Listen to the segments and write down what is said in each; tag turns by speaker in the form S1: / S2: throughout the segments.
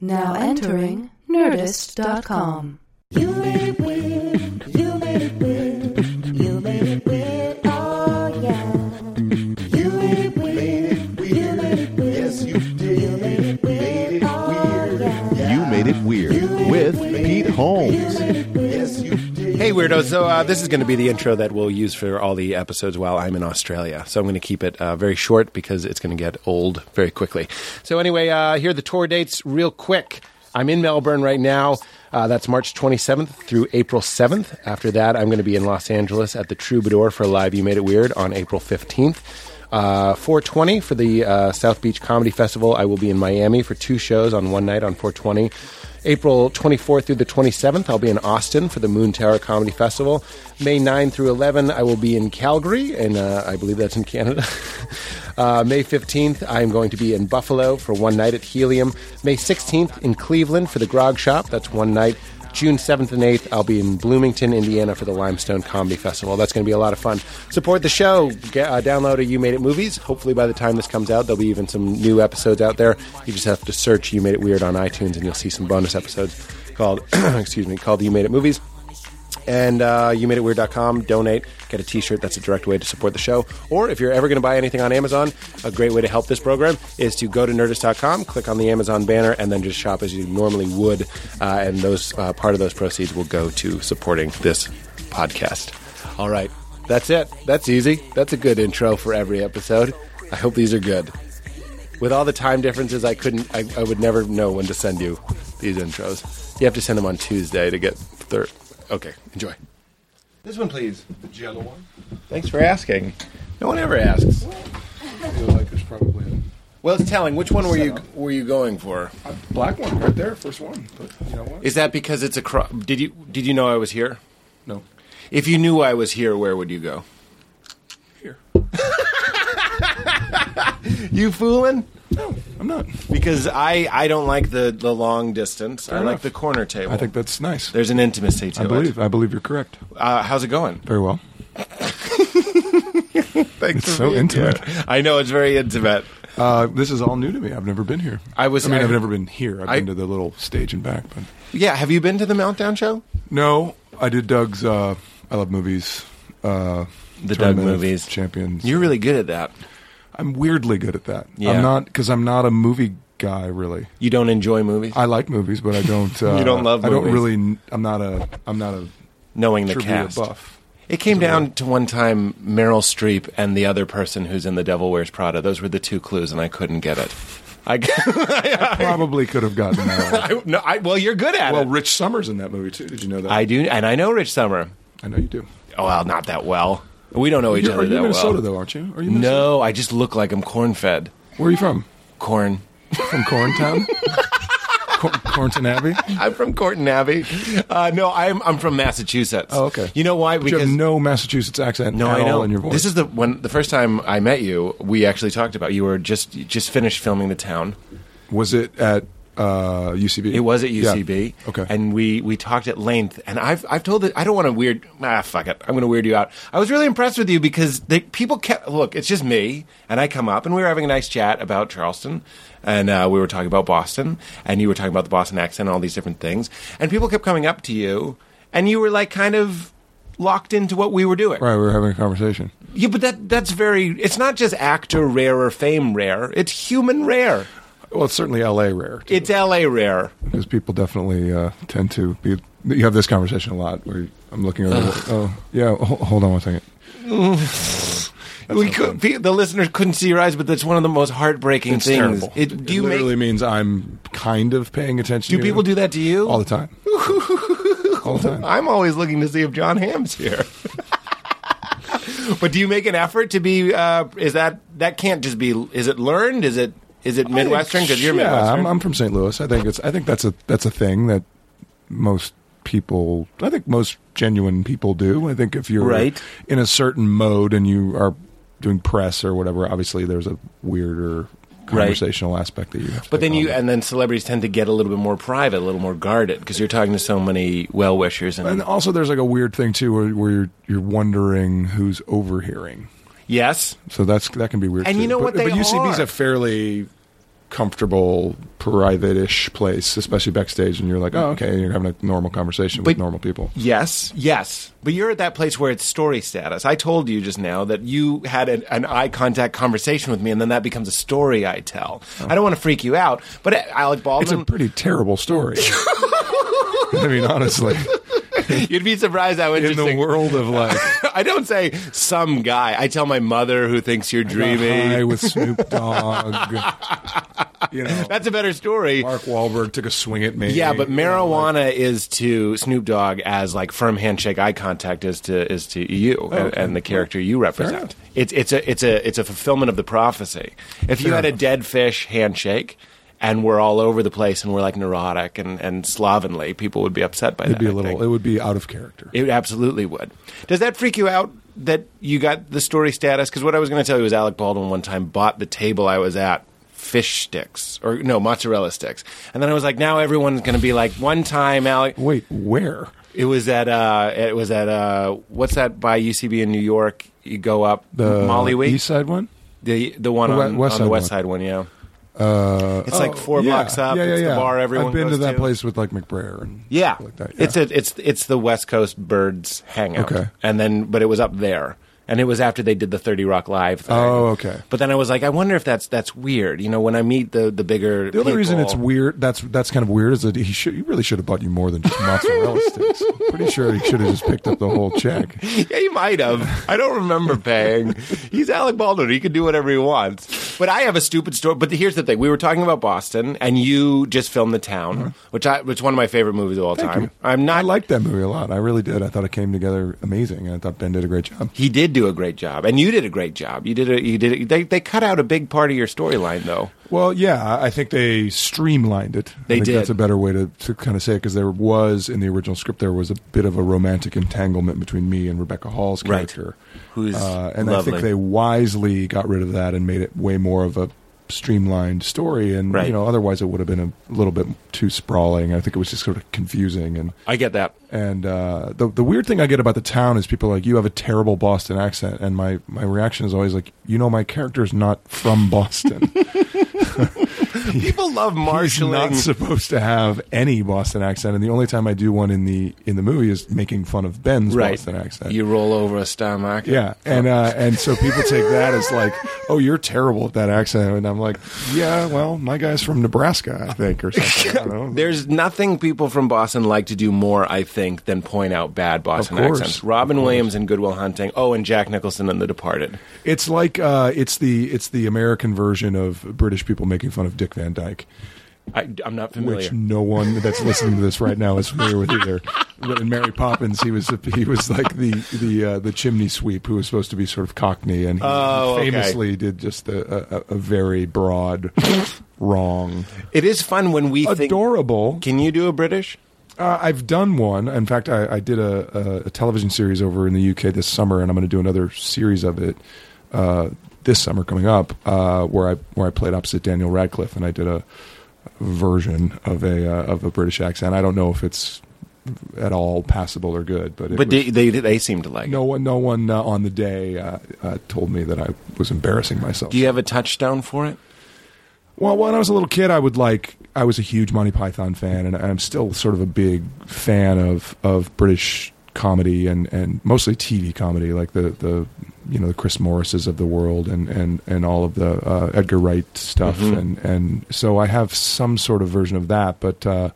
S1: Now entering Nerdist.com.
S2: You made it weird. You made it weird. You made it weird. Oh yeah. You made it weird. You made it weird.
S3: Yes, you did. You made it weird.
S2: Oh yeah.
S3: You made it weird with Pete Holmes. Yes, you did.
S4: Hey, weirdos. So, uh, this is going to be the intro that we'll use for all the episodes while I'm in Australia. So, I'm going to keep it uh, very short because it's going to get old very quickly. So, anyway, uh, here are the tour dates real quick. I'm in Melbourne right now. Uh, that's March 27th through April 7th. After that, I'm going to be in Los Angeles at the Troubadour for Live You Made It Weird on April 15th. Uh, 420 for the uh, South Beach Comedy Festival. I will be in Miami for two shows on one night on 420. April 24th through the 27th, I'll be in Austin for the Moon Tower Comedy Festival. May 9 through 11, I will be in Calgary, and uh, I believe that's in Canada. Uh, May 15th, I am going to be in Buffalo for one night at Helium. May 16th, in Cleveland for the Grog Shop. That's one night. June 7th and 8th, I'll be in Bloomington, Indiana for the Limestone Comedy Festival. That's going to be a lot of fun. Support the show. Get, uh, download a You Made It Movies. Hopefully, by the time this comes out, there'll be even some new episodes out there. You just have to search You Made It Weird on iTunes and you'll see some bonus episodes called, excuse me, called You Made It Movies and uh, you made it weird.com donate get a t-shirt that's a direct way to support the show or if you're ever going to buy anything on amazon a great way to help this program is to go to nerdist.com click on the amazon banner and then just shop as you normally would uh, and those uh, part of those proceeds will go to supporting this podcast all right that's it that's easy that's a good intro for every episode i hope these are good with all the time differences i couldn't i, I would never know when to send you these intros you have to send them on tuesday to get third okay enjoy this one please the jello one thanks for asking no one ever asks
S3: I feel like there's probably a
S4: well it's telling which one were you were you going for
S3: black one right there, first one. But you know what?
S4: is that because it's a cro- did you did you know i was here
S3: no.
S4: if you knew i was here where would you go
S3: Here.
S4: you fooling
S3: No, I'm not.
S4: because i i don't like the the long distance i
S3: Fair
S4: like
S3: enough.
S4: the corner table
S3: I think that's nice.
S4: there's an intimacy to
S3: I believe.
S4: it
S3: I believe you're correct.
S4: uh, how's it going
S3: Very well.
S4: Thanks
S3: It's so intimate.
S4: i know it's very intimate
S3: Uh, this is all new to me. I've never been here.
S4: I was-
S3: I mean,
S4: I-
S3: I've never been here. I've
S4: I-
S3: been to the little stage and back, but
S4: yeah have you been to the meltdown show
S3: no. I did Doug's. Uh, I love movies. Uh,
S4: The Doug
S3: Tournament of
S4: movies.
S3: champions.
S4: you're really good at that
S3: I'm weirdly good at that.
S4: Yeah.
S3: I'm not because I'm not a movie guy really.
S4: you don't enjoy movies
S3: I like movies, but I don't. Uh,
S4: You don't love
S3: I don't
S4: movies.
S3: really. I'm not a. I'm not a
S4: knowing the
S3: trivia
S4: cast.
S3: buff.
S4: It came down to one time Meryl Streep and the other person who's in The Devil Wears Prada. Those were the two clues, and I couldn't get it. I,
S3: Probably could have gotten that.
S4: I- no, I- well, you're good at
S3: well,
S4: it.
S3: Rich Summers in that movie too. Did you know that?
S4: I do, and I know Rich Summer.
S3: I know you do.
S4: Oh, well, not that well. We don't know each
S3: You're,
S4: other
S3: are you
S4: that
S3: Minnesota
S4: well.
S3: though, aren't you? Are you? Minnesota?
S4: No, I just look like I'm corn fed.
S3: Where are you from?
S4: Corn.
S3: From Corntown. Cor- Cornton Abbey.
S4: I'm from Corton Abbey. Uh, no, I'm I'm from Massachusetts.
S3: Oh, okay.
S4: You know why?
S3: But you have no Massachusetts accent
S4: No,
S3: at
S4: I know.
S3: all in your voice.
S4: This is the when the first time I met you, we actually talked about you were just you just finished filming the town.
S3: was it at uh, UCB?
S4: It was at
S3: Yeah.
S4: UCB.
S3: Okay.
S4: And we we talked at length and I've I've told it I don't want to weird ah fuck it. I'm going to weird you out. I was really impressed with you because the people kept look, it's just me and I come up and we were having a nice chat about Charleston and uh, we were talking about Boston and you were talking about the Boston accent and all these different things and people kept coming up to you and you were like kind of locked into what we were doing.
S3: right. We were having a conversation.
S4: Yeah, but that that's very. It's not just actor rare or fame rare. It's human rare.
S3: Well, it's certainly L.A. rare. too.
S4: It's L.A. rare.
S3: because people definitely uh, tend to be. You have this conversation a lot where you- I'm looking over. oh, yeah. Ho- hold on one second.
S4: we could, pe- the listeners couldn't see your eyes, but that's one of the most heartbreaking
S3: It's
S4: things.
S3: terrible.
S4: It, do you make-
S3: literally means I'm kind of paying attention.
S4: do
S3: to you.
S4: people do that to you?
S3: all the time? all the time.
S4: I'm always looking to see if John Hamm's here. but do you make an effort to be? Uh, is that that can't just be? Is it learned? Is it is it Midwestern? Because you're
S3: yeah,
S4: Midwestern.
S3: I'm, I'm from St. Louis. I think it's. I think that's a that's a thing that most people. I think most genuine people do. I think if you're
S4: Right.
S3: in a certain mode and you are doing press or whatever, obviously there's a weirder conversational aspect that you. Have to
S4: But then you,
S3: accommodate.
S4: and then celebrities tend to get a little bit more private, a little more guarded, because you're talking to so many well wishers. And,
S3: And also, there's like a weird thing too, where, where you're you're wondering who's overhearing.
S4: yes,
S3: So that's that can be weird.
S4: And
S3: too.
S4: you know
S3: But-
S4: what they
S3: But UCB is
S4: are.
S3: a fairly comfortable private-ish place, especially backstage, and you're like, oh, okay, and you're having a normal conversation with
S4: But-
S3: normal people.
S4: Yes, yes. But you're at that place where it's story status. I told you just now that you had an, an eye contact conversation with me, and then that becomes a story I tell. I don't want to freak you out, but Alec
S3: Oh. It's a
S4: Baldwin,
S3: pretty terrible story. I mean, honestly,
S4: you'd be surprised how
S3: in
S4: interesting.
S3: the world of like
S4: I don't say some guy. I tell my mher who thinks you're
S3: got high
S4: dreaming.
S3: with Snoop Dogg, you know,
S4: That's a better story.
S3: Mark Wahlberg took a swing at me.
S4: Yeah, but marijuana is to Snoop Dogg as like firm handshake eye contact is to is to you and,
S3: Oh, okay.
S4: and the character you represent.
S3: enough.
S4: It's it's a it's a it's a fulfillment of the prophecy. If you
S3: Fair
S4: had a
S3: enough.
S4: dead fish handshake and we're all over the place and we're like neurotic and, and slovenly, people would be upset by
S3: it'd
S4: that.
S3: be a
S4: I
S3: little.
S4: think.
S3: It would be out of character.
S4: It absolutely would. Does that freak you out that you got the story status? Because what I was going to tell you was Alec Baldwin one time bought the table I was at fish sticks or no mozzarella sticks, and then I was like, now everyone's going to be like, one time Alec.
S3: Wait, where?
S4: It was at uh, it was at uh, what's that by UCB in New York? You go up
S3: The
S4: Molly Week,
S3: East Side one.
S4: the the one
S3: The we-
S4: on, on
S3: west
S4: the
S3: side
S4: west
S3: one.
S4: side one, yeah.
S3: Uh,
S4: It's like four
S3: yeah.
S4: blocks up.
S3: Yeah, yeah,
S4: It's the
S3: yeah.
S4: bar everyone
S3: I've been
S4: goes
S3: to that
S4: to.
S3: place with like McBrayer and
S4: Yeah.
S3: stuff like that.
S4: It's a, it's it's the West Coast Birds hangout.
S3: Okay.
S4: And then but it was up there. And it was after they did the 30 Rock Live thing.
S3: Oh, okay.
S4: But then I was like, I wonder if that's that's weird. You know, when I meet the the bigger
S3: The only reason
S4: people-
S3: it's weird that's that's kind of weird is that he should he really should have bought you more than just mozzarella sticks. I'm pretty sure he should have just picked up the whole check.
S4: yeah, he might have. I don't remember paying. He's Alec Baldwin. He can do whatever he wants. But I have a stupid story. But here's the thing: we were talking about Boston, and you just filmed The Town, which I, which is one of my favorite movies of all time.
S3: Mm-hmm. you.
S4: I'm not
S3: I liked that movie a lot. I really did. I thought it came together amazing, and I thought Ben did a great job.
S4: He did do a great job, and you did a great job. You did a you did a, they they cut out a big part of your storyline though.
S3: Well, yeah, I- I think they streamlined it.
S4: They
S3: I think
S4: did.
S3: That's a better way to, to kind of say it because there was in the original script there was a bit of a romantic entanglement between me and Rebecca Hall's
S4: Right.
S3: character,
S4: Who's
S3: Uh, and I
S4: lovely.
S3: think they wisely got rid of that and made it way more of a streamlined story. And
S4: Right.
S3: you know, otherwise it would have been a little bit too sprawling. I think it was just sort of confusing and.
S4: I get that.
S3: And uh, the the weird thing I get about the town is people are like you have a terrible Boston accent, and my my reaction is always like, you know, my character is not from Boston.
S4: People love
S3: He's
S4: marshaling.
S3: not supposed to have any Boston accent, and the only time I do one in the in the movie is making fun of Ben's
S4: right.
S3: Boston accent.
S4: You roll over a stock market.
S3: yeah, and uh, and so people take that as like, oh, you're terrible at that accent, and I'm like, yeah, well, my guy's from Nebraska, I think, or something. I don't know.
S4: There's nothing people from Boston like to do more, I think, than point out bad Boston
S3: course.
S4: accents.
S3: Of
S4: Robin
S3: course.
S4: Williams in Goodwill Hunting. Oh, and Jack Nicholson in The Departed.
S3: It's like uh, it's the it's the American version of British people making fun of Dick Van Dyke.
S4: I, I'm not familiar.
S3: which no one that's listening to this right now is familiar with either. But in Mary Poppins, he was he was like the the uh, the chimney sweep who was supposed to be sort of Cockney, and he
S4: Oh, okay.
S3: famously did just a, a, a very broad wrong,
S4: it is fun when we think.
S3: adorable.
S4: Can you do a British?
S3: Uh, I've done one. In fact, I, I did a, a, a television series over in the UK this summer, and I'm going to do another series of it uh, this summer coming up, uh, where I where I played opposite Daniel Radcliffe, and I did a version of a uh, of a British accent. I don't know if it's at all passable or good, but it
S4: But
S3: was,
S4: they, they they seem to like. it.
S3: no one no one uh, on the day uh, uh, told me that I was embarrassing myself.
S4: Do you have a touchdown for it?
S3: Well, when I was a little kid, I would like I was a huge Monty Python fan, and I'm still sort of a big fan of of British comedy and and mostly TV comedy, like the the you know the Chris Morrises of the world and and and all of the uh, Edgar Wright stuff, and and so I have some sort of version of that, but. Uh,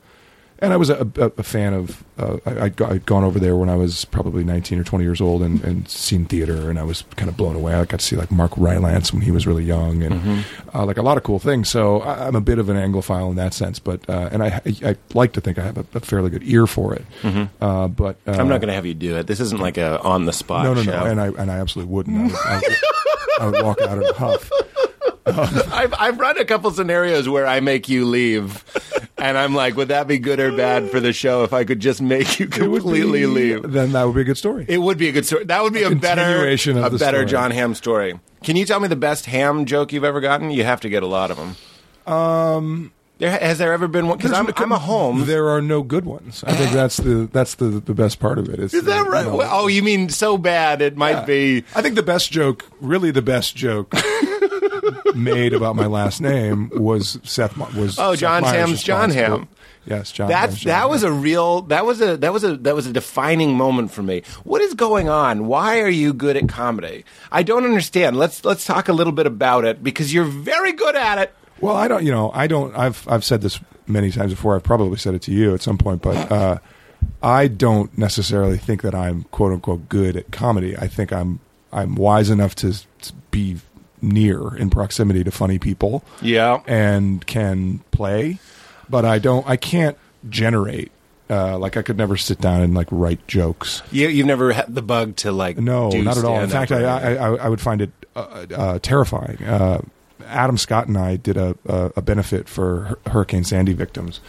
S3: and I was a, a, a fan of. Uh, I, I'd, go- I'd gone over there when I was probably nineteen or twenty years old, and, and seen theater, and I was kind of blown away. I got to see like Mark Rylance when he was really young, and
S4: Mm-hmm.
S3: uh, like a lot of cool things. So I, I'm a bit of an Anglophile in that sense, but uh, and I, I like to think I have a, a fairly good ear for it. Uh, but uh,
S4: Mm-hmm. I'm not going to have you do it. This isn't like a on the spot.
S3: No, no,
S4: show.
S3: no, and I and I absolutely wouldn't. I, would- I, would- I would walk out in a huff.
S4: I've, I've run a couple scenarios where I make you leave, and I'm like, would that be good or bad for the show if I could just make you
S3: It would
S4: completely
S3: be-
S4: leave?
S3: Then that would be a good story.
S4: It would be a good story. That would be a, better
S3: continuation of
S4: a
S3: the
S4: better
S3: story.
S4: John Ham story. Can you tell me the best ham joke you've ever gotten? You have to get a lot of them. Um,
S3: Um,
S4: there has there ever been one? Because I'm, I'm a home.
S3: There are no good ones. I think that's the that's the, the best part of it. It's
S4: Is that
S3: the-
S4: right?
S3: you know,
S4: Well, Oh, you mean so bad it might be.
S3: I think the best joke, really the best joke, made about my last name was Seth. Mo- Was
S4: Oh,
S3: Seth
S4: John
S3: Meyers'
S4: Ham's John
S3: responsible-
S4: Ham.
S3: Yes, John. Ham's
S4: That's
S3: John
S4: that
S3: Ham.
S4: was a real that was a that was a that was a defining moment for me. What is going on? Why are you good at comedy? I don't understand. Let's let's talk a little bit about it because you're very good at it.
S3: Well, I don't. You know, I don't. I've I've said this many times before. I've probably said it to you at some point, but uh, I don't necessarily think that I'm quote unquote good at comedy. I think I'm I'm wise enough to, to be near in proximity to funny people.
S4: Yeah.
S3: and can play, but I don't. I can't generate. Uh, like I could never sit down and like write jokes.
S4: You you've never had the bug to like
S3: No,
S4: do
S3: not at all. In
S4: stand-up
S3: fact,
S4: or
S3: I,
S4: anything.
S3: I I I would find it uh, uh, terrifying. Uh, Adam Scott and I did a a, a benefit for Hur- Hurricane Sandy victims.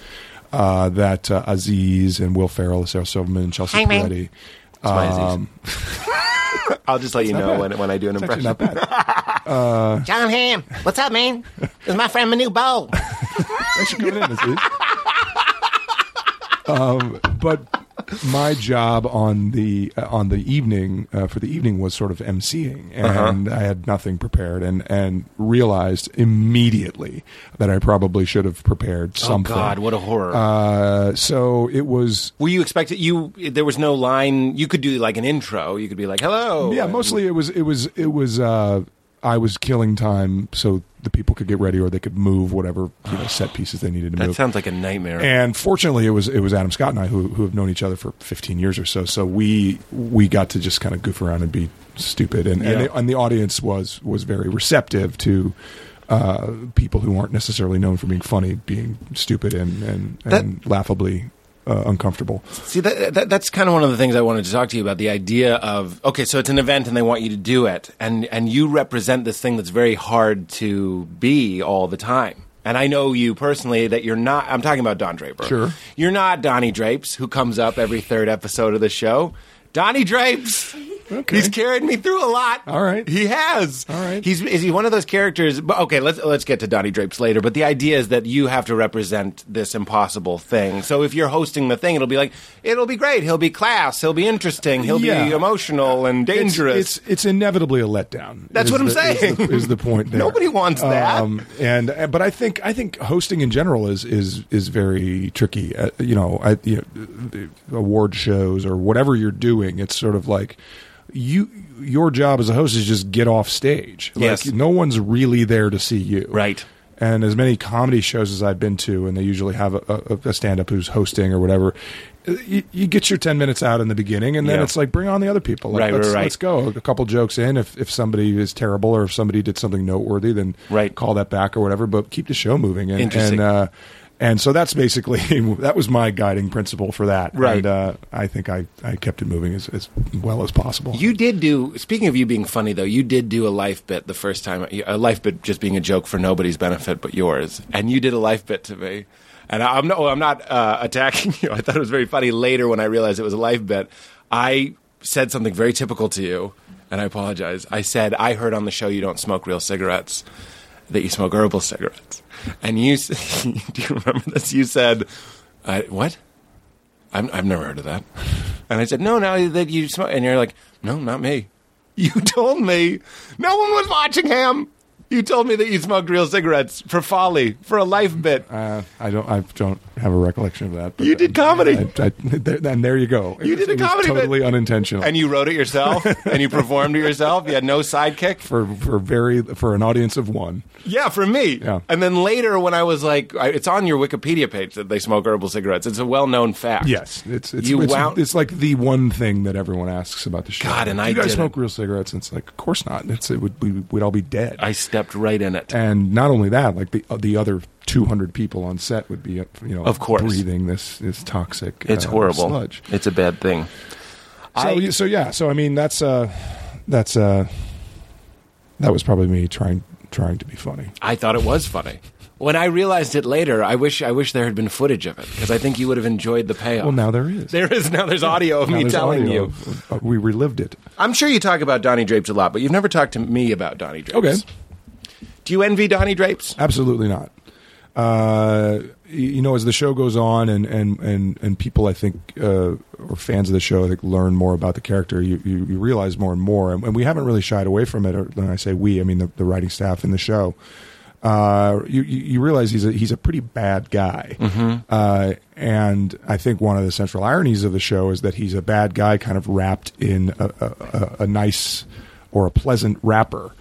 S3: Uh, that uh, Aziz and Will Ferrell, Sarah Silverman, and Chelsea
S2: Hi, man.
S3: Peretti.
S4: It's my disease.
S3: um,
S4: I'll just let you know when, when I do an
S3: It's actually
S4: impression.
S3: not bad.
S2: John Ham, what's up, man? It's my friend Manu Bo.
S3: Thanks for coming in, Aziz. um, but my job on the uh, on the evening uh, for the evening was sort of emceeing,
S4: Uh-huh.
S3: and I had nothing prepared, and and realized immediately that I probably should have prepared
S4: Oh
S3: something.
S4: God, what a horror!
S3: Uh, so it was.
S4: Were you expected? You there was no line. You could do like an intro. You could be like, "Hello."
S3: Yeah,
S4: and-
S3: mostly it was it was it was. Uh, I was killing time so the people could get ready, or they could move whatever you know, set pieces they needed to
S4: That
S3: move.
S4: sounds like a nightmare.
S3: And fortunately, it was it was Adam Scott and I who who have known each other for 15 years or so. So we we got to just kind of goof around and be stupid, and and,
S4: Yeah.
S3: the, and the audience was was very receptive to uh, people who aren't necessarily known for being funny, being stupid and and, and laughably uh, uncomfortable.
S4: See, that, that, that's kind of one of the things I wanted to talk to you about. The idea of okay, so it's an event and they want you to do it, and and you represent this thing that's very hard to be all the time. And I know you personally that you're not. I'm talking about Don Draper.
S3: Sure.
S4: you're not Donnie Drapes, who comes up every third episode of the show. Donnie Drapes.
S3: Okay.
S4: He's carried me through a lot.
S3: All right.
S4: He has.
S3: All right.
S4: He's is he one of those characters? But okay, let's let's get to Donnie Drapes later. But the idea is that you have to represent this impossible thing. So if you're hosting the thing, it'll be like it'll be great. He'll be class. He'll be interesting. He'll
S3: Yeah.
S4: be emotional and
S3: It's-
S4: dangerous.
S3: It's, it's inevitably a letdown.
S4: That's
S3: is
S4: what I'm
S3: the- is
S4: saying.
S3: the- Is the, point? There.
S4: Nobody wants that.
S3: And uh, but I think I think hosting in general is is is very tricky. Uh, you know, I you know, the- the award shows or whatever you're doing, it's sort of like you your job as a host is just get off stage. Like,
S4: Yes.
S3: no one's really there to see you.
S4: Right.
S3: And as many comedy shows as I've been to, and they usually have a, a, a stand up who's hosting or whatever, you, you get your 10 minutes out in the beginning, and then
S4: Yeah.
S3: it's like, bring on the other people. Like,
S4: Right, right,
S3: let's,
S4: right.
S3: let's go. A couple jokes in. If, if somebody is terrible or if somebody did something noteworthy, then
S4: Right.
S3: call that back or whatever, but keep the show moving. And,
S4: Interesting.
S3: And, uh, and so that's basically that was my guiding principle for that.
S4: Right.
S3: And uh, I think I, I kept it moving as, as well as possible.
S4: You did do. Speaking of you being funny, though, you did do a life bit the first time. A life bit just being a joke for nobody's benefit but yours, and you did a life bit to me. And I- I'm no, I'm not uh, attacking you. I thought it was very funny. Later, when I realized it was a life bit, I said something very typical to you, and I apologize. I said I heard on the show you don't smoke real cigarettes, that you smoke herbal cigarettes, and you. s- do you remember this? You said, I, "What?" I'm, I've never heard of that. And I said, no, no, that you smoke. And you're like, no, not me. You told me no one was watching him. You told me that you smoked real cigarettes for folly, for a life bit.
S3: Uh, I don't. I don't have a recollection of that. but-
S4: You did comedy.
S3: I, I, there, and there you go. It
S4: You
S3: was-
S4: did a
S3: it was
S4: comedy bit.
S3: Totally unintentional.
S4: and you wrote it yourself and you performed it yourself. You had no sidekick.
S3: for for very for an audience of one.
S4: Yeah, for me.
S3: Yeah.
S4: And then later, when I was like, I, it's on your Wikipedia page that they smoke herbal cigarettes. It's a well known fact.
S3: Yes, it's it's
S4: You
S3: it's,
S4: wound-
S3: it's like the one thing that everyone asks about the show.
S4: God, and
S3: Do
S4: I
S3: you guys
S4: didn't.
S3: smoke real cigarettes, and it's like, of course not. It's it would we would all be dead.
S4: I stepped right in it.
S3: and not only that, like the the other two hundred people on set would be, you know,
S4: Of course.
S3: breathing this this toxic.
S4: It's
S3: uh,
S4: horrible.
S3: sludge.
S4: It's a bad thing.
S3: So,
S4: I-
S3: so yeah, so I mean that's uh that's uh that was probably me trying trying to be funny.
S4: I thought it was funny. When I realized it later, I wish I wish there had been footage of it because I think you would have enjoyed the payoff.
S3: Well, now there is.
S4: there is now there's audio of
S3: Now
S4: me
S3: there's
S4: telling
S3: audio
S4: you.
S3: of- of- we relived it.
S4: I'm sure you talk about Donnie Drapes a lot, but you've never talked to me about Donnie Drapes.
S3: Okay.
S4: Do you envy Donnie Drapes?
S3: Absolutely not. Uh, you know, as the show goes on and and and and people, I think, uh, or fans of the show, I think, learn more about the character. You you, you realize more and more, and, and we haven't really shied away from it. Or when I say we, I mean the, the writing staff in the show. Uh, you you you realize he's a, he's a pretty bad guy, uh, and I think one of the central ironies of the show is that he's a bad guy, kind of wrapped in a, a, a, a nice or a pleasant wrapper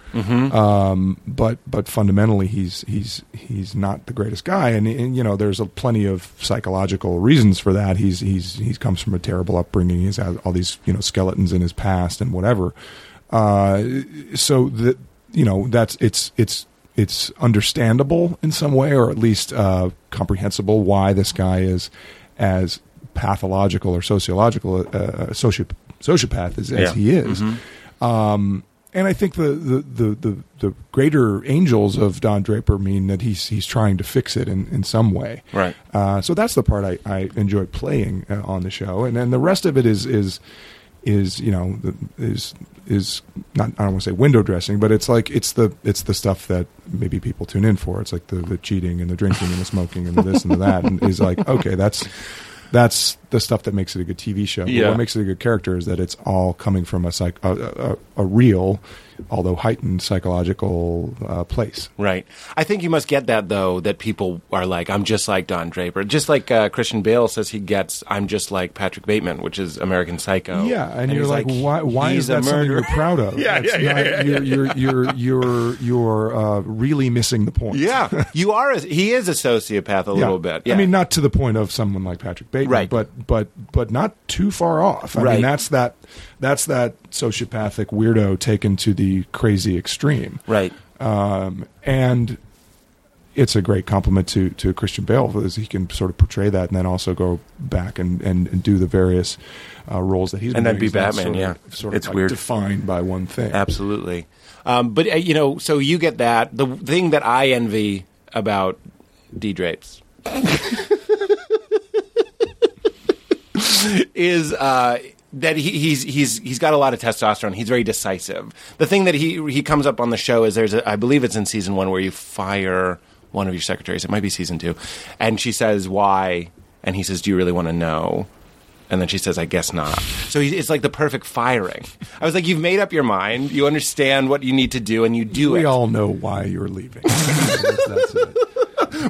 S3: um, but but fundamentally he's he's he's not the greatest guy, and, and you know there's a, plenty of psychological reasons for that. He's he's he comes from a terrible upbringing. He's had all these you know skeletons in his past and whatever. Uh, so that you know that's it's it's it's understandable in some way, or at least uh, comprehensible why this guy is as pathological or sociological uh, sociop- sociopath as, as
S4: Yeah.
S3: he is Um, and I think the, the, the, the, the greater angels of Don Draper mean that he's he's trying to fix it in, in some way.
S4: Right.
S3: Uh, so that's the part I, I enjoy playing uh, on the show, and then the rest of it is is is you know the, is is not I don't want to say window dressing, but it's like it's the it's the stuff that maybe people tune in for. It's like the, the cheating and the drinking and the smoking and the this and the that, and is like okay, that's that's the stuff that makes it a good TV show. But
S4: Yeah.
S3: What makes it a good character is that it's all coming from a psych a, a, a real, although heightened psychological uh, place.
S4: Right. I think you must get that though that people are like I'm just like Don Draper. Just like uh, Christian Bale says he gets I'm just like Patrick Bateman, which is American Psycho.
S3: Yeah, and,
S4: he's
S3: you're like, why? Why
S4: he's
S3: is that
S4: a
S3: something you're
S4: murderer?
S3: proud of?
S4: Yeah,
S3: That's
S4: yeah,
S3: not-
S4: yeah, yeah,
S3: You're you're you're you're, you're uh, really missing the point.
S4: yeah, you are. A, he is a sociopath a
S3: Yeah.
S4: little bit. Yeah.
S3: I mean, not to the point of someone like Patrick Bateman,
S4: Right.
S3: but but but not too far off. I
S4: Right.
S3: mean, that's that that's that sociopathic weirdo taken to the crazy extreme.
S4: right.
S3: um, and it's a great compliment to to Christian Bale as he can sort of portray that, and then also go back and and, and do the various uh, roles that he's
S4: And then
S3: been doing.
S4: be
S3: He's not
S4: Batman,
S3: Sort of,
S4: yeah.
S3: sort
S4: It's
S3: of like
S4: weird.
S3: defined by one thing.
S4: Absolutely. Um, but, uh, you know, so you get that. The thing that I envy about D Drapes is. Uh, that he, he's he's he's got a lot of testosterone. He's very decisive. The thing that he he comes up on the show is there's a, I believe it's in season one where you fire one of your secretaries. It might be season two, and she says why, and he says, "Do you really want to know?" And then she says, I guess not. So he, it's like the perfect firing. I was like, you've made up your mind. You understand what you need to do and you do
S3: We
S4: it.
S3: all know why you're leaving. That's- that's it.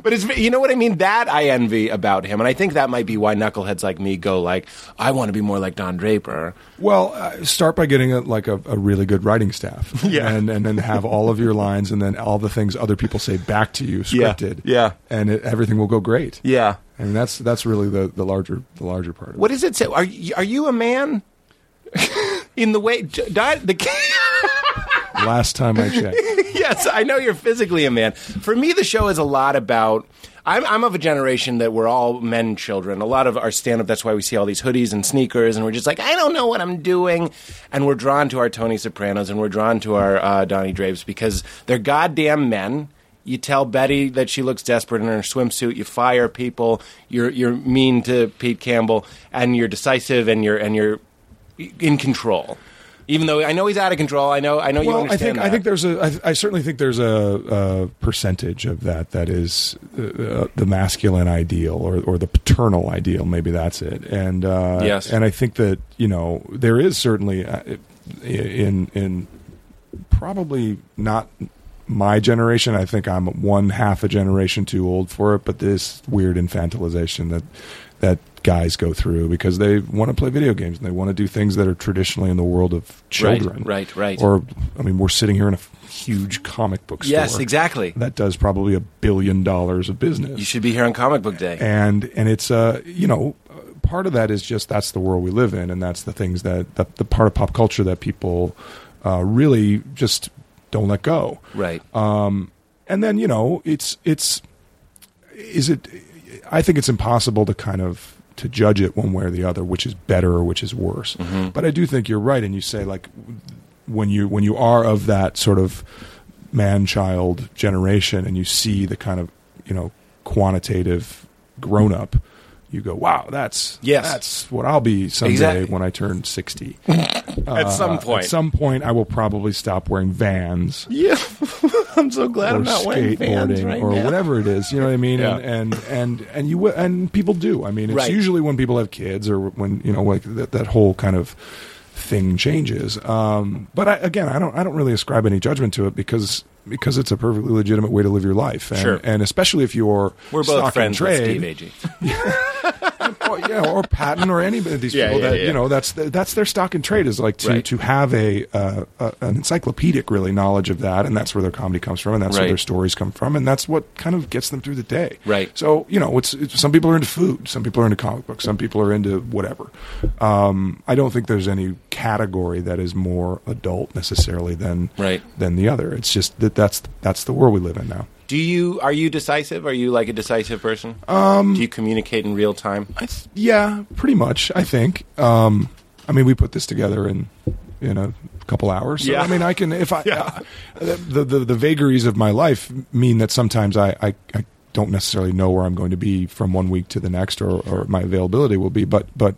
S4: But it's, you know what I mean? That I envy about him. And I think that might be why knuckleheads like me go like, I want to be more like Don Draper.
S3: Well, uh, start by getting a, like a, a really good writing staff,
S4: Yeah.
S3: and and then have all of your lines, and then all the things other people say back to you
S4: Yeah.
S3: scripted,
S4: Yeah.
S3: and it, everything will go great.
S4: Yeah.
S3: I mean that's that's really the, the larger the larger part. Of it.
S4: What does it say? Are you, are you a man? In the way, J- Don, the
S3: Last time I checked.
S4: yes, I know you're physically a man. For me, the show is a lot about. I'm, I'm of a generation that we're all men children. A lot of our stand up, that's why we see all these hoodies and sneakers, and we're just like, I don't know what I'm doing. And we're drawn to our Tony Sopranos and we're drawn to our uh, Donnie Draves because they're goddamn men. You tell Betty that she looks desperate in her swimsuit. You fire people. You're, you're mean to Pete Campbell, and you're decisive, and you're, and you're in control. Even though I know he's out of control, I know I know you
S3: well, I
S4: understand
S3: think
S4: that.
S3: I think there's a I, th- I certainly think there's a, a percentage of that that is uh, uh, the masculine ideal or, or the paternal ideal. Maybe that's it. And uh,
S4: Yes.
S3: and I think that you know there is certainly uh, in in probably not my generation. I think I'm one half a generation too old for it. But this weird infantilization that that guys go through because they want to play video games and they want to do things that are traditionally in the world of children.
S4: right, right.
S3: Or I mean, we're sitting here in a f- huge comic book store.
S4: Yes, exactly.
S3: That does probably a billion dollars of business
S4: You should be here on Comic Book Day.
S3: and and it's uh you know uh, part of that is just that's the world we live in and that's the things that the, the part of pop culture that people uh, really just don't let go
S4: right.
S3: uh, and then you know it's it's is it i think it's impossible to kind of to judge it one way or the other which is better or which is worse
S4: Mm-hmm.
S3: but i do think you're right and you say like when you when you are of that sort of man child generation and you see the kind of you know quantitative grown up you go, wow, that's
S4: Yes.
S3: that's what I'll be someday
S4: Exactly.
S3: when I turn sixty. Uh,
S4: at some point.
S3: At some point, I will probably stop wearing Vans
S4: yeah, I'm so glad
S3: or
S4: I'm not wearing fans
S3: skateboarding
S4: right
S3: or
S4: now.
S3: whatever it is. You know what I mean?
S4: Yeah.
S3: And, and and and you wi- and people do. I mean, it's
S4: Right.
S3: usually when people have kids or when you know like that, that whole kind of thing changes. Um, but I, again, I don't I don't really ascribe any judgment to it because because it's a perfectly legitimate way to live your life. And,
S4: Sure.
S3: and especially if you're
S4: We're
S3: stock
S4: both
S3: in
S4: friends with
S3: trade,
S4: Steve Agee.
S3: or, yeah, or Patton or any of these
S4: Yeah,
S3: people
S4: yeah,
S3: that
S4: yeah.
S3: you know that's that's their stock in trade is like to
S4: Right.
S3: to have a, uh, a an encyclopedic really knowledge of that, and that's where their comedy comes from, and that's
S4: Right.
S3: where their stories come from, and that's what kind of gets them through the day.
S4: Right.
S3: So you know, it's, it's some people are into food, some people are into comic books, some people are into whatever. Um, I don't think there's any category that is more adult necessarily than
S4: Right.
S3: than the other. It's just that that's that's the world we live in now.
S4: Do you are you decisive? Are you like a decisive person? Um, Do you communicate in real time?
S3: I th- yeah, pretty much. I think. Um, I mean, we put this together in in a couple hours. So,
S4: Yeah.
S3: I mean, I can if I uh, the, the the vagaries of my life mean that sometimes I, I I don't necessarily know where I'm going to be from one week to the next, or or my availability will be. But but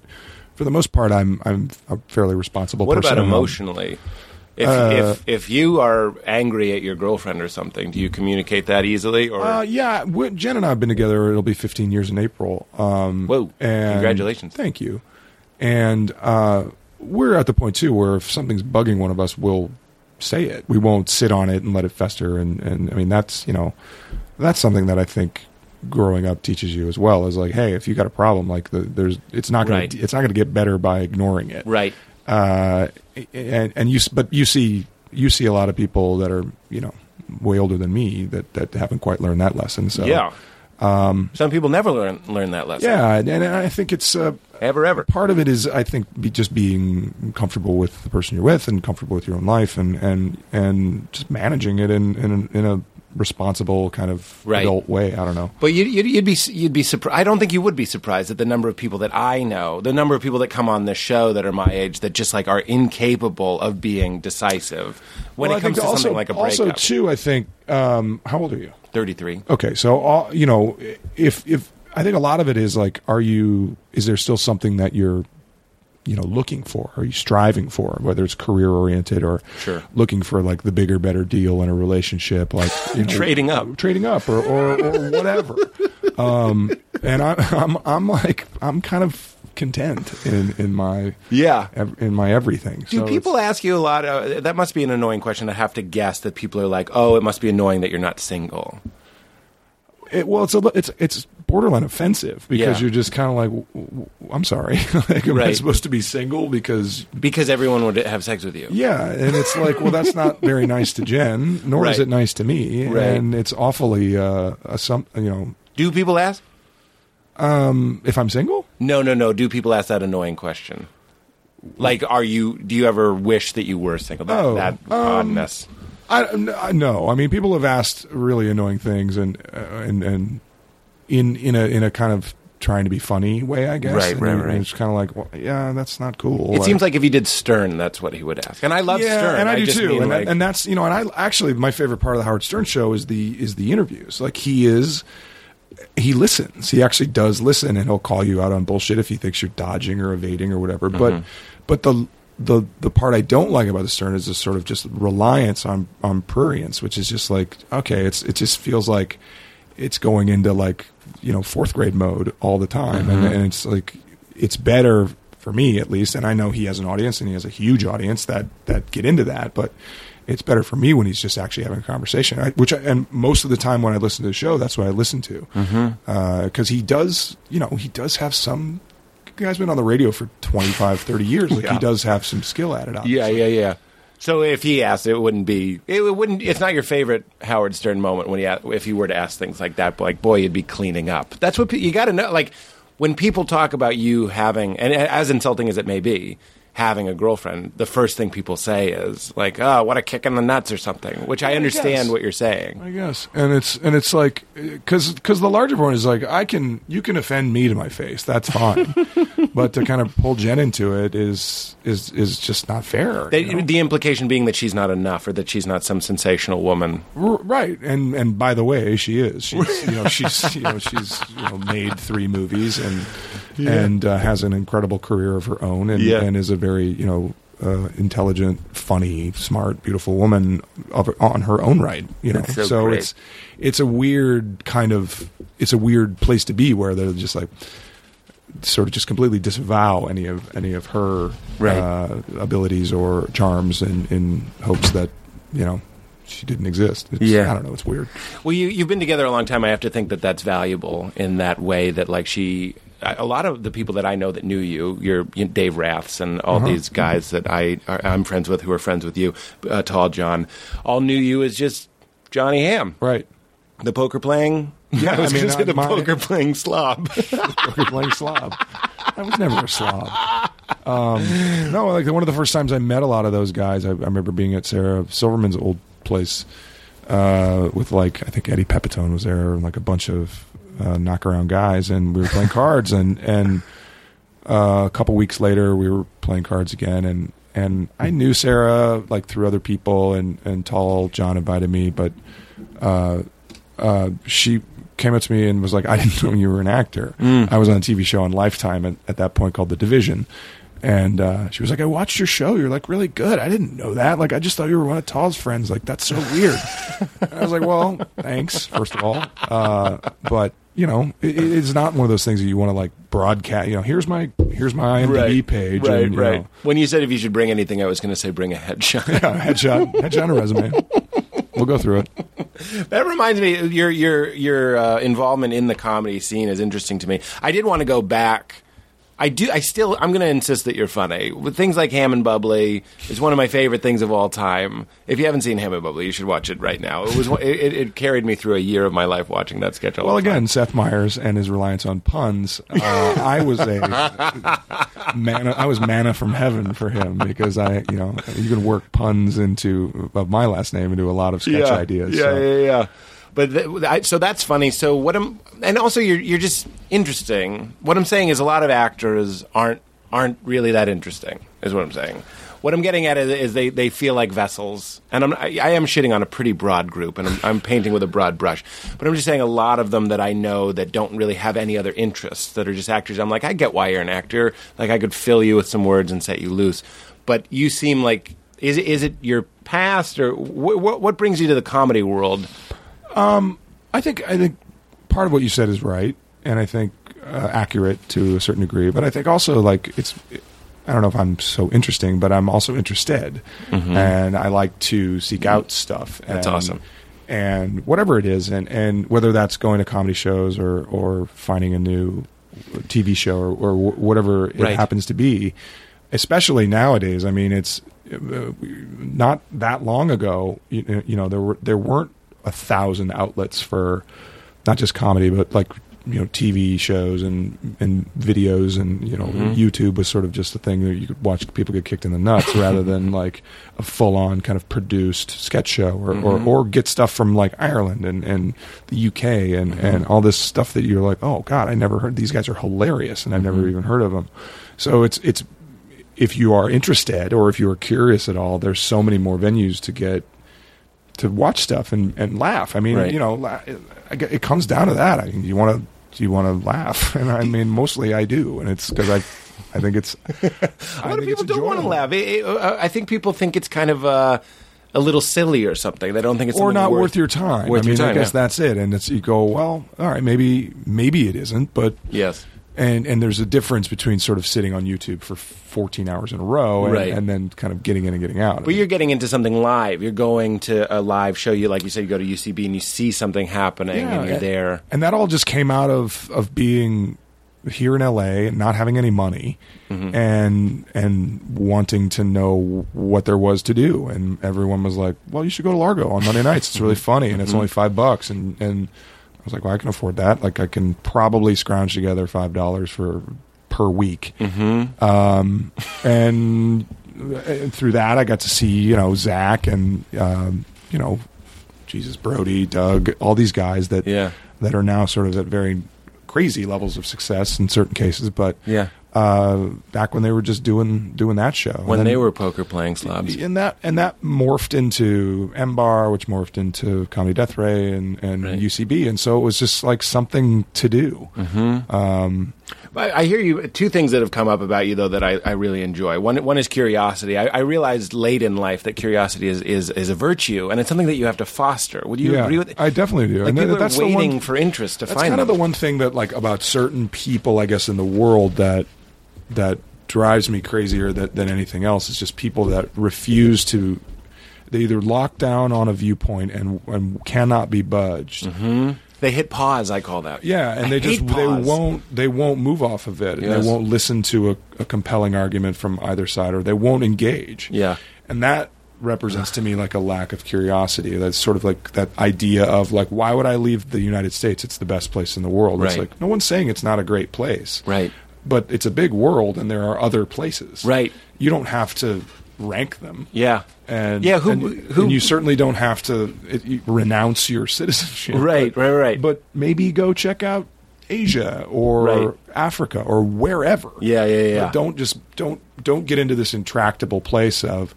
S3: for the most part, I'm I'm a fairly responsible.
S4: What
S3: person
S4: about
S3: and I'm-
S4: emotionally? If,
S3: Uh,
S4: if if you are angry at your girlfriend or something, do you communicate that easily? Or
S3: Uh, yeah, we, Jen and I have been together. It'll be 15 years in April. Um,
S4: Whoa.
S3: and-
S4: Congratulations.
S3: Thank you. And uh, we're at the point too where if something's bugging one of us, we'll say it. We won't sit on it and let it fester. And, and I mean, that's you know, that's something that I think growing up teaches you as well. Is like, hey, if you got a problem, like the, there's, it's not gonna,
S4: Right.
S3: it's not gonna get better by ignoring it
S4: right,
S3: uh, and, and you s- but you see you see a lot of people that are you know way older than me that that haven't quite learned that lesson. So um,
S4: yeah. Some people never learn learn that lesson.
S3: yeah, and, and I think it's uh,
S4: ever ever.
S3: part of it is I think be just being comfortable with the person you're with and comfortable with your own life and and and just managing it in in, in a responsible kind of
S4: Right.
S3: adult way. I don't know.
S4: But you'd, you'd, you'd be you'd be surprised. I don't think you would be surprised at the number of people that I know, the number of people that come on this show that are my age that just like are incapable of being decisive when
S3: Well,
S4: it
S3: I
S4: comes
S3: think
S4: to
S3: also,
S4: something like a
S3: also
S4: breakup.
S3: too. I think um, how old are you?
S4: Thirty three.
S3: Okay, so all, you know, if if I think a lot of it is like, are you? Is there still something that you're, you know, looking for? Are you striving for? Whether it's career oriented or
S4: Sure.
S3: looking for like the bigger, better deal in a relationship, like you know,
S4: Trading up.
S3: trading up, or or, or whatever. um, and I'm I'm I'm like I'm kind of content in in my
S4: Yeah.
S3: ev- in my everything.
S4: Do people ask you a lot? Uh, that must be an annoying question. I have to guess that people are like, "Oh, it must be annoying that you're not single."
S3: it, well, it's a, li- it's it's borderline offensive because
S4: Yeah.
S3: you're just kind of like, w- w- I'm sorry, like am I
S4: Right.
S3: supposed to be single? Because
S4: Because everyone would have sex with you.
S3: yeah, and it's like, well, that's not very nice to Jen, nor is
S4: Right.
S3: it nice to me,
S4: Right.
S3: and it's awfully uh, some you know,
S4: Do people ask?
S3: if I'm single,
S4: No, no, no. Do people ask that annoying question? Like, are you? Do you ever wish that you were single? That,
S3: Oh,
S4: that oddness.
S3: I n- I- no, I mean, people have asked really annoying things, and uh, and and in in a in a kind of trying to be funny way, I guess.
S4: Right,
S3: And
S4: right,
S3: you- and
S4: right.
S3: It's kind of like, well, yeah, that's not cool.
S4: It seems like if he did Stern, that's what he would ask. And I love
S3: yeah,
S4: Stern,
S3: and I, do
S4: just
S3: too.
S4: mean,
S3: And,
S4: like-
S3: and that's you know, and I actually my favorite part of the Howard Stern show is the is the interviews. Like he is, he listens. He actually does listen, and he'll call you out on bullshit if he thinks you're dodging or evading or whatever. But
S4: Mm-hmm.
S3: but the the the part I don't like about the Stern is this sort of just reliance on on prurience, which is just like okay, it's it just feels like it's going into like you know fourth grade mode all the time,
S4: Mm-hmm.
S3: and, and it's like it's better for me at least, and I know he has an audience and he has a huge audience that that get into that, but it's better for me when he's just actually having a conversation. I, which I, and most of the time when I listen to the show, that's what I listen to because
S4: Mm-hmm.
S3: he does, you know, he does have some. The guy's been on the radio for 25, 30 years. Like
S4: Yeah.
S3: he does have some skill at it. Obviously.
S4: yeah, yeah, yeah. So if he asked, it wouldn't be. It wouldn't. It's not your favorite Howard Stern moment when he a- if you were to ask things like that. but, Like, boy, you'd be cleaning up. That's what pe- you got to know. Like when people talk about you having, and a- as insulting as it may be, having a girlfriend, the first thing people say is like, "Oh, what a kick in the nuts" or something, which I understand
S3: guess.
S4: what you're saying.
S3: I guess, and it's and it's like because because the larger point is like I can you can offend me to my face, that's fine, but to kind of pull Jen into it is is is just not fair.
S4: They,
S3: you know?
S4: The implication being that she's not enough or that she's not some sensational woman.
S3: R- right, and and by the way, she is. She's you know she's you know she's you know, made three movies and and uh, has an incredible career of her own, and
S4: Yeah.
S3: and is a very you know. Uh, intelligent, funny, smart, beautiful woman of, on her own right. You know,
S4: That's so great.
S3: it's it's a weird kind of it's a weird place to be where they're just like sort of just completely disavow any of any of her
S4: Right.
S3: uh, abilities or charms in, in hopes that you know she didn't exist. It's,
S4: Yeah.
S3: I don't know. It's weird.
S4: Well, you, you've been together a long time. I have to think that that's valuable in that way. That like she, I- a lot of the people that I know that knew you, your you know, Dave Raths and all
S3: Uh-huh.
S4: these guys
S3: Mm-hmm.
S4: that I are, I'm friends with, who are friends with you, uh, Tall John, all knew you as just Johnny Ham,
S3: Right.
S4: the poker playing. I was
S3: I mean,
S4: going to say
S3: uh,
S4: the
S3: my-
S4: poker playing slob.
S3: You're playing slob. I was never a slob. Um, no, like one of the first times I met a lot of those guys, I, I remember being at Sarah Silverman's old place uh, with like I think Eddie Pepitone was there and like a bunch of uh, knockaround guys, and we were playing cards, and and uh, a couple weeks later we were playing cards again, and and I knew Sarah like through other people, and and Tall John invited me, but uh, uh, she came up to me and was like, "I didn't know you were an actor.
S4: Mm.
S3: I was on a TV show on Lifetime at, at that point called The Division." And uh, she was like, "I watched your show. You're like really good. I didn't know that. Like, I just thought you were one of Tall's friends. Like, that's so weird." and I was like, "Well, thanks, first of all, uh, but you know, it, it- it's not one of those things that you want to like broadcast. You know, here's my here's my IMDb page,
S4: right,
S3: and, you
S4: right.
S3: know,
S4: When you said if you should bring anything, I was going to say bring a headshot.
S3: yeah, headshot, headshot, and a resume. We'll go through it.
S4: That reminds me, your your your uh, involvement in the comedy scene is interesting to me. I did want to go back. I do. I still. I'm going to insist that you're funny. With things like Ham and Bubbly is one of my favorite things of all time. If you haven't seen Ham and Bubbly, you should watch it right now. It was. one- It, it, it carried me through a year of my life watching that sketch. All
S3: Well,
S4: the time.
S3: again, Seth Meyers and his reliance on puns. Uh, I was a man. I was manna from heaven for him because I, you know, you can work puns into of my last name into a lot of sketch
S4: yeah.
S3: ideas.
S4: Yeah,
S3: so.
S4: yeah, yeah. But th- I, so that's funny. So what I'm, and also you're you're just interesting. What I'm saying is a lot of actors aren't aren't really that interesting. Is what I'm saying. What I'm getting at is, is they, they feel like vessels, and I'm, I, I am shitting on a pretty broad group, and I'm, I'm painting with a broad brush. But I'm just saying a lot of them that I know that don't really have any other interests, that are just actors. I'm like, I get why you're an actor. Like I could fill you with some words and set you loose, but you seem like is it, is it your past or wh- wh- what brings you to the comedy world?
S3: I think I think part of what you said is right, and I think uh, accurate to a certain degree. But I think also like it's I don't know if I'm so interesting, but I'm also interested, and I like to seek out stuff.
S4: Mm-hmm. That's
S3: and-
S4: awesome.
S3: And whatever it is, and and whether that's going to comedy shows or or finding a new TV show or, or wh- whatever it
S4: Right.
S3: happens to be, especially nowadays. I mean, it's uh, not that long ago. You, you know, there were there weren't a thousand outlets for not just comedy, but like you know, TV shows and and videos, and you know, YouTube was sort of just a thing that you could watch people get kicked in the nuts rather than like a full on kind of produced sketch show or, or or get stuff from like Ireland and and the UK and and all this stuff that you're like, oh god, I never heard these guys are hilarious, and I've never even heard of them. So it's it's if you are interested or if you are curious at all, there's so many more venues to get to watch stuff and, and laugh. I mean,
S4: Right.
S3: you know, la- I gu- it comes down to that. I mean, you want to you want to laugh, and I mean, mostly I do, and it's because I I think it's
S4: A
S3: I
S4: lot of
S3: think it's
S4: people don't want to
S3: enjoyable.
S4: laugh. It- it- uh, I think people think it's kind of uh, a little silly or something. They don't think it's
S3: or
S4: something
S3: not worth, your time.
S4: Worth
S3: I mean,
S4: your time,
S3: I guess
S4: yeah.
S3: that's it. And it's you go well, all right, maybe maybe it isn't, but
S4: Yes.
S3: and and there's a difference between sort of sitting on YouTube for 14 hours in a row, and,
S4: Right.
S3: and then kind of getting in and getting out. I
S4: But
S3: mean,
S4: you're getting into something live. You're going to a live show. You like you said, you go to UCB and you see something happening, and you're
S3: and-
S4: there.
S3: And that all just came out of of being here in LA and not having any money and and wanting to know what there was to do and everyone was like, "Well, you should go to Largo on Monday nights. It's really funny and it's only 5 bucks." And and I was like, "Well, I can afford that. Like I can probably scrounge together $5 for per week. Um, and, and through that, I got to see you know Zach and um, you know Jesus Brody, Doug, all these guys that
S4: Yeah.
S3: that are now sort of at very crazy levels of success in certain cases, but
S4: Yeah.
S3: uh, back when they were just doing doing that show
S4: When
S3: And then-
S4: they were poker playing slobs.
S3: and that and that morphed into M Bar, which morphed into Comedy Death Ray and, and
S4: Right. Mm-hmm.
S3: UCB, and so it was just like something to do.
S4: I, I hear you. Two things that have come up about you though that I, I really enjoy. One one is curiosity. I, I realized late in life that curiosity is, is, is a virtue and it's something that you have to foster. Would you
S3: yeah,
S4: agree with?
S3: I definitely do.
S4: Like
S3: and
S4: people
S3: that's
S4: are
S3: the
S4: waiting
S3: one,
S4: for interest to
S3: that's
S4: find
S3: kind of
S4: them.
S3: the one thing that like about certain people, I guess, in the world that that drives me crazier that, than anything else is just people that refuse to. They either lock down on a viewpoint and, and cannot be budged,
S4: They hit pause. I call that.
S3: Yeah, and
S4: I
S3: they just
S4: hate
S3: they
S4: pause.
S3: won't they won't move off of it. And
S4: Yes.
S3: They won't listen to a, a compelling argument from either side, or they won't engage.
S4: Yeah.
S3: and that represents to me like a lack of curiosity. That's sort of like that idea of like why would I leave the United States? It's the best place in the world. It's
S4: Right.
S3: like no one's saying it's not a great place.
S4: Right.
S3: But it's a big world, and there are other places.
S4: Right.
S3: You don't have to rank them.
S4: Yeah.
S3: And
S4: yeah. Who
S3: and-
S4: who?
S3: and you certainly don't have to it, you renounce your citizenship.
S4: Right,
S3: But-
S4: right, right.
S3: But maybe go check out Asia or
S4: Right.
S3: Africa or wherever.
S4: Yeah, yeah, yeah.
S3: But don't just don't don't get into this intractable place of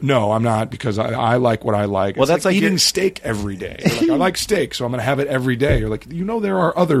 S3: no, I'm not because I, I like what I like.
S4: Well,
S3: It's
S4: that's like
S3: eating
S4: your-
S3: steak every day. You're like, I like steak, so I'm going to have it every day. You're like, you know, there are other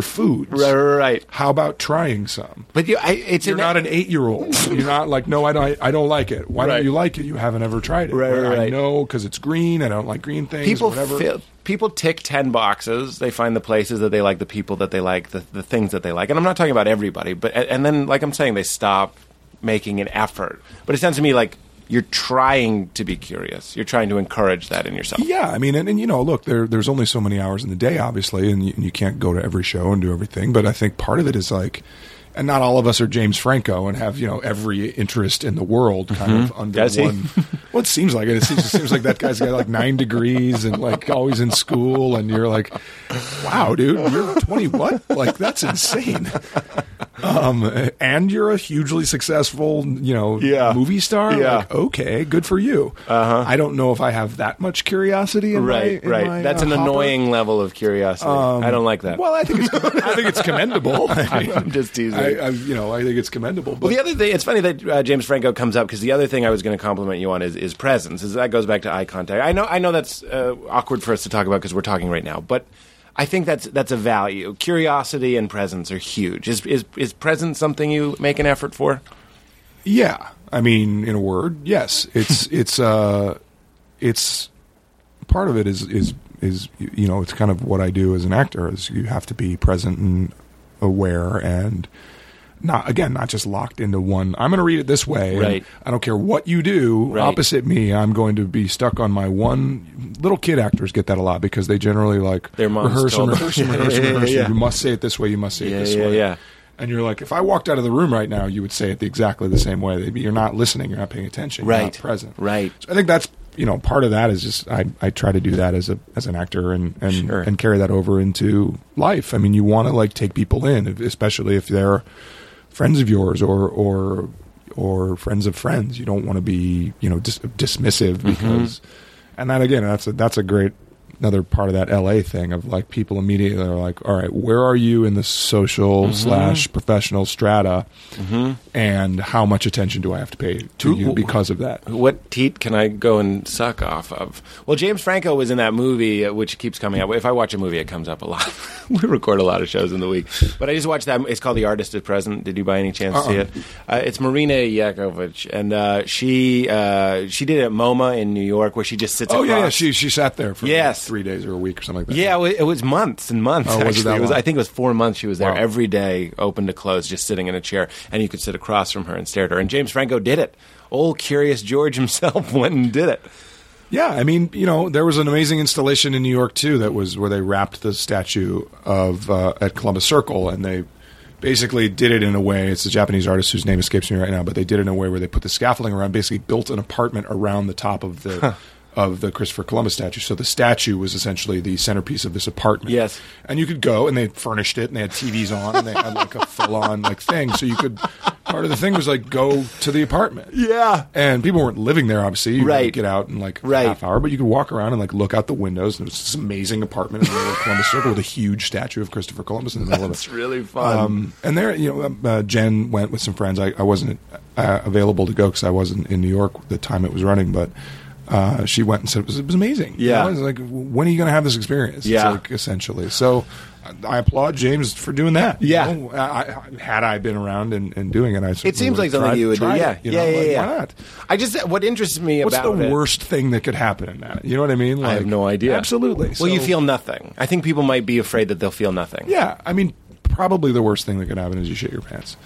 S3: foods.
S4: Right, right, right.
S3: How about trying some?
S4: but you, I, it's
S3: You're
S4: an-
S3: not an eight year old. You're not like, no, I don't, I don't like it. Why
S4: Right.
S3: don't you like it? You haven't ever tried it.
S4: Right,
S3: Well,
S4: right,
S3: I
S4: right.
S3: know because it's green. I don't like green things.
S4: people
S3: whatever.
S4: fill- people tick 10 boxes they find the places that they like the people that they like the, the things that they like and i'm not talking about everybody but and, and then like i'm saying they stop making an effort but it sounds to me like you're trying to be curious you're trying to encourage that in yourself
S3: yeah, I mean, and, and you know, look, there, there's only so many hours in the day, obviously, and you, and you can't go to every show and do everything. But I think part of it is like, and not all of us are James Franco and have you know every interest in the world kind of
S4: Mm-hmm.
S3: under
S4: Does he?
S3: one. Well, it seems like it. It seems, it seems like that guy's got like nine degrees and like always in school, and you're like, wow, dude, you're 20 what? Like that's insane. Um, and you're a hugely successful, you know,
S4: Yeah.
S3: movie star.
S4: Yeah.
S3: Like, okay, good for you. Uh-huh. I don't know if I have that much curiosity. In
S4: right
S3: my, in
S4: right
S3: my,
S4: that's
S3: uh,
S4: an
S3: hopper. Um,
S4: annoying level of curiosity i don't like that
S3: Well, I think it's, I think it's commendable. I
S4: I'm just teasing.
S3: I, I, you know, I think it's commendable.
S4: Well,
S3: But
S4: the other thing, it's funny that uh, James Franco comes up because the other thing I was going to compliment you on is, is presence. Is that goes back to eye contact. I know, I know that's uh, awkward for us to talk about because we're talking right now, but I think that's that's a value. Curiosity and presence are huge. Is is is presence something you make an effort for?
S3: yeah, I mean, in a word, yes, it's it's uh, it's part of it is is is you know it's kind of what I do as an actor is you have to be present and aware and not again not just locked into one I'm going to read it this way and
S4: Right.
S3: I don't care what you do
S4: Right.
S3: opposite me I'm going to be stuck on my one little kid actors get that a lot because they generally like
S4: Their moms
S3: rehearse
S4: told
S3: and
S4: them.
S3: rehearse and
S4: Yeah,
S3: rehearse, and
S4: yeah,
S3: rehearse.
S4: yeah.
S3: you must say it this way you must say
S4: Yeah,
S3: it this
S4: yeah,
S3: way
S4: yeah.
S3: and you're like if I walked out of the room right now you would say it the- exactly the same way you're not listening you're not paying attention you're
S4: Right.
S3: not present
S4: Right.
S3: so I think that's you know part of that is just I, I try to do that as a as an actor and and,
S4: Sure.
S3: and carry that over into life. I mean, you want to like take people in, if- especially if they're friends of yours or or or friends of friends. You don't want to be you know dis- dismissive
S4: Mm-hmm.
S3: because and that again that's a, that's a great another part of that LA thing of like people immediately are like, all right, where are you in the
S4: Mm-hmm.
S3: social slash professional strata, and how much attention do I have to pay to
S4: Who-
S3: you because of that?
S4: What teat can I go and suck off of? Well, James Franco was in that movie, uh, which keeps coming up. If I watch a movie, it comes up a lot. we record a lot of shows in the week, but I just watched that. It's called The Artist at Present. Did you by any chance
S3: Uh-uh.
S4: see it? Uh, it's Marina Yakovich, and uh, she uh, she did it at MoMA in New York, where she just sits.
S3: Oh
S4: across.
S3: yeah, yeah, she she sat there for
S4: Yes.
S3: three days or a week or something like that.
S4: Yeah, it wa- it was months and months.
S3: Oh, was it
S4: actually.
S3: that
S4: It was-
S3: long?
S4: I think it was four months she was there
S3: Wow.
S4: every day, open to close, just sitting in a chair, and you could sit across from her and stare at her. And James Franco did it. Old curious George himself went and did it.
S3: yeah. I mean, you know, there was an amazing installation in New York too that was where they wrapped the statue of uh, at Columbus Circle, and they basically did it in a way. It's a Japanese artist whose name escapes me right now, but they did it in a way where they put the scaffolding around, basically built an apartment around the top of the. of the Christopher Columbus statue. So the statue was essentially the centerpiece of this apartment.
S4: Yes.
S3: and you could go and they furnished it and they had TVs on and they had like a full on like thing. So you could part of the thing was like go to the apartment.
S4: Yeah.
S3: and people weren't living there obviously. You could
S4: Right.
S3: get out in like a
S4: Right.
S3: half hour, but you could walk around and like look out the windows and it was this amazing apartment in the middle of Columbus Circle with a huge statue of Christopher Columbus in the middle of it.
S4: It's really fun.
S3: Um, and there, you know, um, uh, Jen went with some friends. I, I wasn't uh, available to go because I wasn't in New York the time it was running, but uh, she went and said it was, it was amazing. You
S4: Yeah.
S3: know, it's like, when are you going to have this experience?
S4: Yeah.
S3: It's like, essentially. So I- I applaud James for doing that. you
S4: Yeah.
S3: know. I, I, had I been around and, and doing it, I
S4: it seems like something you would do. Yeah, yeah, yeah, yeah.
S3: Why not?
S4: I just what interests me
S3: What's
S4: about
S3: the
S4: it-
S3: worst thing that could happen in that? You know what I mean? Like,
S4: I have no idea.
S3: Absolutely.
S4: Well,
S3: So-
S4: you feel nothing. I think people might be afraid that they'll feel nothing.
S3: Yeah, I mean, probably the worst thing that could happen is you shit your pants.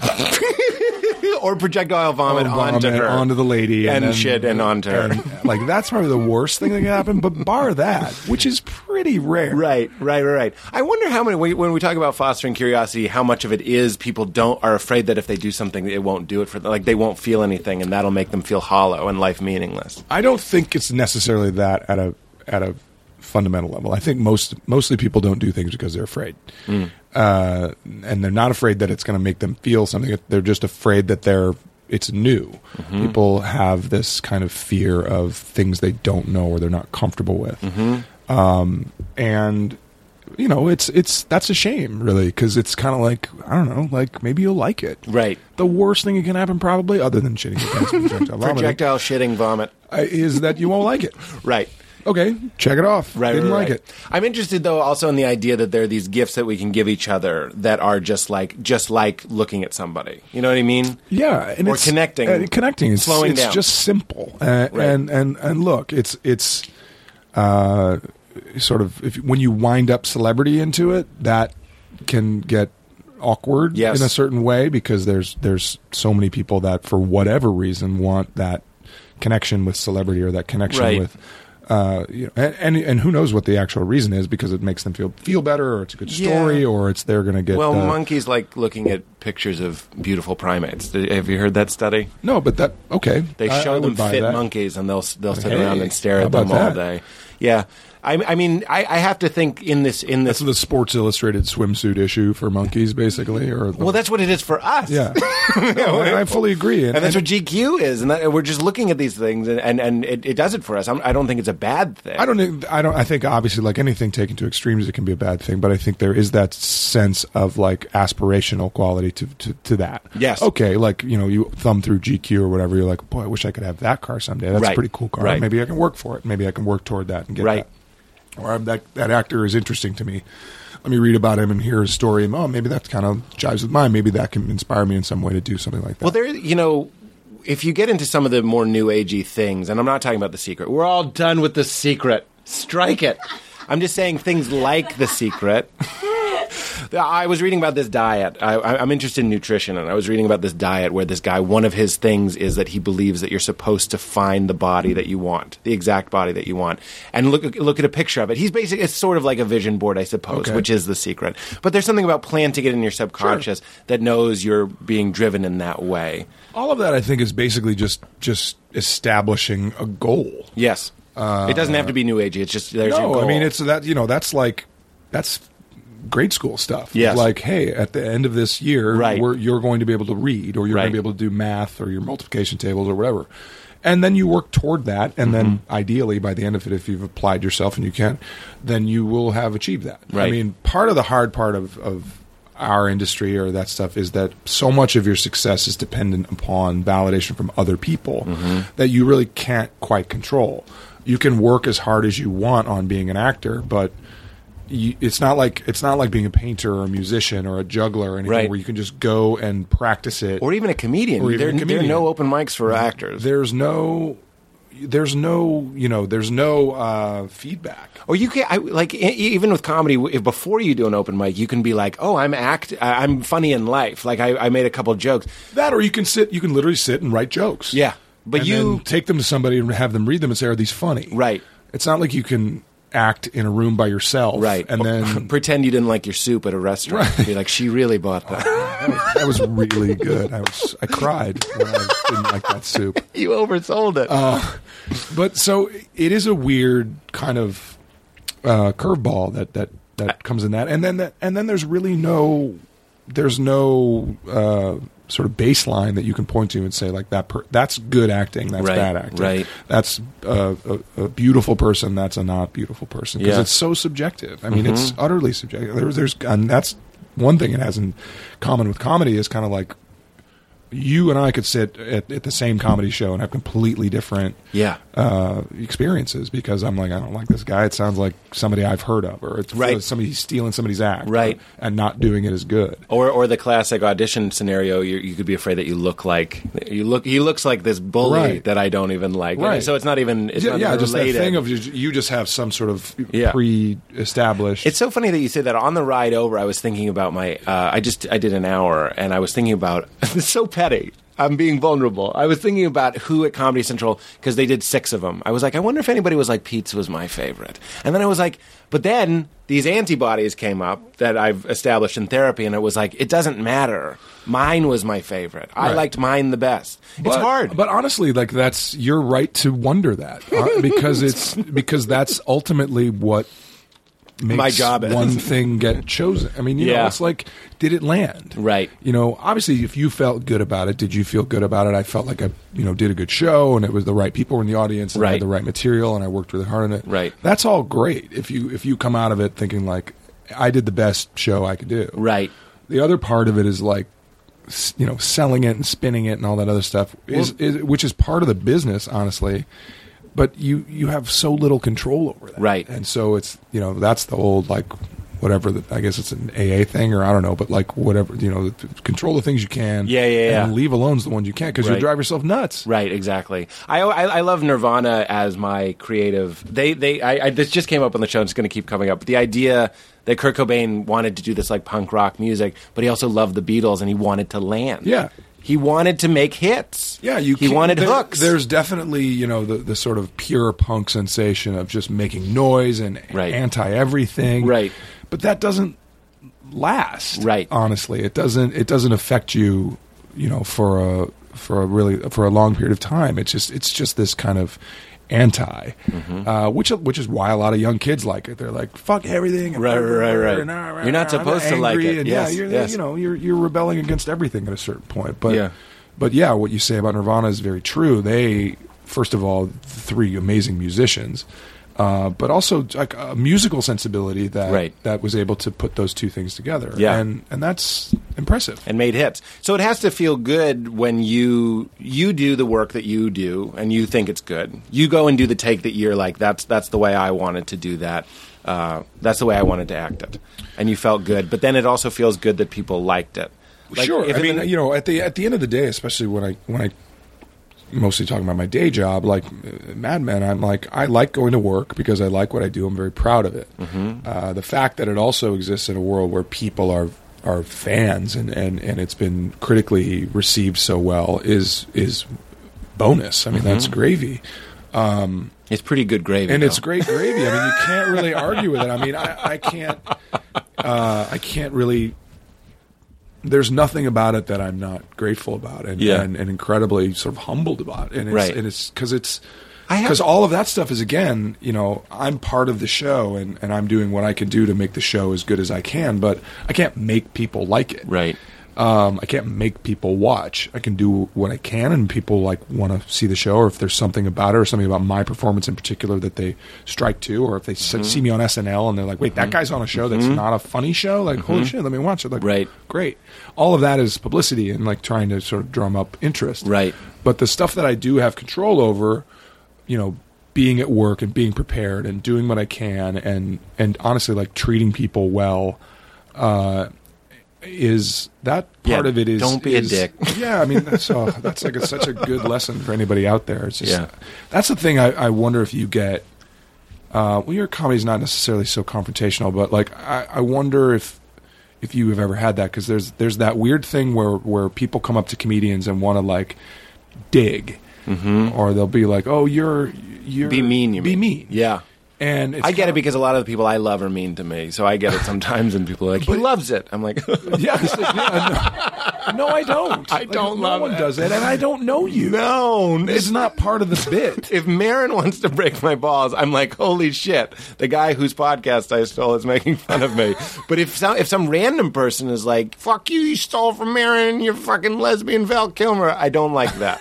S4: or projectile vomit,
S3: vomit
S4: onto her,
S3: onto the lady,
S4: and,
S3: then-
S4: shit, and onto her.
S3: and, like that's probably the worst thing that can happen. But bar that, which is pretty rare,
S4: Right, right, right, right. I wonder how many when when we talk about fostering curiosity, how much of it is people don't are afraid that if they do something, it won't do it for them. Like they won't feel anything, and that'll make them feel hollow and life meaningless.
S3: I don't think it's necessarily that at a at a fundamental level. I think most mostly people don't do things because they're afraid,
S4: Mm.
S3: uh, and they're not afraid that it's going to make them feel something. They're just afraid that they're it's new.
S4: Mm-hmm.
S3: People have this kind of fear of things they don't know or they're not comfortable with,
S4: Mm-hmm.
S3: um, and you know it's it's that's a shame really because it's kind of like I don't know like maybe you'll like it.
S4: Right.
S3: The worst thing that can happen probably, other than shitting your pants, and projectile vomiting,
S4: Projectile shitting vomit.
S3: uh, is that you won't like it.
S4: Right.
S3: Okay, check it off.
S4: Right.
S3: Didn't
S4: right,
S3: like
S4: right.
S3: it.
S4: I'm interested though also in the idea that there are these gifts that we can give each other that are just like just like looking at somebody. You know what I mean?
S3: Yeah, and
S4: Or
S3: it's,
S4: connecting.
S3: uh, connecting, it's,
S4: Slowing
S3: it's
S4: down.
S3: just simple. Uh,
S4: Right.
S3: And and and look, it's it's uh, sort of if when you wind up celebrity into it, that can get awkward
S4: Yes.
S3: in a certain way because there's there's so many people that for whatever reason want that connection with celebrity or that connection
S4: Right.
S3: with. Uh, you know, and, and and who knows what the actual reason is because it makes them feel feel better or it's a good
S4: Yeah.
S3: story or it's they're going to get
S4: Well,
S3: uh,
S4: monkeys like looking at pictures of beautiful primates. Did- Have you heard that study?
S3: No, but that okay.
S4: They
S3: I-
S4: show
S3: I would
S4: them
S3: buy
S4: fit
S3: that.
S4: monkeys, and they'll they'll sit
S3: Hey,
S4: around and stare
S3: how
S4: at them
S3: about
S4: all
S3: that?
S4: day. Yeah, I, I mean, I, I have to think in this in
S3: That's
S4: this.
S3: the Sports Illustrated swimsuit issue for monkeys, basically. Or
S4: well, that's what it is for us.
S3: yeah. No, I, I fully agree.
S4: And that's what GQ is, and, that, and we're just looking at these things, and, and, and it, it does it for us. I'm, I don't think it's a bad thing.
S3: I don't. think- I don't. I think obviously, like anything taken to extremes, it can be a bad thing. But I think there is that sense of like aspirational quality to to, to that.
S4: Yes.
S3: Okay. Like you know, you thumb through GQ or whatever. You're like, boy, I wish I could have that car someday. That's
S4: Right.
S3: a pretty cool car.
S4: Right.
S3: Maybe I can work for it. Maybe I can work toward that and get
S4: Right.
S3: that. Or um, that that actor is interesting to me. Let me read about him and hear his story. And, oh, maybe that kind of jives with mine. Maybe that can inspire me in some way to do something like that.
S4: Well, there, you know, if you get into some of the more new agey things, and I'm not talking about the secret, we're all done with the secret. Strike it. I'm just saying things like the secret. I was reading about this diet. I, I- I'm interested in nutrition, and I was reading about this diet where this guy, one of his things is that he believes that you're supposed to find the body that you want, the exact body that you want, and look look at a picture of it. He's basically it's sort of like a vision board, I suppose,
S3: Okay.
S4: which is the secret. But there's something about planting it in your subconscious that knows you're being driven in that way.
S3: all of that, I think, is basically just just establishing a goal.
S4: Yes. it doesn't have to be new agey. It's just there's your
S3: Uh, no,
S4: goal.
S3: I mean it's that you know that's like that's grade school stuff.
S4: Yes.
S3: Like, hey, at the end of this year,
S4: Right.
S3: we're, you're going to be able to read, or you're
S4: Right.
S3: going to be able to do math, or your multiplication tables, or whatever. And then you work toward that, and then
S4: Mm-hmm.
S3: ideally by the end of it, if you've applied yourself and you can, then you will have achieved that.
S4: Right.
S3: I mean, part of the hard part of, of our industry or that stuff is that so much of your success is dependent upon validation from other people
S4: Mm-hmm.
S3: that you really can't quite control. You can work as hard as you want on being an actor, but you, it's not like it's not like being a painter or a musician or a juggler or anything
S4: Right.
S3: where you can just go and practice it.
S4: or even a comedian.
S3: Or even
S4: there,
S3: a
S4: there are
S3: comedian. Mm-hmm.
S4: no open mics for actors.
S3: there's no there's no you know there's no uh, feedback.
S4: or you can I, like e- even with comedy, w- if before you do an open mic, you can be like, "Oh, I'm act, I- I'm funny in life. Like I, I made a couple jokes.
S3: That or you can sit you can literally sit and write jokes.
S4: Yeah. But
S3: And
S4: you-
S3: then take them to somebody and have them read them and say are these funny?
S4: Right.
S3: It's not like you can act in a room by yourself
S4: Right,
S3: and
S4: Or
S3: then
S4: pretend you didn't like your soup at a restaurant. Be like, she really bought that.
S3: That was, that was really good. I was I cried when I didn't like that soup.
S5: You oversold it.
S3: Uh, But so it is a weird kind of uh, curveball that that that comes in that, and then that, and then there's really no there's no uh, sort of baseline that you can point to and say like that per- that's good acting, that's
S4: Right,
S3: bad acting,
S4: right.
S3: That's uh, a, a beautiful person, that's a not beautiful person because
S4: Yeah. Mm-hmm.
S3: it's so subjective. I mean, it's utterly subjective. There's there's and that's one thing it has in common with comedy is kind of like you and I could sit at, at the same comedy show and have completely different
S4: Yeah.
S3: uh, experiences because I'm like, I don't like this guy. It sounds like somebody I've heard of, or it's
S4: Right.
S3: somebody stealing somebody's act,
S4: Right.
S3: and not doing it as good.
S4: Or, or the classic audition scenario, you, you could be afraid that you look like you look. He looks like this bully
S3: Right.
S4: that I don't even like.
S3: Right.
S4: So it's not even. It's
S3: yeah,
S4: not
S3: yeah,
S4: even
S3: just
S4: related.
S3: that thing of you, you just have some sort of
S4: Yeah.
S3: pre-established.
S4: It's so funny that you say that. On the ride over, I was thinking about my. Uh, I just I did an hour, and I was thinking about. It's so petty. I'm being vulnerable. I was thinking about who at Comedy Central because they did six of them. I was like, I wonder if anybody was like Pete's was my favorite. And then I was like, but then these antibodies came up that I've established in therapy, and it was like, it doesn't matter. Mine was my favorite. I
S3: Right.
S4: liked mine the best.
S3: but,
S4: it's hard.
S3: but honestly, like that's your right to wonder that uh, because it's because that's ultimately what makes
S4: My job is.
S3: one thing get chosen. I mean, you know,
S4: Yeah.
S3: it's like, did it land?
S4: Right.
S3: You know, obviously, if you felt good about it, did you feel good about it? I felt like I, you know, did a good show and it was the right people were in the audience and I
S4: Right.
S3: had the right material and I worked really hard on it.
S4: Right.
S3: That's all great. If you if you come out of it thinking like, I did the best show I could do.
S4: right.
S3: The other part of it is like, s- you know, selling it and spinning it and all that other stuff is, is which is part of the business, honestly. But you you have so little control over that,
S4: Right.
S3: And so it's you know that's the old like whatever the, I guess it's an AA thing or I don't know, but like whatever you know, the, control the things you can,
S4: Yeah, yeah,
S3: and
S4: yeah.
S3: leave alone's the ones you can't because
S4: Right.
S3: you drive yourself nuts.
S4: Right, exactly. I, I, I love Nirvana as my creative. They they I, I this just came up on the show. and It's going to keep coming up. But the idea that Kurt Cobain wanted to do this like punk rock music, but he also loved the Beatles and he wanted to land.
S3: Yeah.
S4: he wanted to make hits.
S3: Yeah, you.
S4: he
S3: can't-
S4: wanted
S3: there-
S4: hooks.
S3: There's definitely you know the, the sort of pure punk sensation of just making noise and
S4: Right.
S3: anti everything.
S4: Right.
S3: But that doesn't last.
S4: Right.
S3: Honestly, it doesn't. It doesn't affect you. You know, for a for a really for a long period of time. It's just it's just this kind of anti,
S4: Mm-hmm.
S3: uh, which which is why a lot of young kids like it. They're like, "Fuck everything." and
S4: Right, right, right, right.
S3: and, ah, rah,
S4: You're not
S3: rah, I'm
S4: supposed to like
S3: angry,
S4: it.
S3: and
S4: Yes,
S3: yeah, you're,
S4: yes.
S3: you know, you're you're rebelling against everything at a certain point. But
S4: Yeah.
S3: but yeah, what you say about Nirvana is very true. They, first of all, three amazing musicians, uh, but also like a musical sensibility that
S4: Right.
S3: that was able to put those two things together.
S4: Yeah.
S3: and and that's impressive.
S4: and made hits. So it has to feel good when you you do the work that you do and you think it's good. You go and do the take that you're like that's that's the way I wanted to do that. Uh, that's the way I wanted to act it, and you felt good. But then it also feels good that people liked it. Like,
S3: sure.
S4: if
S3: I
S4: it-
S3: mean, you know, at the at the end of the day, especially when I when I mostly talking about my day job, like uh, Mad Men, I'm like I like going to work because I like what I do. I'm very proud of it.
S4: Mm-hmm.
S3: Uh, the fact that it also exists in a world where people are are fans and, and, and it's been critically received so well is is bonus. I mean, that's
S4: Mm-hmm.
S3: gravy.
S4: it's pretty good gravy,
S3: And
S4: though.
S3: it's great gravy. I mean, you can't really argue with it. I mean, I, I can't. Uh, I can't really. There's nothing about it that I'm not grateful about, and
S4: Yeah.
S3: and, and incredibly sort of humbled about. And it's,
S4: Right.
S3: and it's because it's
S4: I have-
S3: because all of that stuff is again, you know, I'm part of the show, and and I'm doing what I can do to make the show as good as I can, but I can't make people like it.
S4: Right.
S3: Um, I can't make people watch. I can do what I can, and people like want to see the show, or if there's something about it, or something about my performance in particular that they strike to, or if they
S4: Mm-hmm.
S3: s see me on SNL and they're like, "Wait, that guy's on a show that's not a funny show." Like, holy shit, let me watch it. Like,
S4: Mm-hmm. Right.
S3: great. All of that is publicity and like trying to sort of drum up interest.
S4: Right.
S3: But the stuff that I do have control over, you know, being at work and being prepared and doing what I can, and and honestly, like treating people well is that
S4: Yeah,
S3: part of it is
S4: don't be a
S3: is-
S4: dick.
S3: yeah i mean that's oh, that's like a, such a good lesson for anybody out there it's just
S4: Yeah.
S3: that's the thing I, I wonder if you get uh well your comedy's not necessarily so confrontational but like i, I wonder if if you have ever had that because there's there's that weird thing where where people come up to comedians and want to like dig or they'll be like oh you're
S4: Mm-hmm.
S3: you're
S4: Be mean, you
S3: be
S4: mean.
S3: mean
S4: Yeah.
S3: And it's
S4: I get
S3: kinda-
S4: it because a lot of the people I love are mean to me, so I get it sometimes. And people are like, "He loves it." I'm like,
S3: Yeah, it's like, yeah, no, no, I don't.
S4: I don't
S3: no
S4: love
S3: one
S4: it.
S3: does it, and I don't know you.
S4: "No,
S3: It's not part of the bit.
S4: if Marin wants to break my balls, I'm like, holy shit, the guy whose podcast I stole is making fun of me. but if some, if some random person is like, fuck you, you stole from Marin, you're fucking lesbian Val Kilmer, I don't like that.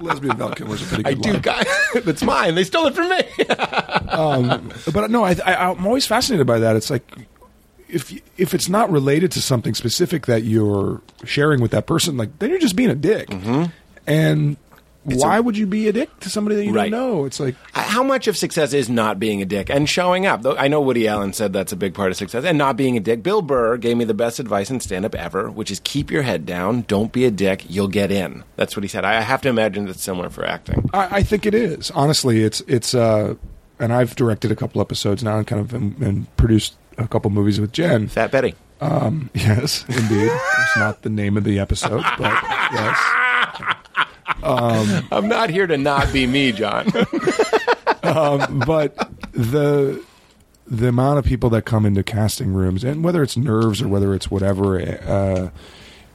S3: Lesbian Val Kilmer's a pretty good
S4: I do,
S3: line.
S4: guy. That's mine. They stole it from me.
S3: but no, I, I, I'm always fascinated by that. It's like if y- if it's not related to something specific that you're sharing with that person, like then you're just being a dick. And why would you be a dick to somebody that you
S4: Right.
S3: don't know? It's like
S4: Uh, How much of success is not being a dick and showing up? Though I know Woody Allen said that's a big part of success and not being a dick. Bill Burr gave me the best advice in stand up ever, which is keep your head down, don't be a dick, you'll get in. That's what he said. I I have to imagine that's similar for acting.
S3: I, I think it is. Honestly, it's it's uh, and I've directed a couple episodes now and kind of and, and produced a couple movies with Jen.
S4: Fat Betty.
S3: Yes, indeed. it's not the name of the episode, but yes.
S4: I'm not here to not be me, John.
S3: but the the amount of people that come into casting rooms, and whether it's nerves or whether it's whatever, uh,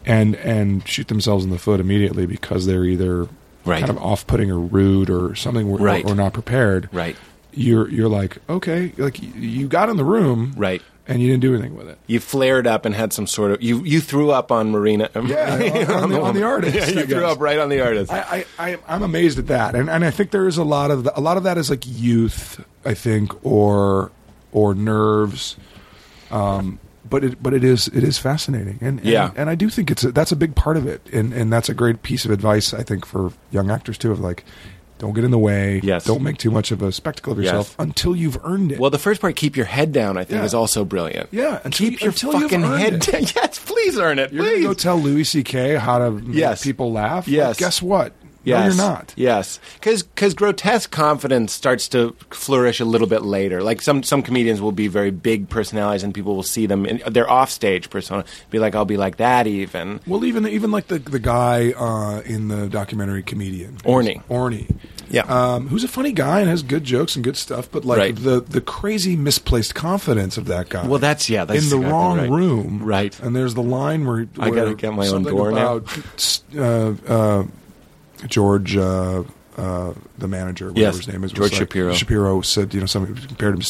S3: and and shoot themselves in the foot immediately because they're either
S4: Right.
S3: kind of off putting or rude or something, or,
S4: Right.
S3: or not prepared.
S4: Right.
S3: You're you're like okay, like y- you got in the room,
S4: Right.
S3: and you didn't do anything with it.
S4: you flared up and had some sort of you you threw up on Marina.
S3: Yeah, on, the, on the artist.
S4: Yeah, you
S3: I
S4: threw
S3: guess.
S4: up right on the artist.
S3: I, I, I I'm amazed at that, and and I think there is a lot of a lot of that is like youth, I think, or or nerves. Um, but it but it is it is fascinating, and, and
S4: Yeah.
S3: and I do think it's a, that's a big part of it, and and that's a great piece of advice I think for young actors too of like. Don't get in the way.
S4: Yes.
S3: Don't make too much of a spectacle of yourself
S4: Yes.
S3: until you've earned it.
S4: well, the first part, keep your head down, I think,
S3: Yeah.
S4: is also brilliant.
S3: Yeah, until-
S4: keep your
S3: until you've
S4: fucking
S3: earned
S4: head
S3: it.
S4: down. Yes, please earn it.
S3: you're
S4: please.
S3: gonna go tell Louis C.K. how to make
S4: Yes.
S3: people laugh. Like,
S4: Yes.
S3: guess what?
S4: Yes.
S3: No, you're not.
S4: Yes, because grotesque confidence starts to flourish a little bit later. Like some some comedians will be very big personalities, and people will see them in their offstage persona. Be like, I'll be like that even.
S3: Well, even even like the the guy uh, in the documentary comedian
S4: Orny.
S3: Orny,
S4: Yeah.
S3: um, who's a funny guy and has good jokes and good stuff, but like
S4: Right.
S3: the the crazy misplaced confidence of that guy.
S4: Well, that's- yeah, that's
S3: in the
S4: exactly
S3: wrong
S4: right.
S3: room,
S4: Right.
S3: And there's the line where,
S4: I
S3: where
S4: gotta get my own
S3: something
S4: door now.
S3: about, now. Uh, uh, George. Uh, uh, the manager, whatever
S4: Yes,
S3: his name is, was
S4: George
S3: like-
S4: Shapiro.
S3: Shapiro said, you know, somebody compared him,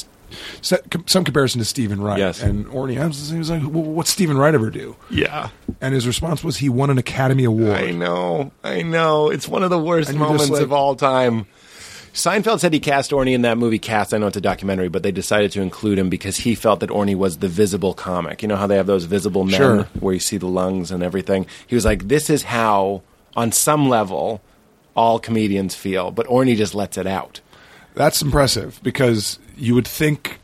S3: set, com- some comparison to Stephen Wright.
S4: Yes.
S3: And Orny Adams he was like, well, what's Stephen Wright ever do?
S4: Yeah,
S3: and his response was he won an Academy Award.
S4: I know, I know. It's one of the worst
S3: And you're just
S4: moments
S3: like-
S4: of all time. Seinfeld said he cast Orny in that movie Cast. I know it's a documentary, but they decided to include him because he felt that Orny was the visible comic. You know how they have those visible men
S3: Sure.
S4: where you see the lungs and everything. He was like, "This is how, on some level, all comedians feel." But Orny just lets it out.
S3: That's impressive because you would think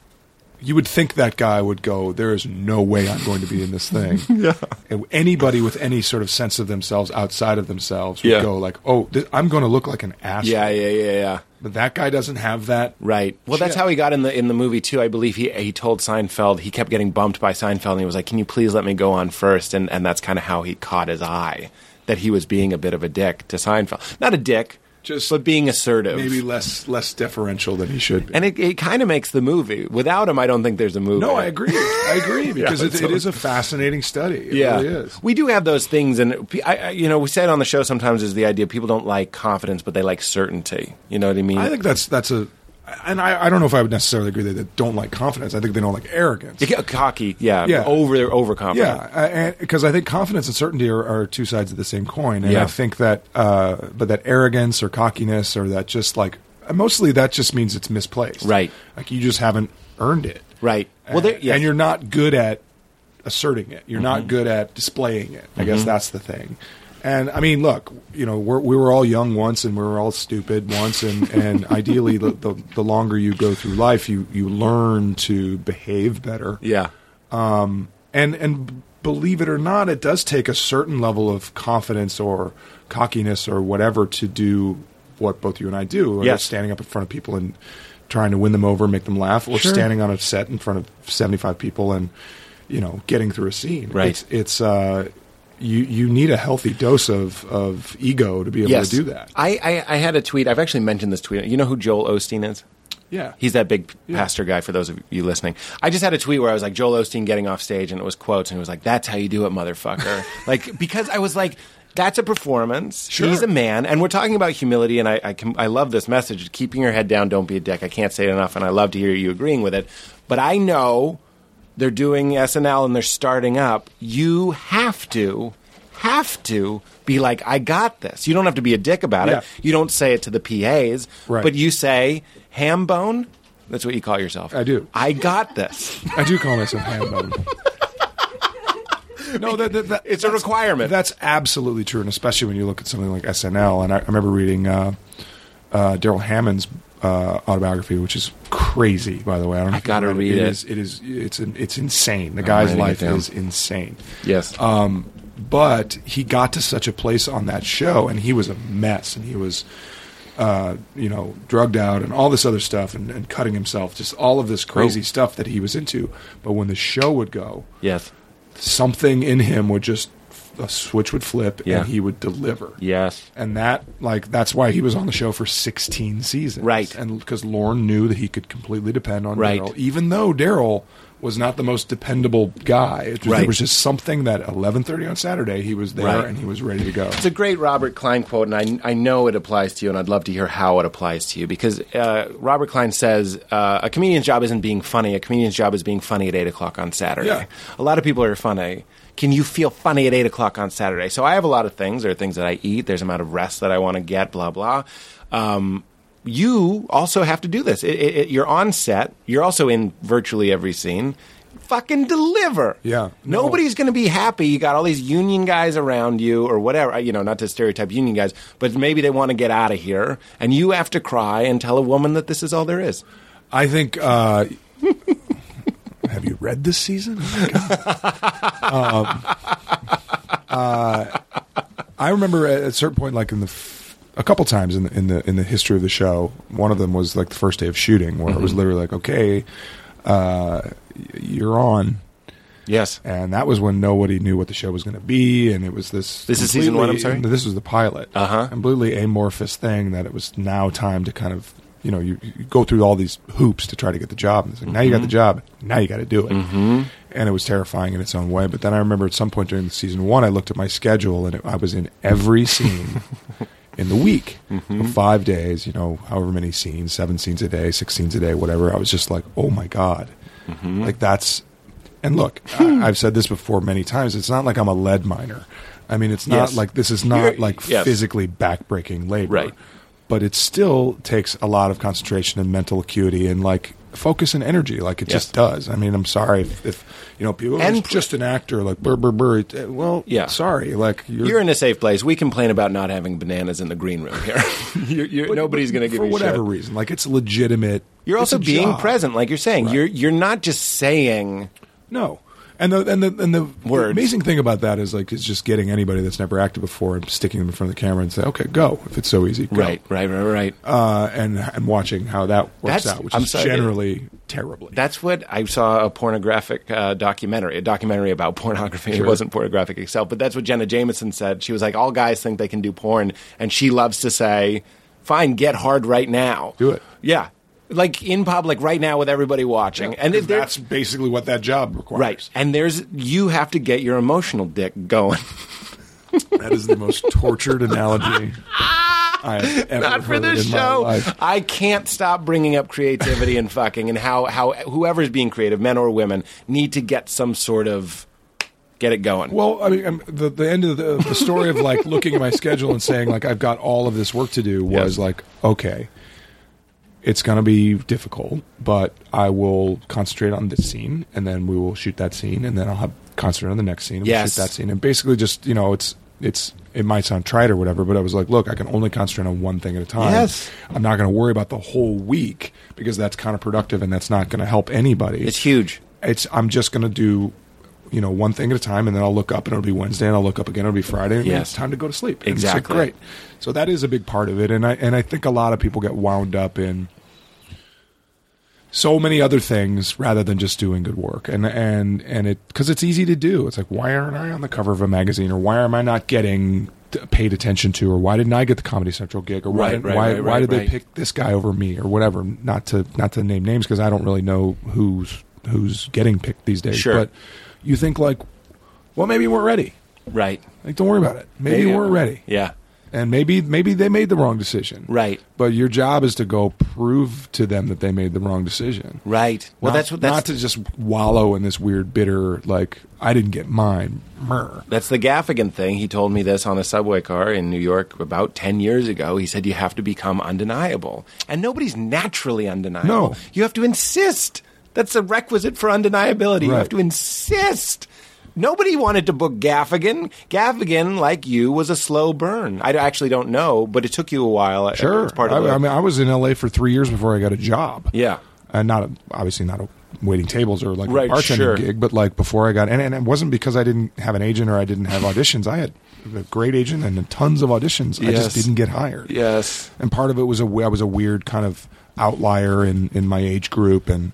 S3: you would think that guy would go. There is no way I'm going to be in this thing. yeah. And anybody with any sort of sense of themselves outside of themselves would
S4: Yeah.
S3: go like, "Oh, th- I'm going to look like an asshole."
S4: Yeah, yeah, yeah, yeah.
S3: But that guy doesn't have that.
S4: Right. Well, that's
S3: Shit.
S4: how he got in the in the movie too. I believe he he told Seinfeld he kept getting bumped by Seinfeld, and he was like, "Can you please let me go on first? And and that's kind of how he caught his eye that he was being a bit of a dick to Seinfeld, not a dick,
S3: Just
S4: but being assertive.
S3: Maybe less less deferential than he should be.
S4: And it, it kind of makes the movie. Without him, I don't think there's a movie.
S3: no, I agree. I agree because it,
S4: so-
S3: it is a fascinating study. It
S4: yeah,
S3: really is.
S4: we do have those things, and pe- I, I- you know, we say it on the show sometimes is the idea people don't like confidence, but they like certainty. You know what I mean?
S3: I think that's that's a, and I, I don't know if I would necessarily agree that they don't like confidence. I think they don't like arrogance.
S4: They get cocky, yeah,
S3: Yeah.
S4: over overconfident.
S3: Yeah, because I think confidence and certainty are, are two sides of the same coin, and
S4: Yeah.
S3: I think that, uh, but that arrogance or cockiness or that just like mostly that just means it's misplaced,
S4: Right.
S3: Like you just haven't earned it,
S4: Right.
S3: Well,
S4: Well, there- yes. Mm-hmm.
S3: and you're not good at asserting it. You're not good at displaying it. I guess that's the thing. And I mean, look, you know, we're, we were all young once, and we were all stupid once, and, and ideally, the, the, the longer you go through life, you you learn to behave better
S4: yeah,
S3: and and believe it or not, it does take a certain level of confidence or cockiness or whatever to do what both you and I do. whether
S4: Yes.
S3: it's standing up in front of people and trying to win them over, and make them laugh, or
S4: Sure.
S3: standing on a set in front of seventy five people and you know getting through a scene.
S4: Right.
S3: It's, it's uh, you you need a healthy dose of of ego to be able to do that.
S4: I, I, I had a tweet. I've actually mentioned this tweet. You know who Joel Osteen is?
S3: Yeah.
S4: He's that big pastor guy for those of you listening. I just had a tweet where I was like Joel Osteen getting off stage and it was quotes and it was like, That's how you do it, motherfucker. like because I was like that's a performance.
S3: Sure.
S4: He's a man, and we're talking about humility. And I, I, can, I love this message: keeping your head down, don't be a dick. I can't say it enough, and I love to hear you agreeing with it. But I know they're doing SNL and they're starting up, you have to have to be like, I got this. You don't have to be a dick about
S3: Yeah.
S4: it. You don't say it to the PAs,
S3: Right.
S4: but you say ham bone. That's what you call yourself.
S3: I do.
S4: I got this.
S3: I do call myself ham bone. No, that, that, that,
S4: It's a
S3: that's-
S4: requirement.
S3: That's absolutely true, and especially when you look at something like SNL. And I, I remember reading uh, uh, Daryl Hammond's uh, autobiography, which is crazy, by the way. I don't know if you
S4: gotta read it.
S3: Is, it is. It's an- it's insane. The guy's
S4: writing it
S3: life
S4: down.
S3: is insane.
S4: yes.
S3: Um, but he got to such a place on that show, and he was a mess, and he was, uh, you know, drugged out and all this other stuff, and, and cutting himself, just all of this crazy
S4: Oh.
S3: stuff that he was into. But when the show would go,
S4: yes.
S3: something in him would just a switch would flip,
S4: Yeah.
S3: and he would deliver.
S4: Yes.
S3: And that, like, that's why he was on the show for 16 seasons.
S4: Right.
S3: And because Lorne knew that he could completely depend on
S4: Right.
S3: Daryl, even though Daryl was not the most dependable guy. It was,
S4: Right.
S3: There was just something that 11.30 on Saturday, he was there
S4: Right.
S3: and he was ready to go.
S4: It's a great Robert Klein quote, and I, I know it applies to you, and I'd love to hear how it applies to you because uh, Robert Klein says uh, a comedian's job isn't being funny. A comedian's job is being funny at eight o'clock on Saturday.
S3: Yeah.
S4: A lot of people are funny. Can you feel funny at eight o'clock on Saturday? So I have a lot of things. There are things that I eat. There's amount of rest that I want to get. Blah blah. Um, you also have to do this. It, it, it, you're on set. You're also in virtually every scene. Fucking deliver.
S3: Yeah. No.
S4: Nobody's going to be happy. You got all these union guys around you, or whatever. You know, not to stereotype union guys, but maybe they want to get out of here, and you have to cry and tell a woman that this is all there is.
S3: I think. Uh, have you read this season? Oh my God. um, uh, I remember at a certain point, like in the. F- a couple times in the, in the in the history of the show, one of them was like the first day of shooting, where it
S4: Mm-hmm.
S3: was literally like, "Okay, uh, y- you're on,"
S4: Yes.
S3: and that was when nobody knew what the show was going to be, and it was this.
S4: This is season one, I'm
S3: completely-
S4: sorry?
S3: This was the pilot. Uh
S4: Uh-huh.
S3: Completely amorphous thing that it was now time to kind of you know you, you go through all these hoops to try to get the job. And it's like now you got the
S4: Mm-hmm.
S3: job, now you got to do it. Mm-hmm. And it was terrifying in its own way. But then I remember at some point during season one, I looked at my schedule and it, I was in every scene. In the week,
S4: Mm-hmm.
S3: for five days, you know, however many scenes, seven scenes a day, six scenes a day, whatever. I was just like, oh my God.
S4: Mm-hmm.
S3: Like, that's and look, I, I've said this before many times. It's not like I'm a lead miner. I mean, it's not
S4: Yes.
S3: like this is not
S4: You're-
S3: like
S4: yes.
S3: physically backbreaking labor.
S4: Right.
S3: But it still takes a lot of concentration and mental acuity and like focus and energy. Like it
S4: Yes.
S3: just does. I mean, I'm sorry if, if you know people.
S4: And
S3: And just an actor, like burr burr burr. It- uh, Well,
S4: Yeah.
S3: Sorry, like you're,
S4: You're in a safe place. We complain about not having bananas in the green room here. you're, you're,
S3: but-
S4: nobody's
S3: but
S4: going to give
S3: for
S4: you
S3: whatever
S4: shit.
S3: reason. Like it's legitimate.
S4: You're
S3: It's
S4: also
S3: a
S4: being
S3: job.
S4: present, like you're saying.
S3: Right.
S4: You're you're not just saying.
S3: No. And the and the and the
S4: Words.
S3: amazing thing about that is like it's just getting anybody that's never acted before and sticking them in front of the camera and say, okay, go if it's so easy, go.
S4: Right, right, right, right.
S3: Uh, and and watching how that works
S4: That's-
S3: out, which
S4: I'm
S3: is
S4: sorry.
S3: generally terribly.
S4: That's what I saw a pornographic uh, documentary, a documentary about pornography. It wasn't pornographic itself, but that's what Jenna Jameson said. She was like, all guys think they can do porn, and she loves to say, fine, get hard right now.
S3: Do it.
S4: Yeah. Like in public right now with everybody watching. and if that's
S3: that's basically what that job requires.
S4: right. And there's, you have to get your emotional dick going.
S3: that is the most tortured analogy I have ever
S4: Not for
S3: heard
S4: this
S3: in my
S4: show.
S3: life.
S4: I can't stop bringing up creativity and fucking and how, how whoever's being creative, men or women, need to get some sort of get it going.
S3: Well, I mean, um, the the end of the, the story of like looking at my schedule and saying like I've got all of this work to do was
S4: Yes.
S3: like okay, it's going to be difficult, but I will concentrate on this scene, and then we will shoot that scene, and then I'll have concentrate on the next scene, and we'll
S4: Yes.
S3: shoot that scene, and basically just you know it's it's it might sound trite or whatever, but I was like, look, I can only concentrate on one thing at a time.
S4: Yes.
S3: I'm not going to worry about the whole week because that's counterproductive and that's not going to help anybody
S4: It's huge.
S3: it's I'm just going to do you know one thing at a time and then I'll look up and it'll be Wednesday and I'll look up again it'll be Friday and
S4: Yes.
S3: it's time to go to sleep. And it's, like,
S4: Exactly.
S3: great. So that is a big part of it and I and I think a lot of people get wound up in so many other things rather than just doing good work and and and it cuz it's easy to do. It's like why aren't I on the cover of a magazine or why am I not getting t- paid attention to, or why didn't I get the Comedy Central gig, or why
S4: Right,
S3: didn't-
S4: right,
S3: why,
S4: right,
S3: why
S4: right,
S3: did they
S4: right.
S3: pick this guy over me, or whatever. Not to not to name names because I don't really know who's who's getting picked these days.
S4: Sure.
S3: But you think like, well, maybe we're ready.
S4: Right.
S3: Like, don't worry about it. Maybe,
S4: Maybe-
S3: we're ready,
S4: Yeah.
S3: and maybe maybe they made the wrong decision.
S4: Right.
S3: But your job is to go prove to them that they made the wrong decision.
S4: Right. Well,
S3: Not-
S4: that's what that's
S3: not to just wallow in this weird bitter like I didn't get mine. Myrrh.
S4: That's the Gaffigan thing. He told me this on a subway car in New York about 10 years ago. He said, You have to become undeniable. And nobody's naturally undeniable.
S3: No.
S4: You have to insist. That's a requisite for undeniability. You
S3: Right.
S4: have to insist. Nobody wanted to book Gaffigan. Gaffigan, like you, was a slow burn. I actually don't know, but it took you a while.
S3: Sure.
S4: It's part of
S3: I,
S4: the-
S3: I mean, I was in LA for three years before I got a job.
S4: Yeah.
S3: And not obviously not a waiting tables or like
S4: Right,
S3: a bartending
S4: sure.
S3: gig, but like before I got and, and it wasn't because I didn't have an agent or I didn't have auditions. I had a great agent and tons of auditions. I
S4: Yes.
S3: just didn't get hired.
S4: Yes.
S3: And part of it was a I was a weird kind of outlier in in my age group and.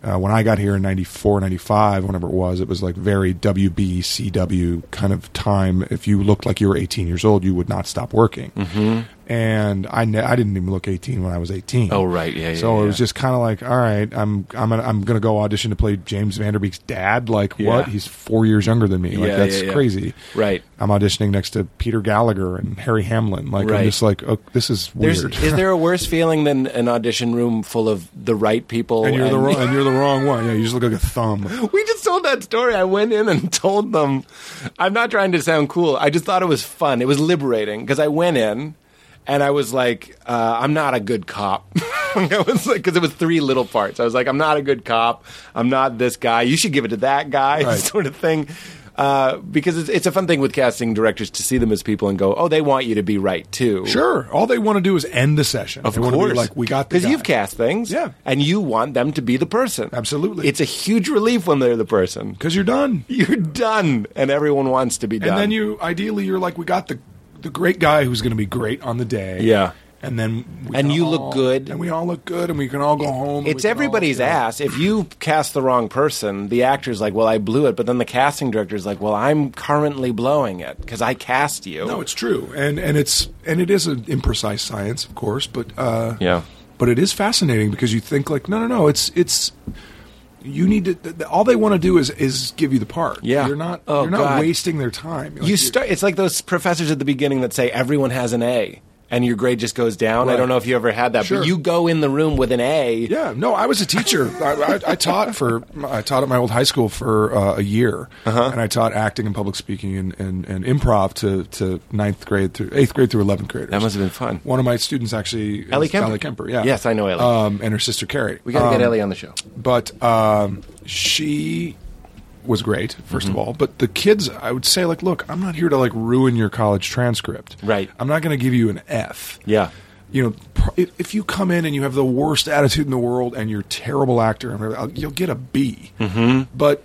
S3: Uh, when I got here in 94, 95, whenever it was, it was like very WB, CW kind of time. If you looked like you were 18 years old, you would not stop working. Mm-hmm. And I, ne- I didn't even look 18 when I was 18.
S4: Oh, right. Yeah, yeah,
S3: So it
S4: yeah.
S3: was just kind of like, all right, I'm, I'm gonna, I'm gonna go audition to play James Vanderbeek's dad. Like
S4: Yeah.
S3: what? He's four years younger than me. Like
S4: Yeah,
S3: that's
S4: yeah, yeah.
S3: crazy.
S4: Right.
S3: I'm auditioning next to Peter Gallagher and Harry Hamlin. Like
S4: Right.
S3: I'm just like, oh, this is
S4: There's,
S3: weird.
S4: is there a worse feeling than an audition room full of the right people?
S3: and you're the wrong, and you're the wrong one. Yeah, you just look like a thumb.
S4: We just told that story. I went in and told them. I'm not trying to sound cool. I just thought it was fun. It was liberating because I went in and I was like, uh, I'm not a good cop. I was like, because it was three little parts. I was like, I'm not a good cop. I'm not this guy. You should give it to that guy,
S3: Right.
S4: sort of thing. Uh, because it's, it's a fun thing with casting directors to see them as people and go, oh, they want you to be right too.
S3: Sure. All they want to do is end the session.
S4: Of
S3: They wanna be
S4: course,
S3: like we got the
S4: because
S3: guy.
S4: you've cast things,
S3: Yeah.
S4: and you want them to be the person.
S3: Absolutely.
S4: it's a huge relief when they're the person.
S3: 'Cause you're done.
S4: You're done, and everyone wants to be done.
S3: And then you, ideally, you're like, we got the the great guy who's going to be great on the day.
S4: Yeah.
S3: And then we
S4: And
S3: can
S4: you look
S3: all-
S4: good.
S3: and we all look good, and we can all go home. and we
S4: It's
S3: can all-
S4: everybody's
S3: yeah.
S4: ass. If you cast the wrong person, the actor's like, "Well, I blew it," but then the casting director's like, "Well, I'm currently blowing it because I cast you."
S3: No, it's true, and and it's and it is an imprecise science, of course, but uh,
S4: Yeah.
S3: but it is fascinating because you think like, no, no, no, it's it's you need to. th- All they want to do is is give you the part.
S4: Yeah.
S3: you're not
S4: Oh,
S3: you're not
S4: God.
S3: wasting their time. Like,
S4: you start. It's like those professors at the beginning that say everyone has an A, and your grade just goes down. I
S3: Right.
S4: don't know if you ever had that,
S3: Sure.
S4: but you go in the room with an A.
S3: Yeah, no, I was a teacher. I, I, I taught for I taught at my old high school for uh, a year,
S4: Uh-huh.
S3: and I taught acting and public speaking and, and, and improv to, to ninth grade through eighth grade through eleventh graders.
S4: That must have been fun.
S3: One of my students actually is
S4: Ellie Kemper.
S3: Ellie Kemper, yeah,
S4: Yes, I know Ellie.
S3: um, and her sister Carrie.
S4: We got to
S3: Um,
S4: get Ellie on the show.
S3: but um, she was great 1st of
S4: Mm-hmm.
S3: all but the kids i would say like look i'm not here to like ruin your college transcript
S4: Right.
S3: i'm not going to give you an f
S4: Yeah.
S3: you know pr- if if you come in and you have the worst attitude in the world and you're a terrible actor and whatever, you'll get a B. but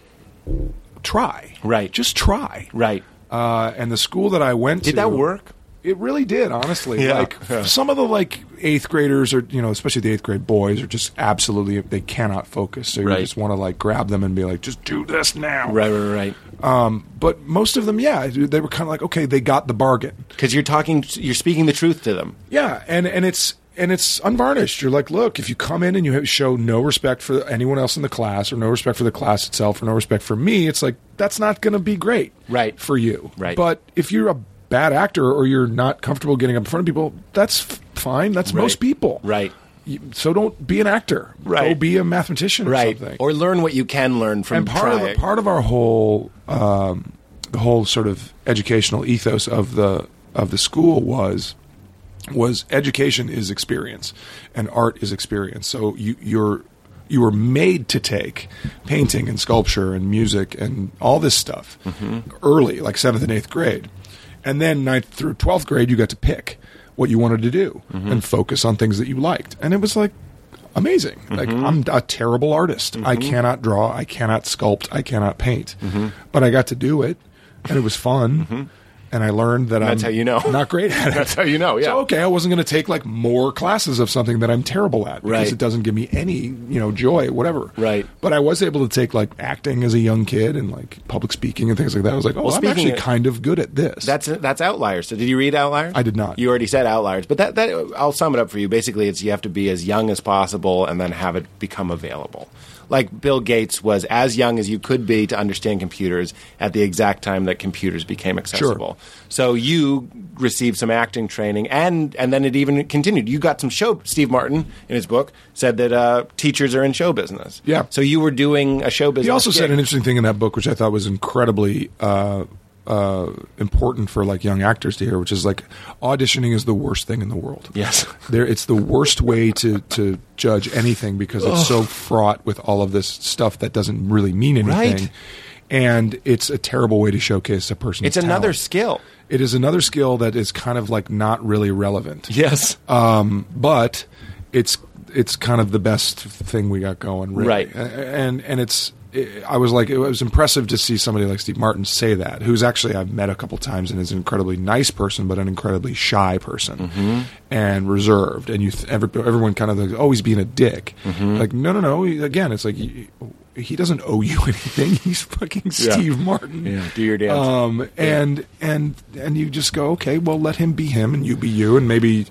S3: try
S4: Mm-hmm. Right.
S3: just try
S4: Right.
S3: uh, and the school that i went
S4: Did
S3: to
S4: that work?
S3: it really did, honestly.
S4: Yeah.
S3: Like
S4: Yeah.
S3: some of the like eighth graders, or you know, especially the eighth grade boys, are just absolutely they cannot focus. So you
S4: Right.
S3: just want to like grab them and be like, just do this now. Um,
S4: Right. Right. Right.
S3: But most of them, yeah, they were kind of like, okay, they got the bargain.
S4: Because you're talking. You're speaking the truth to them.
S3: Yeah, and and it's and it's unvarnished. You're like, look, if you come in and you have, show no respect for anyone else in the class, or no respect for the class itself, or no respect for me, it's like that's not going to be great,
S4: Right.
S3: for you.
S4: Right.
S3: But if you're a bad actor or you're not comfortable getting up in front of people, that's f- fine. That's most people.
S4: Right.
S3: You- So don't be an actor. Go
S4: Right.
S3: be a mathematician. Or
S4: right
S3: Something
S4: or learn what you can learn from
S3: and part
S4: trying.
S3: of the, part of our whole um, the whole sort of educational ethos of the of the school was was education is experience and art is experience so you you're you were made to take painting and sculpture and music and all this stuff
S4: Mm-hmm.
S3: early like 7th and 8th grade and then 9th through 12th grade you got to pick what you wanted to do
S4: Mm-hmm.
S3: and focus on things that you liked and it was like amazing. Like
S4: Mm-hmm.
S3: I'm a terrible artist. I cannot draw.
S4: Mm-hmm.
S3: I cannot sculpt. I cannot paint. But I got to do it, and it was fun. and I learned that
S4: That's
S3: I'm
S4: how you know.
S3: not great at it.
S4: That's how you know, Oh, yeah.
S3: So okay, I wasn't going to take like more classes of something that I'm terrible at because
S4: Right.
S3: it doesn't give me any you know joy, whatever.
S4: Right.
S3: But I was able to take like acting as a young kid and like public speaking and things like that. I was like, oh, I'm
S4: speaking
S3: actually
S4: of-
S3: kind of good at this.
S4: That's that's outliers. So did you read outliers?
S3: I did not.
S4: You already said outliers, but that that I'll sum it up for you. Basically, it's you have to be as young as possible and then have it become available. Like Bill Gates was as young as you could be to understand computers at the exact time that computers became accessible. So you received some acting training, and and then it even continued. You got some show. Steve Martin in his book said that uh, teachers are in show business.
S3: Yeah.
S4: So you were doing a show business.
S3: He also said
S4: gig.
S3: an interesting thing in that book, which I thought was incredibly uh, uh, important for like young actors to hear, which is like auditioning is the worst thing in the world.
S4: Yes.
S3: there it's the worst way to to judge anything because it's so fraught with all of this stuff that doesn't really mean anything,
S4: Right.
S3: and it's a terrible way to showcase a person's.
S4: It's another
S3: talent.
S4: skill.
S3: It is another skill that is kind of like not really relevant
S4: Yes.
S3: but it's it's kind of the best thing we got going, really.
S4: Right.
S3: A- And and it's I was like it was impressive to see somebody like Steve Martin say that, who's actually I've met a couple times and is an incredibly nice person, but an incredibly shy person
S4: Mm-hmm.
S3: and reserved. And you th- every, everyone kind of like oh he's being a dick.
S4: Mm-hmm.
S3: Like no no no. He- Again, it's like. He, he doesn't owe you anything. He's fucking Steve Martin.
S4: Yeah, do your dance.
S3: Um, and and and you just go, okay, well, let him be him, and you be you, and maybe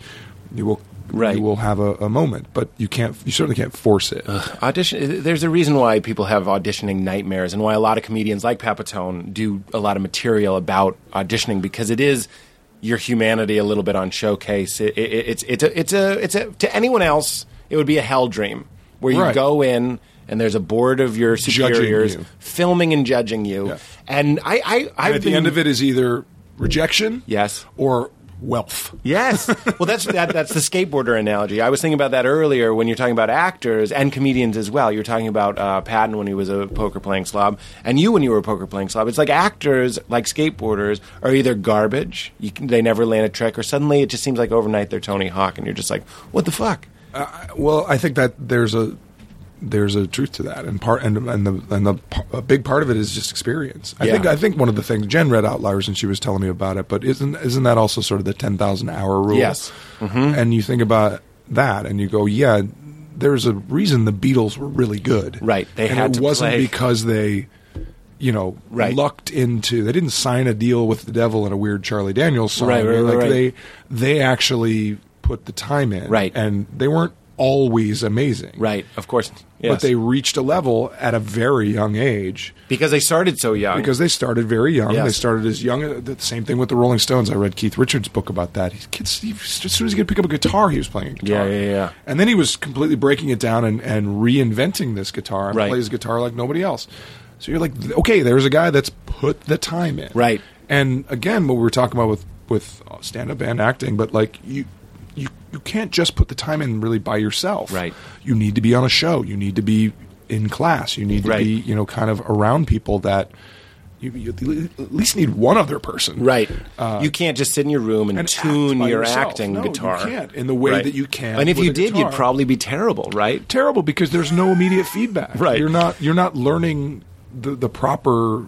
S3: you will
S4: Right.
S3: you will have a, a moment, but you can't. You certainly can't force it.
S4: audition there's a reason why people have auditioning nightmares and why a lot of comedians like Papatone do a lot of material about auditioning because it is your humanity a little bit on showcase it, it, it's it's a, it's a it's a to anyone else it would be a hell dream where you
S3: Right.
S4: go in and there's a board of your
S3: Judging
S4: superiors
S3: you.
S4: filming and judging you
S3: Yeah.
S4: and I I I've
S3: and at the
S4: been-
S3: end of it is either rejection,
S4: Yes.
S3: or wealth.
S4: Yes. Well, that's that, that's the skateboarder analogy. I was thinking about that earlier when you're talking about actors and comedians as well. You're talking about uh, Patton when he was a poker playing slob, and you when you were a poker playing slob. It's like actors, like skateboarders, are either garbage. You can, they never land a trick, or suddenly it just seems like overnight they're Tony Hawk, and you're just like, what the fuck?
S3: Uh, Well, I think that there's a there's a truth to that, and part and and the and the p- a big part of it is just experience. I
S4: Yeah.
S3: think I think one of the things Jen read Outliers and she was telling me about it, but isn't isn't that also sort of the ten thousand hour rule?
S4: Yes. Mm-hmm.
S3: And you think about that, and you go, yeah, there's a reason the Beatles were really good,
S4: Right. They
S3: and
S4: had
S3: it
S4: to
S3: wasn't
S4: play-
S3: because they. You know,
S4: Right.
S3: lucked into. They didn't sign a deal with the devil in a weird Charlie Daniels song.
S4: Right, right,
S3: like
S4: right.
S3: they, they actually put the time in,
S4: Right.
S3: And they weren't always amazing,
S4: Right. Of course.
S3: But they reached a level at a very young age
S4: because they started so young.
S3: because they started very young.
S4: Yes.
S3: They started as young. uh, The same thing with the Rolling Stones. I read Keith Richards' book about that. He, kids, he, as soon as he could pick up a guitar, he was playing a guitar.
S4: Yeah, yeah, yeah.
S3: And then he was completely breaking it down and, and reinventing this guitar and
S4: Right.
S3: plays guitar like nobody else. So you're like, okay, there's a guy that's put the time in,
S4: Right.
S3: And again, what we were talking about with with stand up and acting, but like you. You, you can't just put the time in really by yourself.
S4: Right.
S3: You need to be on a show. You need to be in class. You need to
S4: Right.
S3: be you know kind of around people that you, you at least need one other person
S4: Right. you can't just sit in your room uh, and,
S3: and act
S4: tune
S3: by
S4: your
S3: yourself.
S4: acting
S3: No, you
S4: guitar.
S3: can't in the way that you can
S4: And if
S3: with
S4: you
S3: a
S4: did,
S3: guitar.
S4: you'd probably be terrible, right?
S3: terrible because there's no immediate feedback
S4: Right.
S3: you're not you're not learning the, the proper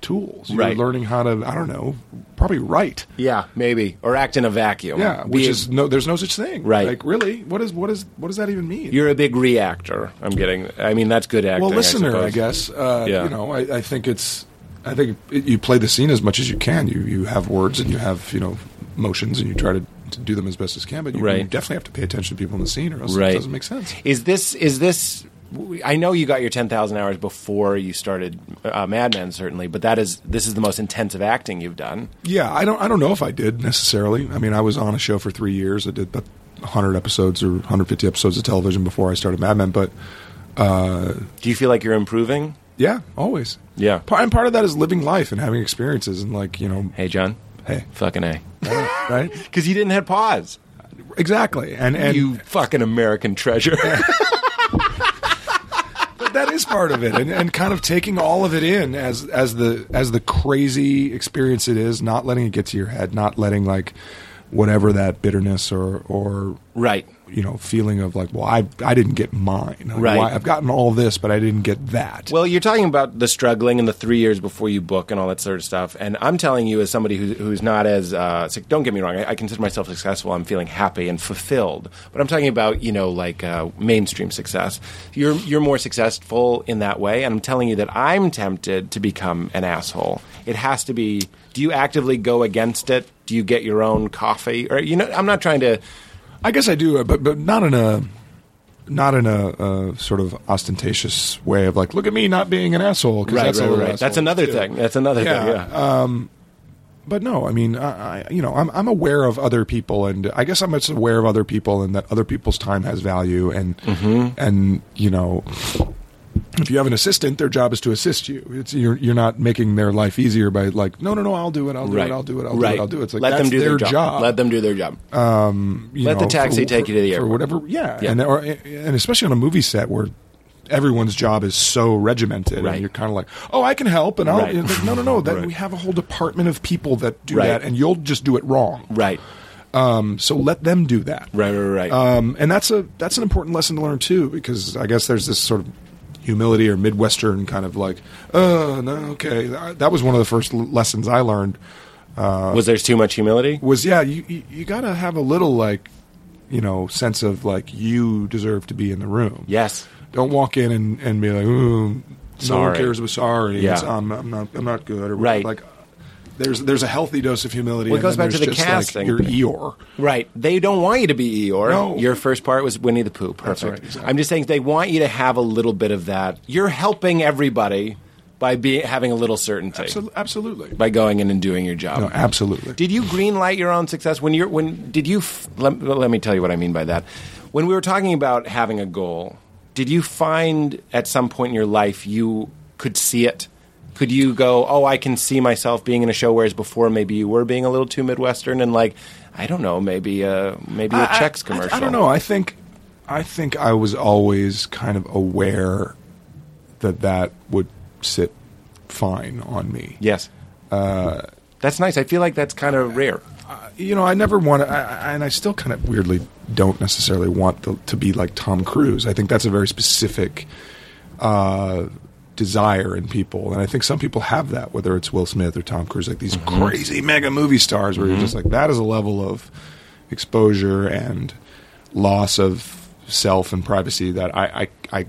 S3: tools you're
S4: Right.
S3: learning how to i don't know probably write
S4: Yeah, maybe. Or act in a vacuum.
S3: yeah
S4: Be
S3: which
S4: a-
S3: is no there's no such thing
S4: Oh, Right.
S3: like really what is what is what does that even mean
S4: You're a big reactor. I'm getting. I mean, that's good acting.
S3: well listener i,
S4: suppose.
S3: guess uh,
S4: Yeah.
S3: you know I, I think it's i think it, you play the scene as much as you can you you have words and you have you know motions and you try to, to do them as best as can but you, you
S4: Right.
S3: definitely have to pay attention to people in the scene or else
S4: Right.
S3: it doesn't make sense
S4: Is this? Is this? I know you got your ten thousand hours before you started uh, Mad Men, certainly, but that is this is the most intensive acting you've done.
S3: yeah i don't i don't know if i did necessarily i mean i was on a show for three years i did about 100 episodes or 150 episodes of television before i started mad men but
S4: Do you feel like you're improving?
S3: yeah always
S4: Yeah.
S3: Pa- and part of that is living life and having experiences and like you know
S4: Hey, John.
S3: hey
S4: Fucking a.
S3: right
S4: Because you didn't have pause.
S3: exactly and and
S4: you fucking American treasure.
S3: that is part of it and, and kind of taking all of it in as as the as the crazy experience it is not letting it get to your head not letting like whatever that bitterness or or
S4: right.
S3: you know feeling of like, well, I I didn't get mine. Like,
S4: Right.
S3: why- I've gotten all this, but I didn't get that.
S4: Well, you're talking about the struggling and the three years before you book and all that sort of stuff. And I'm telling you, as somebody who's, who's not as uh, sick, don't get me wrong, I, I consider myself successful. I'm feeling happy and fulfilled. But I'm talking about you know like uh, mainstream success. You're you're more successful in that way, and I'm telling you that I'm tempted to become an asshole. It has to be. Do you actively go against it? Do you get your own coffee? Or you know, I'm not trying to.
S3: I guess I do, uh, but but not in a not in a uh, sort of ostentatious way of like, look at me not being an asshole. 'cause
S4: Right,
S3: that's
S4: right,
S3: all
S4: right.
S3: assholes
S4: That's another
S3: do.
S4: thing. That's another
S3: Yeah, Um,
S4: thing. Yeah.
S3: But no, I mean, I, I you know, I'm I'm aware of other people, and I guess I'm just aware of other people, and that other people's time has value, and
S4: Mm-hmm.
S3: and you know. If you have an assistant, their job is to assist you. It's you're you're not making their life easier by like, no, no, no, I'll do it, I'll do
S4: right.
S3: it, I'll do it, I'll
S4: right.
S3: do it, I'll do it. It's like
S4: Let
S3: that's
S4: them do
S3: their, job.
S4: Let them do their job.
S3: you
S4: Let the taxi take you to the
S3: or
S4: airport.
S3: whatever. Yeah,
S4: Yeah.
S3: and or, and especially on a movie set where everyone's job is so regimented,
S4: Right.
S3: and you're kind of like, oh, I can help, and I'll
S4: Right.
S3: it's like, no, no, no. That
S4: Right.
S3: we have a whole department of people that do
S4: Right.
S3: that, and you'll just do it wrong.
S4: Right.
S3: Um, so let them do that.
S4: Right, right, right.
S3: Um, and that's a that's an important lesson to learn too, because I guess there's this sort of humility or midwestern kind of like, oh no, okay. That that was one of the first l- lessons I learned
S4: was there's too much humility?
S3: was yeah you you, you got to have a little like you know sense of like you deserve to be in the room
S4: Yes.
S3: don't walk in and, and be like ooh no one
S4: Sorry.
S3: cares about sorry
S4: Yeah.
S3: It's- I'm, I'm not I'm not good or
S4: Right.
S3: like there's there's a healthy dose of humility
S4: Well, it
S3: and
S4: goes
S3: then
S4: back to
S3: there's
S4: the
S3: just,
S4: casting.
S3: like, your Eeyore
S4: Right. They don't want you to be Eeyore.
S3: No.
S4: Your first part was Winnie the Pooh. Perfect.
S3: That's right, exactly.
S4: I'm just saying they want you to have a little bit of that. You're helping everybody by be, having a little certainty.
S3: Absol- absolutely
S4: By going in and doing your job.
S3: no absolutely
S4: Did you green light your own success when you're when did you f- let, let me tell you what I mean by that. When we were talking about having a goal, did you find at some point in your life you could see it? Could you go, "Oh, I can see myself being in a show whereas before maybe you were being a little too midwestern and like I don't know, maybe uh maybe a
S3: I- I-
S4: checks
S3: I-
S4: commercial."
S3: I, don't know. I think I think I was always kind of aware that that would sit fine on me.
S4: Yes.
S3: Uh,
S4: that's nice. I feel like that's kind of rare.
S3: you know, I never want to, I, I- and I still kind of weirdly don't necessarily want to, to be like Tom Cruise. I think that's a very specific uh, desire in people, and I think some people have that, whether it's Will Smith or Tom Cruise, like these crazy mega movie stars, where you're just like, that is a level of exposure and loss of self and privacy that I, I, I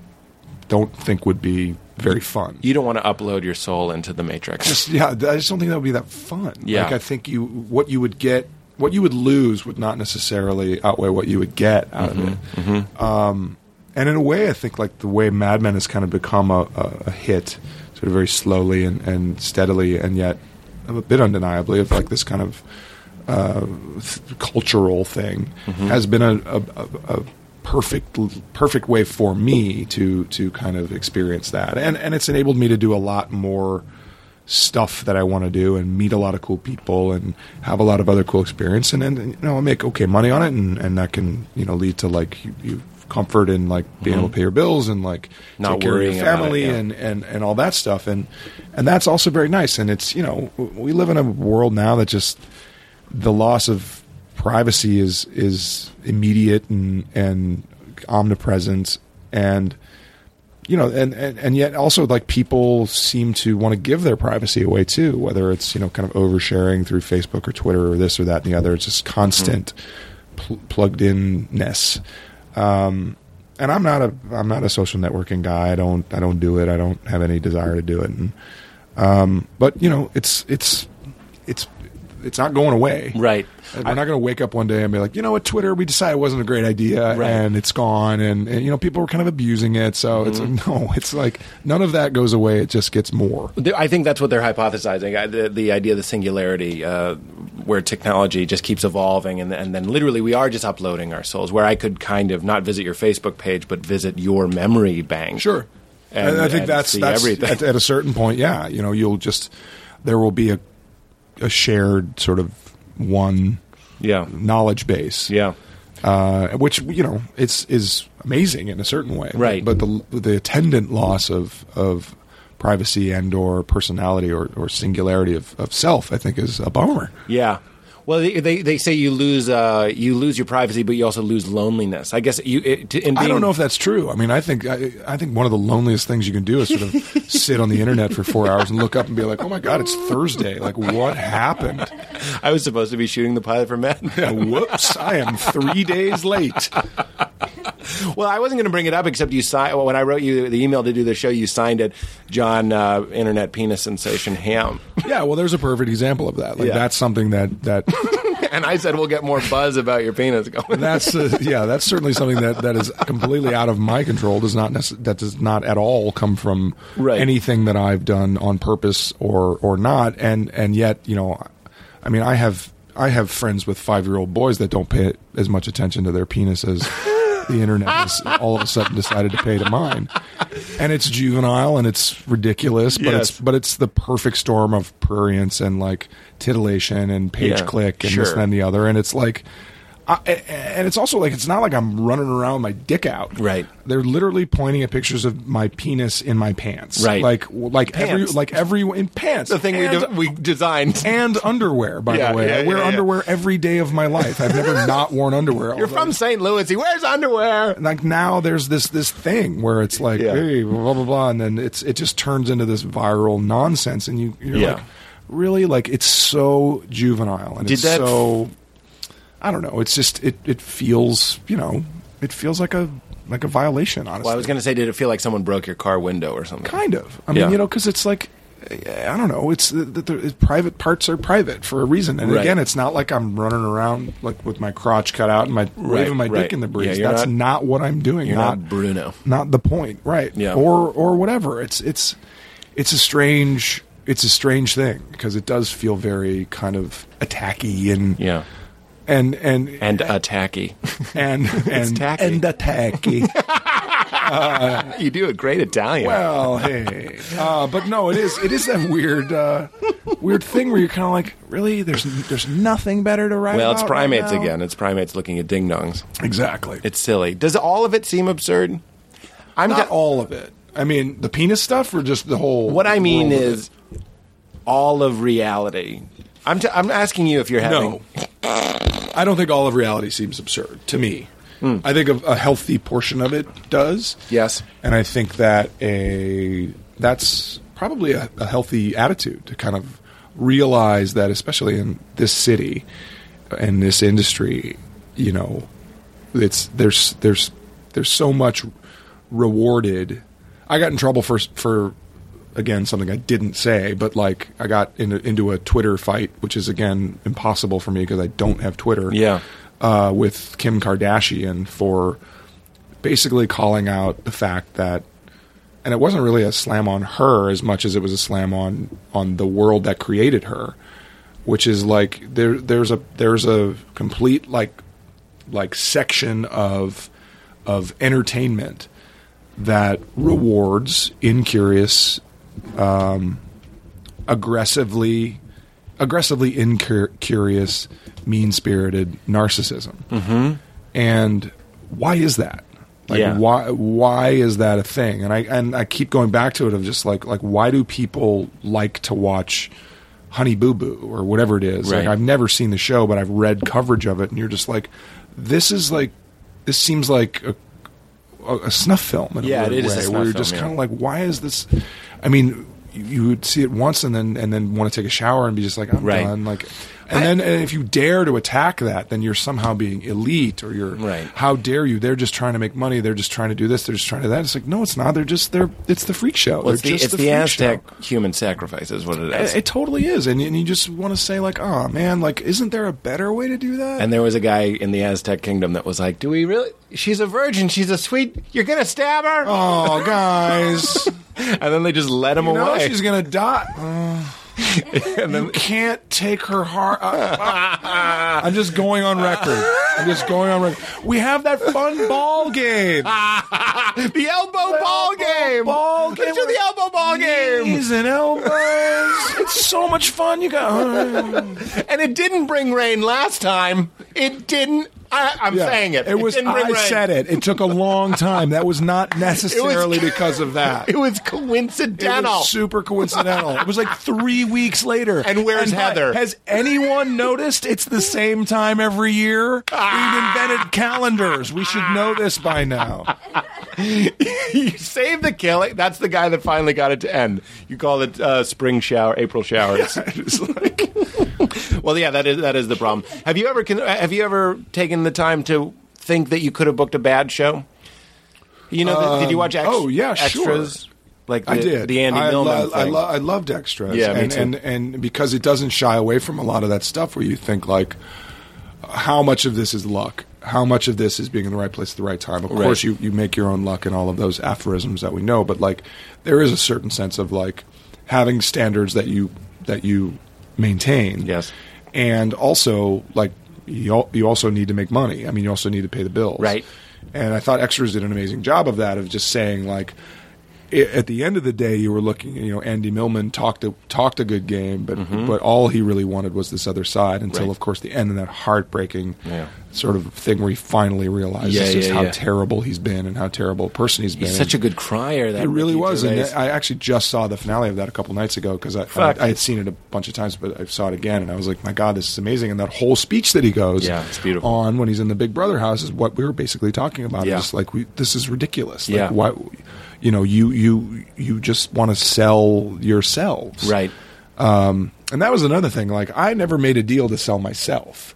S3: don't think would be very fun
S4: You don't want to upload your soul into the matrix.
S3: just yeah, th- I just don't think that would be that fun.
S4: Yeah.
S3: like I think you what you would get, what you would lose would not necessarily outweigh what you would get out of it. Um, and in a way, I think like the way Mad Men has kind of become a, a, a hit, sort of very slowly and, and steadily, and yet a bit undeniably of like this kind of th- cultural thing
S4: Mm-hmm.
S3: has been a, a, a, a perfect perfect way for me to to kind of experience that and and it's enabled me to do a lot more stuff that I want to do and meet a lot of cool people and have a lot of other cool experience and then you know I make okay money on it and and that can you know lead to like you, you comfort in like being able to pay your bills and like
S4: Mm-hmm. Not
S3: take care of your
S4: worrying about it,
S3: family
S4: yeah.
S3: and and, and and all that stuff and and that's also very nice and it's you know w- we live in a world now that just the loss of privacy is is immediate and and omnipresent and you know and, and and yet also like people seem to want to give their privacy away too whether it's you know kind of oversharing through facebook or twitter or this or that and the other it's just constant pl- plugged in ness and I'm not a I'm not a social networking guy. I don't I don't do it. I don't have any desire to do it. And, um, but you know, it's it's it's it's not going away.
S4: Right.
S3: We're not going to wake up one day and be like, you know what, Twitter, we decided it wasn't a great idea
S4: Right.
S3: and it's gone. And, and, you know, people were kind of abusing it. So it's no, it's like none of that goes away. It just gets more.
S4: There- I think that's what they're hypothesizing. I, the, the idea of the singularity, uh, where technology just keeps evolving, and, and then literally we are just uploading our souls. Where I could kind of not visit your Facebook page, but visit your memory bank.
S3: Sure.
S4: and,
S3: And I think
S4: and
S3: that's
S4: see
S3: that's
S4: everything.
S3: At, at a certain point, yeah. You know, you'll just there will be a a shared sort of one
S4: yeah,
S3: knowledge base.
S4: yeah,
S3: uh, which you know it's is amazing in a certain way,
S4: Right.
S3: But the the attendant loss of of privacy and or personality or, or singularity of, of self, I think, is a bummer.
S4: yeah. Well, they, they, they say you lose uh, you lose your privacy, but you also lose loneliness. I guess you. It, to, in being,
S3: I don't know if that's true. I mean, I think I, I think one of the loneliest things you can do is sort of sit on the internet for four hours and look up and be like, "Oh my god, it's Thursday! Like, what happened?
S4: I was supposed to be shooting the pilot for Mad Men.
S3: Whoops! I am three days late."
S4: Well, I wasn't going to bring it up, except you signed. Well, when I wrote you the email to do the show, you signed it, John uh, Internet Penis Sensation Ham,
S3: Yeah, well, there's a perfect example of that. Like,
S4: Yeah.
S3: that's something that that
S4: and I said we'll get more buzz about your penis going.
S3: that's uh, yeah, that's certainly something that that is completely out of my control. Does not nece- that does not at all come from
S4: Right.
S3: anything that I've done on purpose or or not. And and yet, you know, I mean, I have I have friends with five year old boys that don't pay as much attention to their penis as the internet has all of a sudden decided to pay to mine. And it's juvenile and it's ridiculous, but
S4: Yes.
S3: it's but it's the perfect storm of prurience and like titillation and page
S4: Yeah,
S3: click and this
S4: sure.
S3: and that and the other and it's like I, a- and it's also like it's not like I'm running around with my dick out.
S4: Right.
S3: They're literally pointing at pictures of my penis in my pants.
S4: Right.
S3: Like like every
S4: Pants.
S3: like every in pants.
S4: The thing we
S3: and,
S4: de- we designed.
S3: and underwear. By
S4: Yeah,
S3: the way,
S4: yeah,
S3: I wear
S4: yeah, yeah.
S3: underwear every day of my life. I've never not worn underwear.
S4: You're
S3: although-
S4: from St. Louis. He wears underwear.
S3: like now there's this this thing where it's like
S4: Yeah.
S3: hey blah blah blah and then it's it just turns into this viral nonsense and you you're
S4: Yeah.
S3: like really like it's so juvenile and
S4: Did
S3: it's
S4: that-
S3: so I don't know it's just it it feels you know it feels like a like a violation honestly
S4: Well, I was going to say, did it feel like someone broke your car window or something?
S3: kind of I
S4: Yeah.
S3: mean you know because it's like I don't know. It's the, the, the private parts are private for a reason, and
S4: Right.
S3: again, it's not like I'm running around like with my crotch cut out and my
S4: Right,
S3: waving my
S4: right.
S3: dick in the
S4: Yeah,
S3: breeze.
S4: you're
S3: That's
S4: not-
S3: not, what I'm doing.
S4: You're not, Bruno.
S3: not the point, right?
S4: Yeah.
S3: Or or whatever. It's it's it's a strange it's a strange thing because it does feel very kind of attacky and
S4: Yeah.
S3: and and and
S4: And attacky.
S3: and and,
S4: tacky.
S3: attacky.
S4: you do a great Italian.
S3: well, hey, uh, but no, it is it is that weird uh, weird thing where you're kind of like, really, there's there's nothing better to write.
S4: Well, it's
S3: about right
S4: primates
S3: now?
S4: again. It's primates looking at ding dongs.
S3: Exactly.
S4: It's silly. Does all of it seem absurd? I'm
S3: not
S4: not
S3: all of it. I mean, the penis stuff, or just the whole.
S4: What I mean
S3: world of it?
S4: is all of reality. I'm, t- I'm asking you if you're having.
S3: No. I don't think all of reality seems absurd to me. I think a, a healthy portion of it does.
S4: Hmm. Yes.
S3: And I think that a that's probably a, a healthy attitude to kind of realize that especially in this city and this industry, you know, it's there's there's there's so much rewarded. I got in trouble for for again something I didn't say, but like I got in, into a Twitter fight, which is again impossible for me because I don't have Twitter.
S4: Yeah.
S3: uh, with Kim Kardashian for basically calling out the fact that, and it wasn't really a slam on her as much as it was a slam on on the world that created her, which is like there there's a there's a complete like like section of of entertainment that rewards incurious um, aggressively aggressively incurious mean-spirited narcissism mm-hmm. and why is that like
S4: Yeah.
S3: why why is that a thing and i and i keep going back to it of just like like why do people like to watch honey boo boo or whatever it is
S4: Right.
S3: like i've never seen the show but i've read coverage of it and you're just like this is like this seems like a a, a snuff film in
S4: Yeah,
S3: a weird
S4: it is a
S3: way,
S4: snuff
S3: where you're
S4: film,
S3: just
S4: yeah.
S3: kind of like, why is this? I mean, you, you would see it once and then and then want to take a shower and be just like, I'm
S4: Right.
S3: done. Like, and then and if you dare to attack that, then you're somehow being elite or you're
S4: Right.
S3: How dare you? They're just trying to make money. They're just trying to do this. They're just trying to that. It's like no, it's not. They're just they're it's the freak show.
S4: Well, it's
S3: They're
S4: the,
S3: just
S4: it's the,
S3: freak
S4: Aztec
S3: show.
S4: human sacrifice, is what it is.
S3: It, it totally is, and, and you just want to say like, oh man, like isn't there a better way to do that?
S4: And there was a guy in the Aztec kingdom that was like, "Do we really? She's a virgin. She's a sweet. You're gonna stab her?"
S3: oh guys,
S4: And then they just let him
S3: you know
S4: away.
S3: she's gonna die. you can't take her heart. uh, I'm just going on record. I'm just going on record. We have that fun ball game.
S4: the elbow ball game.
S3: ball game.
S4: Let's do the elbow ball game.
S3: Knees and elbows. It's so much fun. You got.
S4: And it didn't bring rain last time. It didn't. I, I'm
S3: Yeah.
S4: saying it.
S3: It was.
S4: didn't ring
S3: I
S4: right.
S3: said it. It took a long time. That was not necessarily because of that.
S4: It was
S3: It was
S4: coincidental.
S3: super coincidental. It was like three weeks later.
S4: And where's
S3: hi-
S4: Heather?
S3: Has anyone noticed? It's the same time every year. We've invented calendars. We should know this by now.
S4: you save the killing. That's the guy that finally got it to end. You call it uh, spring shower, April showers. well, yeah, that is that is the problem. Have you ever con- uh, have you ever taken the time to think that you could have booked a bad show? You know, the- did you watch? Ex-
S3: oh, yeah, sure.
S4: extras? Like the,
S3: I did.
S4: the Andy
S3: I
S4: Millman
S3: lo- I,
S4: thing.
S3: lo- I loved extras.
S4: Yeah, me
S3: and,
S4: too.
S3: and and because it doesn't shy away from a lot of that stuff where you think like, how much of this is luck? How much of this is being in the right place at the right time? Of
S4: Right.
S3: course, you you make your own luck and all of those aphorisms that we know, but like there is a certain sense of like having standards that you that you maintain.
S4: Yes.
S3: and also like you al- you also need to make money. I mean, you also need to pay the bills.
S4: Right.
S3: And I thought extras did an amazing job of that, of just saying like, i at the end of the day, you were looking. You know, Andy Millman talked a, talked a good game, but but all he really wanted was this other side. Until
S4: Mm-hmm. Right.
S3: of course the end and that heartbreaking
S4: Yeah.
S3: sort of thing where he finally realizes
S4: Yeah,
S3: just
S4: yeah,
S3: how
S4: yeah.
S3: terrible he's been and how terrible a person he's been.
S4: He's such a good crier. That
S3: It really
S4: Ricky
S3: was, and
S4: Gervais.
S3: I actually just saw the finale of that a couple nights ago because I,
S4: Fuck.
S3: I I had seen it a bunch of times, but I saw it again, and I was like, "My God, this is amazing!" And that whole speech that he goes
S4: Yeah, it's beautiful.
S3: on when he's in the Big Brother house is what we were basically talking about.
S4: Yeah.
S3: Just like we, this is ridiculous.
S4: Yeah.
S3: Like, why, you know, you you you just want to sell yourselves,
S4: right.
S3: and that was another thing. Like I never made a deal to sell myself.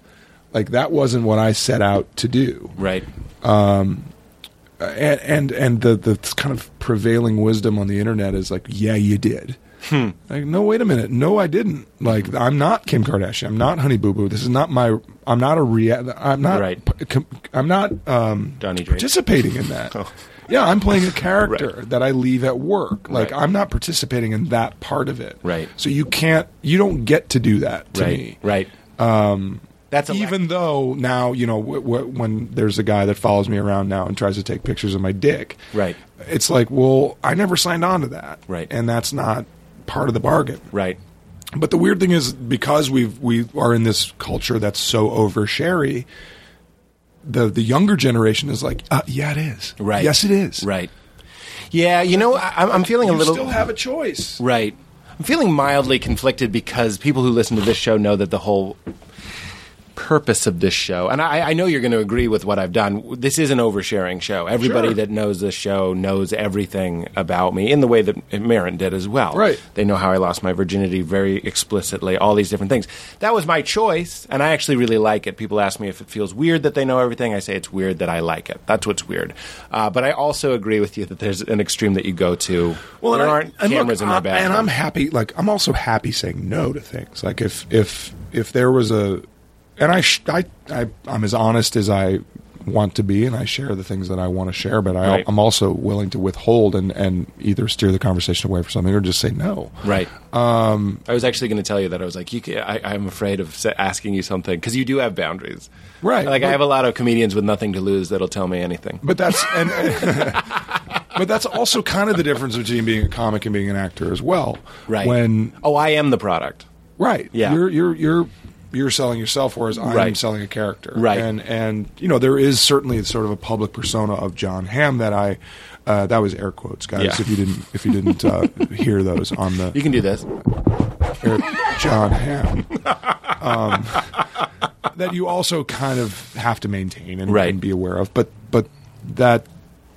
S3: Like that wasn't what I set out to do
S4: Right.
S3: and and and the the kind of prevailing wisdom on the internet is like, yeah, you did.
S4: Hmm.
S3: Like, no, wait a minute, no, I didn't. Like, I'm not Kim Kardashian. I'm not Honey Boo Boo. This is not my. I'm not a rea- I'm not.
S4: Right.
S3: p- com- I'm not um,
S4: Donny Drake. Oh.
S3: participating in that. Yeah, I'm playing a character
S4: Right.
S3: that I leave at work. Like,
S4: Right.
S3: I'm not participating in that part of it.
S4: Right.
S3: So you can't. You don't get to do that to
S4: right.
S3: me
S4: Right. Um, that's a
S3: even though now you know w- w- when there's a guy that follows me around now and tries to take pictures of my dick
S4: Right.
S3: it's like well i never signed on to that
S4: Right.
S3: and that's not part of the bargain
S4: right.
S3: but the weird thing is because we've we are in this culture that's so oversharey the the younger generation is like uh, yeah it is
S4: Right.
S3: yes it is
S4: Right. Yeah. You know, I, I'm- I'm feeling
S3: you
S4: a little.
S3: still have a choice
S4: Right. I'm feeling mildly conflicted because people who listen to this show know that the whole purpose of this show, and I, I know you're going to agree with what I've done. This is an oversharing show. Everybody
S3: Sure.
S4: that knows this show knows everything about me in the way that Marin did as well.
S3: Right.
S4: They know how I lost my virginity very explicitly, all these different things. That was my choice, and I actually really like it. People ask me if it feels weird that they know everything. I say it's weird that I like it. That's what's weird. Uh, but I also agree with you that there's an extreme that you go to. Well, there
S3: and I-
S4: aren't
S3: and look,
S4: cameras in my
S3: I-
S4: bathroom.
S3: And I'm happy. Like I'm also happy saying no to things. Like if if if there was a, and I sh- I, I I'm as honest as I want to be, and I share the things that I want to share. But I,
S4: Right.
S3: I'm also willing to withhold and and either steer the conversation away from something or just say no.
S4: Um, Right. I was actually going to tell you that I was like, you can, I, I'm afraid of sa- asking you something because you do have boundaries.
S3: Right.
S4: Like I
S3: But-
S4: have a lot of comedians with nothing to lose that'll tell me anything.
S3: But that's and, but that's also kind of the difference between being a comic and being an actor as well.
S4: Right.
S3: When
S4: oh, I am the product.
S3: Right.
S4: Yeah.
S3: You're you're you're you're selling yourself, whereas I'm
S4: Right.
S3: selling a character.
S4: Right.
S3: And and you know there is certainly sort of a public persona of John Hamm that I uh, that was air quotes, guys.
S4: Yeah.
S3: If you didn't if you didn't uh, hear those on
S4: You
S3: the
S4: can do this.
S3: air, John Hamm. Um, that you also kind of have to maintain and,
S4: Right.
S3: and be aware of, but but that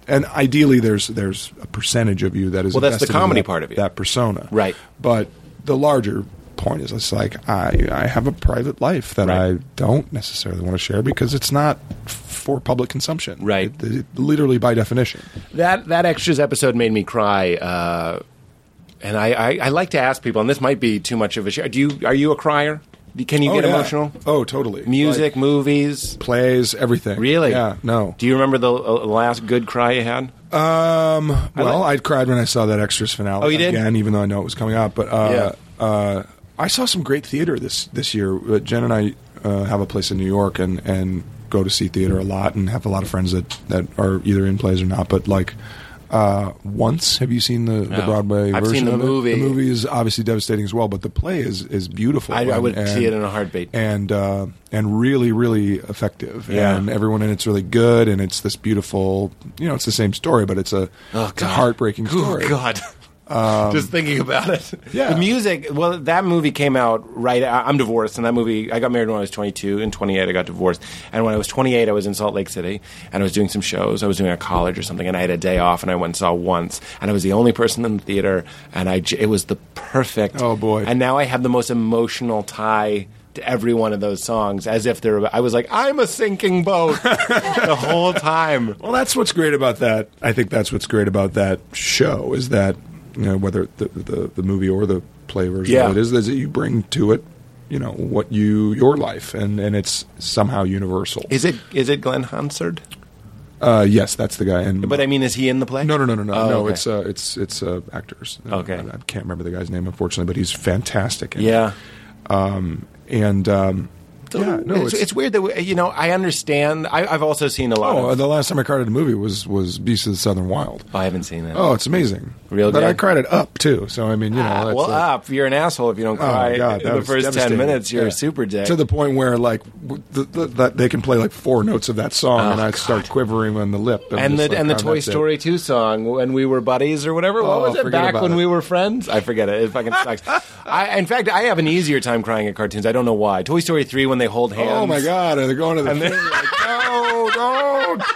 S3: and ideally there's there's a percentage of you that is
S4: Well, that's the
S3: invested in
S4: comedy
S3: that-
S4: part of you.
S3: that persona,
S4: Right.
S3: But the larger point is, it's like I I have a private life that
S4: Right.
S3: I don't necessarily want to share because it's not f- for public consumption,
S4: Right.
S3: It- it- literally by definition.
S4: That that extras episode made me cry. Uh, and I, I, I like to ask people, and this might be too much of a share. Do you are you a crier? Do- Can you get
S3: yeah.
S4: emotional?
S3: Oh, totally.
S4: Music,
S3: Like,
S4: movies.
S3: plays, everything.
S4: Really?
S3: Yeah. No.
S4: Do you remember the uh, last good cry you had?
S3: Um. Well,
S4: like-
S3: I cried when I saw that extras finale.
S4: Oh, you did?
S3: Again, even though I know it was coming out, but uh, uh, I saw some great theater this this year. Uh, Jen and I uh, have a place in New York and and go to see theater a lot and have a lot of friends that that are either in plays or not. But like, uh, once. Have you seen the, the
S4: No.
S3: Broadway
S4: I've seen
S3: version
S4: the
S3: of it?
S4: movie.
S3: The movie is obviously devastating as well, but the play is is beautiful.
S4: I- I
S3: and-
S4: would
S3: and-
S4: see it in a heartbeat.
S3: and uh, and really really effective.
S4: Yeah.
S3: And everyone in it's really good, and it's this beautiful. You know, it's the same story, but it's a,
S4: Oh,
S3: it's a
S4: God.
S3: heartbreaking
S4: Oh,
S3: story. Um,
S4: God. Just thinking about it.
S3: Yeah.
S4: The music, well, that movie came out right. I- I'm divorced, and that movie, I got married when I was 22, and 28, I got divorced. And when I was 28, I was in Salt Lake City, and I was doing some shows. I was doing a college or something, and I had a day off, and I went and saw once, and I was the only person in the theater, and I, j- it was the perfect.
S3: Oh, boy.
S4: And now I have the most emotional tie. To every one of those songs, as if they're, I was like, I'm a sinking boat the whole time.
S3: Well, that's what's great about that. I think that's what's great about that show is that you know whether the the, the movie or the play version
S4: Yeah.
S3: of it is, is that you bring to it you know what you your life and and it's somehow universal.
S4: Is it is it Glenn Hansard?
S3: uh, yes, that's the guy. And
S4: But I mean, is he in the play?
S3: no, no, no, no, no,
S4: Oh,
S3: no.
S4: okay.
S3: It's uh, it's it's uh, actors.
S4: Okay.
S3: I, I can't remember the guy's name unfortunately, but he's fantastic. And,
S4: Yeah.
S3: and um, yeah, no,
S4: it's, it's weird that we, you know. I understand. I, I've also seen a lot.
S3: oh,
S4: of,
S3: the last time I cried at a movie was was Beast of the Southern Wild.
S4: I haven't seen that.
S3: Oh, it's amazing.
S4: Real
S3: but
S4: good.
S3: I cried it up too. So I mean, you know,
S4: Ah,
S3: that's
S4: well,
S3: a-
S4: up. You're an asshole if you don't
S3: Oh
S4: cry
S3: my god!
S4: in
S3: that
S4: the
S3: was
S4: first ten
S3: devastating.
S4: minutes. You're
S3: Yeah.
S4: a super dick.
S3: To the point where like w- the, the, that they can play like four notes of that song,
S4: Oh,
S3: and I
S4: God.
S3: start quivering on the lip. I'm
S4: and the
S3: just like,
S4: and the
S3: "Oh,
S4: Toy
S3: that's it."
S4: Story two song when we were buddies or whatever.
S3: Oh,
S4: what was it
S3: forget
S4: back
S3: about
S4: when
S3: it.
S4: we were friends? I forget it. It fucking sucks. I, in fact, I have an easier time crying at cartoons. I don't know why. Toy Story three when they hold hands.
S3: Oh my god! And they're going to the
S4: And
S3: thing,
S4: then-
S3: like, "Oh, no, don't.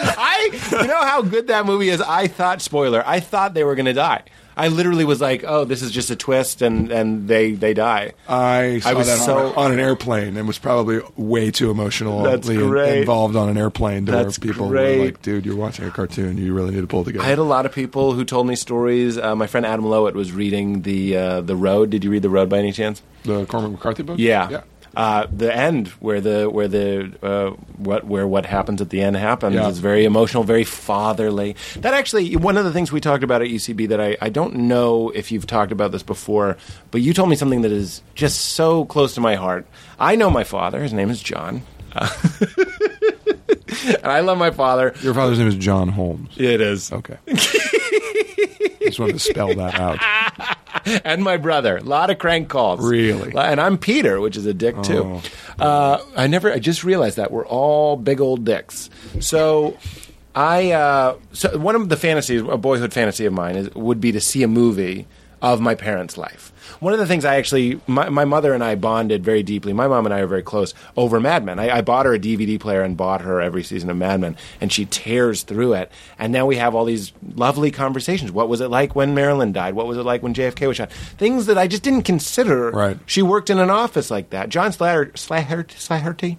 S4: I, you know how good that movie is. I thought spoiler. I thought they were going to die. I literally was like, oh, this is just a twist, and and they they die.
S3: I saw
S4: was
S3: that on-
S4: so-
S3: on, an airplane and was probably way too emotional
S4: That's great.
S3: involved on an airplane to
S4: That's
S3: where people
S4: great.
S3: were like, "Dude, you're watching a cartoon. You really need to pull together."
S4: I had a lot of people who told me stories. Uh, my friend Adam Lowett was reading the uh, the Road. Did you read the Road by any chance?
S3: the Cormac McCarthy book.
S4: Yeah.
S3: yeah.
S4: Uh, the end where the where the uh, what where what happens at the end happens
S3: Yeah.
S4: is very emotional, very fatherly. That actually one of the things we talked about at UCB that I, I don't know if you've talked about this before, but you told me something that is just so close to my heart. I know my father. His name is John. Uh, and I love my father.
S3: Your father's name is John Holmes.
S4: It is.
S3: Okay. Just wanted to spell that out.
S4: and my brother. A lot of crank calls.
S3: Really?
S4: And I'm Peter, which is a dick too. Uh, I never. I just realized that we're all big old dicks. So. I uh, so one of the fantasies, a boyhood fantasy of mine, is, would be to see a movie of my parents' life. One of the things I actually, my, my mother and I bonded very deeply. My mom and I are very close over Mad Men. I, I bought her a DVD player and bought her every season of Mad Men, and she tears through it. And now we have all these lovely conversations. What was it like when Marilyn died? What was it like when JFK was shot? Things that I just didn't consider.
S3: Right.
S4: She worked in an office like that. John Slatter, Slaherty, Slaherty,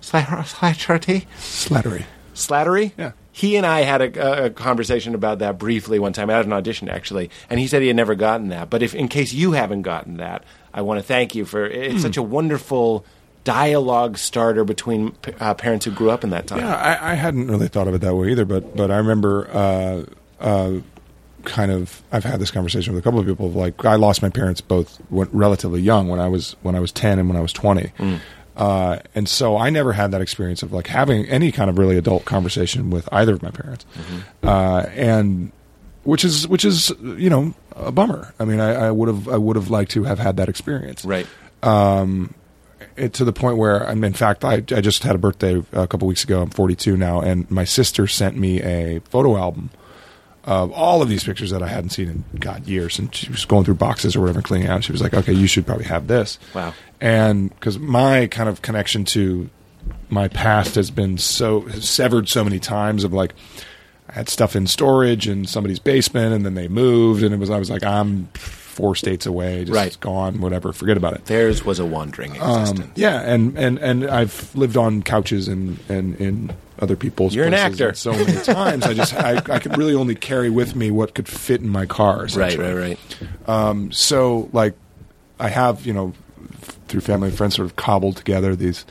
S4: Slaher- Slattery,
S3: Slattery.
S4: Slattery.
S3: Yeah.
S4: He and I had a, a conversation about that briefly one time at an audition, actually, and he said he had never gotten that. But if, in case you haven't gotten that, I want to thank you for
S3: Hmm.
S4: it's such a wonderful dialogue starter between p- uh, parents who grew up in that time.
S3: Yeah, I, I hadn't really thought of it that way either, but but I remember uh, uh, kind of I've had this conversation with a couple of people. Of like I lost my parents both when, relatively young when I was when I was ten and when I was twenty, uh, and so I never had that experience of like having any kind of really adult conversation with either of my parents, uh, and which is which is you know a bummer. I mean, I would have I would have liked to have had that experience,
S4: Right.
S3: it, to the point where I'm. In fact, I, I just had a birthday a couple weeks ago. I'm 42 now, and my sister sent me a photo album of all of these pictures that I hadn't seen in God years. And she was going through boxes or whatever, and cleaning out. and She was like, "Okay, you should probably have this."
S4: Wow.
S3: And because my kind of connection to my past has been so severed so many times of like. I had stuff in storage in somebody's basement, and then they moved, and it was I was like, I'm four states away, just
S4: Right.
S3: gone, whatever, forget about it.
S4: Theirs was a wandering existence.
S3: Um, yeah, and, and, and I've lived on couches and and in other people's.
S4: You're an
S3: places
S4: actor.
S3: so many times. I just I, I could really only carry with me what could fit in my car.
S4: right,
S3: essentially.
S4: right, right.
S3: Um, so like, I have you know f- through family and friends sort of cobbled together these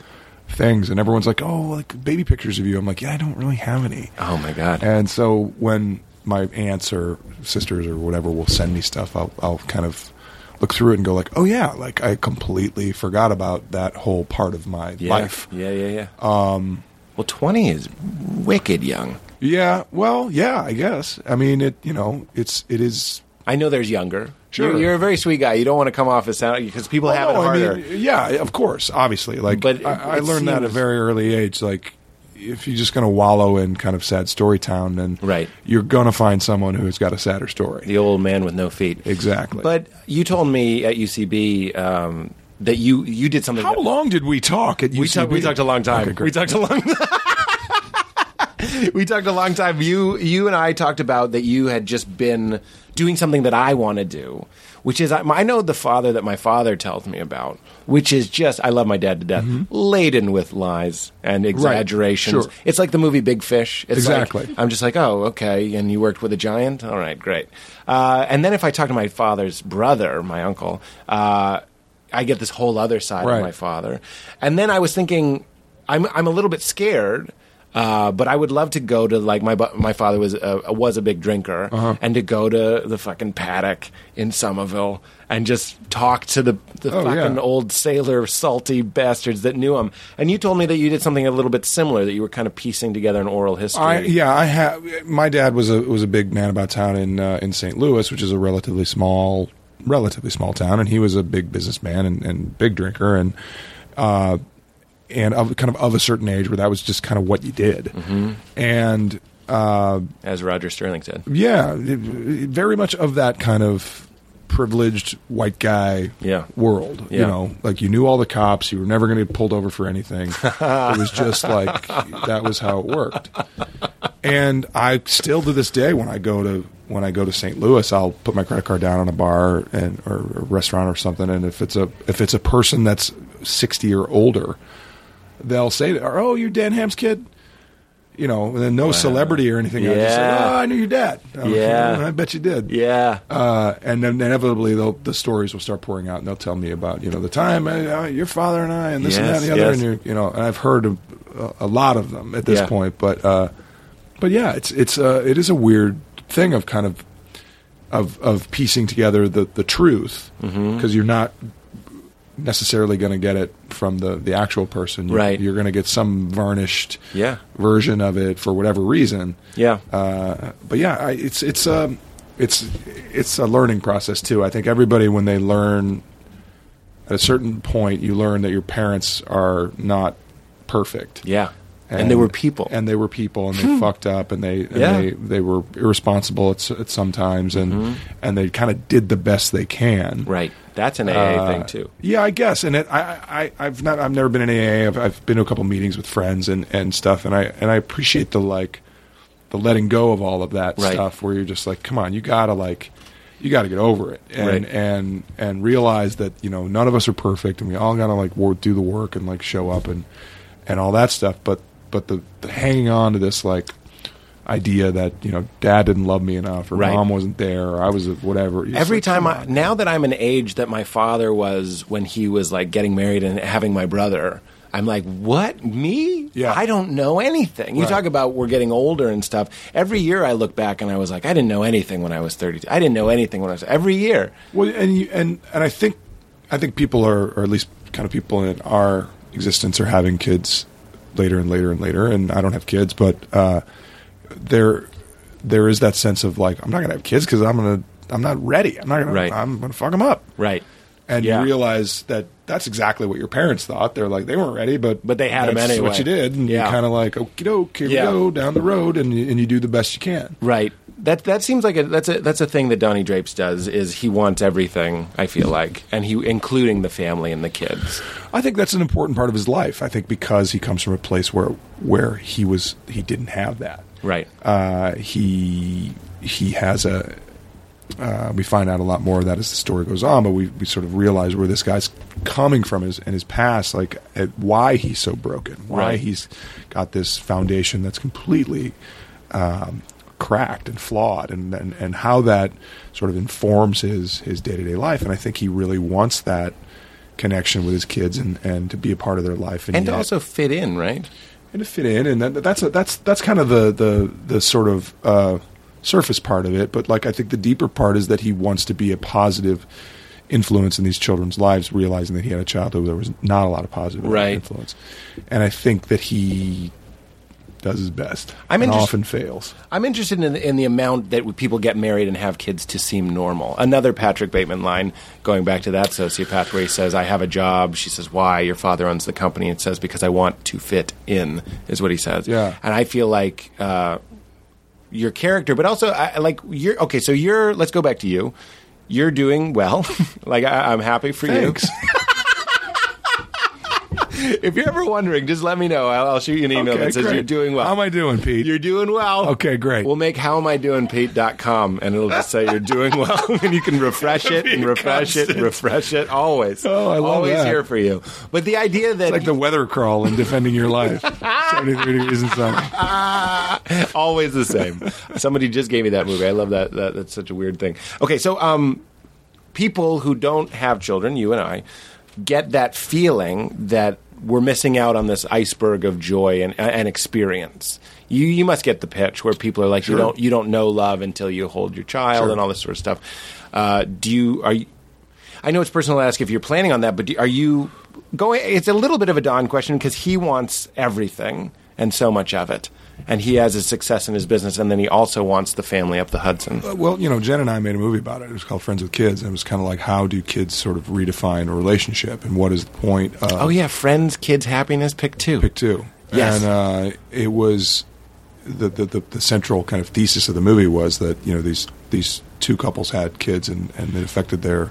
S3: things, and everyone's like, oh, like baby pictures of you. I'm like, yeah, I don't really have any.
S4: Oh my god.
S3: And so when my aunts or sisters or whatever will send me stuff, I'll, I'll kind of look through it and go like, oh yeah, like I completely forgot about that whole part of my
S4: yeah.
S3: life.
S4: Yeah, yeah, yeah. Um, well, twenty is wicked young.
S3: Yeah, well, yeah, I guess. I mean, it. You know, it's it is.
S4: I know there's younger.
S3: Sure.
S4: You're, you're a very sweet guy. You don't want to come off as sound because people have it
S3: no,
S4: harder.
S3: I mean, yeah, of course, obviously. Like,
S4: But it-
S3: I, I
S4: it
S3: learned that at a
S4: seems-
S3: very early age. Like, if you're just going to wallow in kind of sad story town, then
S4: Right.
S3: you're going to find someone who's got a sadder story.
S4: the old man with no feet.
S3: Exactly.
S4: But you told me at UCB um, that you you did something.
S3: how
S4: that-
S3: long did we talk at UCB?
S4: We, talked. we talked a long time.
S3: Okay, great.
S4: we talked a long time. we talked a long time. You you and I talked about that you had just been doing something that I want to do, which is I, I know the father that my father tells me about, which is just I love my dad to death, laden with lies and exaggerations.
S3: Mm-hmm. Sure.
S4: It's like the movie Big Fish. It's like-
S3: Exactly.
S4: I'm just like, oh, okay. And you worked with a giant? All right, great. Uh, and then if I talk to my father's brother, my uncle, uh, I get this whole other side
S3: Right.
S4: of my father. And then I was thinking, I'm, I'm a little bit scared. Uh, but I would love to go to like my bu- my father was a, was a big drinker,
S3: Uh-huh.
S4: and to go to the fucking paddock in Somerville and just talk to the, the
S3: Oh,
S4: fucking
S3: yeah.
S4: old sailor salty bastards that knew him. And you told me that you did something a little bit similar that you were kind of piecing together an oral history.
S3: I, yeah, I have. My dad was a was a big man about town in uh, in St. Louis, which is a relatively small relatively small town, and he was a big businessman and, and big drinker and uh, and of kind of of a certain age where that was just kind of what you did, and uh,
S4: as Roger Sterling said.
S3: yeah, it- it- very much of that kind of privileged white guy
S4: Yeah.
S3: world. You
S4: Yeah.
S3: know, like you knew all the cops, you were never going to get pulled over for anything. it was just like that was how it worked. And I still to this day, when I go to when I go to St. Louis, I'll put my credit card down on a bar and or a restaurant or something. And if it's a if it's a person that's sixty or older, they'll say, "Oh, you're Dan Ham's kid." You know, and then no celebrity or anything. I just said,
S4: Yeah.
S3: "Oh, I knew your dad." I was,
S4: Yeah.
S3: "Oh, I bet you did.
S4: Yeah.
S3: Uh, and then inevitably, they'll, the stories will start pouring out, and they'll tell me about you know the time uh, uh, your father and I, and this and that,
S4: Yes,
S3: and the other,
S4: yes.
S3: and you, you know. And I've heard a, a lot of them at this
S4: Yeah.
S3: point, but uh, but yeah, it's it's uh, it is a weird thing of kind of of of piecing together the the truth because
S4: Mm-hmm.
S3: you're not necessarily going to get it from the the actual person, You-
S4: Right.
S3: You're going to get some varnished
S4: Yeah.
S3: version of it for whatever reason,
S4: Yeah.
S3: uh, but yeah, I, it's it's um, it's it's a learning process too. I think everybody when they learn at a certain point, you learn that your parents are not perfect.
S4: yeah. And, they were people. Hmm.
S3: and they were people, and they fucked up, and they and
S4: Yeah. Mm-hmm.
S3: they, they were irresponsible at, s- at sometimes, and and they kind of did the best they can.
S4: right. That's an AA
S3: Uh,
S4: thing too.
S3: Yeah, I guess. And it, I, I, I've not, I've never been in AA. I've, I've been to a couple meetings with friends and, and stuff, and I and I appreciate the like, the letting go of all of that
S4: Right.
S3: stuff, where you're just like, come on, you gotta like, you gotta get over it, and
S4: Right.
S3: and and realize that you know none of us are perfect, and we all gotta like wor- do the work and like show up and and all that stuff. But but the, the hanging on to this like idea that you know dad didn't love me enough or
S4: Right.
S3: mom wasn't there or i was a- whatever It's
S4: Every
S3: like,
S4: time
S3: come
S4: I,
S3: on.
S4: now that I'm an age that my father was when he was like getting married and having my brother, I'm like, what? Me?
S3: Yeah.
S4: I don't know anything. You
S3: Right.
S4: talk about we're getting older and stuff. Every year I look back and I was like, I didn't know anything when I was 32. I didn't know anything when I was every year.
S3: Well, and you, and and I think I think people are, or at least kind of people in our existence, are having kids later and later and later. And I don't have kids, but uh, there there is that sense of like I'm not gonna have kids because I'm gonna I'm not ready. I'm not gonna
S4: Right.
S3: I'm gonna fuck them up.
S4: Right.
S3: And
S4: Yeah.
S3: you realize that that's exactly what your parents thought. They're like they weren't ready, but
S4: But they had 'em
S3: that's
S4: anyway.
S3: What you did, and
S4: Yeah.
S3: you kind of like okie doke, here
S4: Yeah.
S3: we go down the road, and you, and you do the best you can.
S4: Right. That that seems like a that's a that's a thing that Donnie Drapes does is he wants everything, I feel like, and he including the family and the kids.
S3: I think that's an important part of his life. I think because he comes from a place where where he was he didn't have that.
S4: Right.
S3: Uh, he he has a. Uh, we find out a lot more of that as the story goes on, but we, we sort of realize where this guy's coming from his, and his past, like at why he's so broken, why
S4: Right.
S3: he's got this foundation that's completely um, cracked and flawed, and, and, and how that sort of informs his his day to day life. And I think he really wants that connection with his kids and, and to be a part of their life,
S4: and to
S3: yet-
S4: also fit in, right?
S3: and to fit in, and that, that's a, that's that's kind of the the the sort of uh, surface part of it. But like I think the deeper part is that he wants to be a positive influence in these children's lives, realizing that he had a childhood where there was not a lot of positive
S4: Right.
S3: influence, and I think that he does his best
S5: I'm
S3: and
S5: interest-
S3: often fails.
S4: I'm interested in, in the amount that people get married and have kids to seem normal. Another Patrick Bateman line, going back to that sociopath, where he says, I have a job. She says, Why? Your father owns the company. And says, Because I want to fit in, is what he says.
S3: Yeah.
S4: And I feel like uh, your character, but also, I, I like, you're okay, so you're, let's go back to you. You're doing well. like, I, I'm happy for
S3: Thanks.
S4: you. If you're ever wondering, just let me know. I'll, I'll shoot you an email
S3: Okay,
S4: that says
S3: great.
S4: you're doing well.
S3: How am I doing, Pete?
S4: You're doing well.
S3: Okay, great.
S4: We'll make howamidoingpete.com and it'll just say you're doing well and you can refresh it and refresh it and refresh it always.
S3: Oh, I love
S4: Always
S3: that.
S4: here for you. But the idea that
S3: It's like the weather crawl in defending your life. 73 degrees and sunny.
S4: Ah, always the same. Somebody just gave me that movie. I love that, that that's such a weird thing. Okay, so um people who don't have children, you and I, get that feeling that we're missing out on this iceberg of joy and, and experience. You you must get the pitch where people are like, you don't you don't know love until you hold your child and all this sort of stuff. Uh, do you are you? I know it's personal to ask if you're planning on that, but do, are you going? It's a little bit of a Don question because he wants everything and so much of it, and he has his success in his business, and then he also wants the family up the Hudson.
S3: Well, you know, Jen and I made a movie about it. It was called Friends with Kids, and it was kind of like how do kids sort of redefine a relationship, and what is the point? Of
S4: Oh yeah, friends, kids, happiness. Pick two.
S3: pick two.
S4: Yes.
S3: and uh, it was the, the the the central kind of thesis of the movie was that you know these these two couples had kids, and and it affected their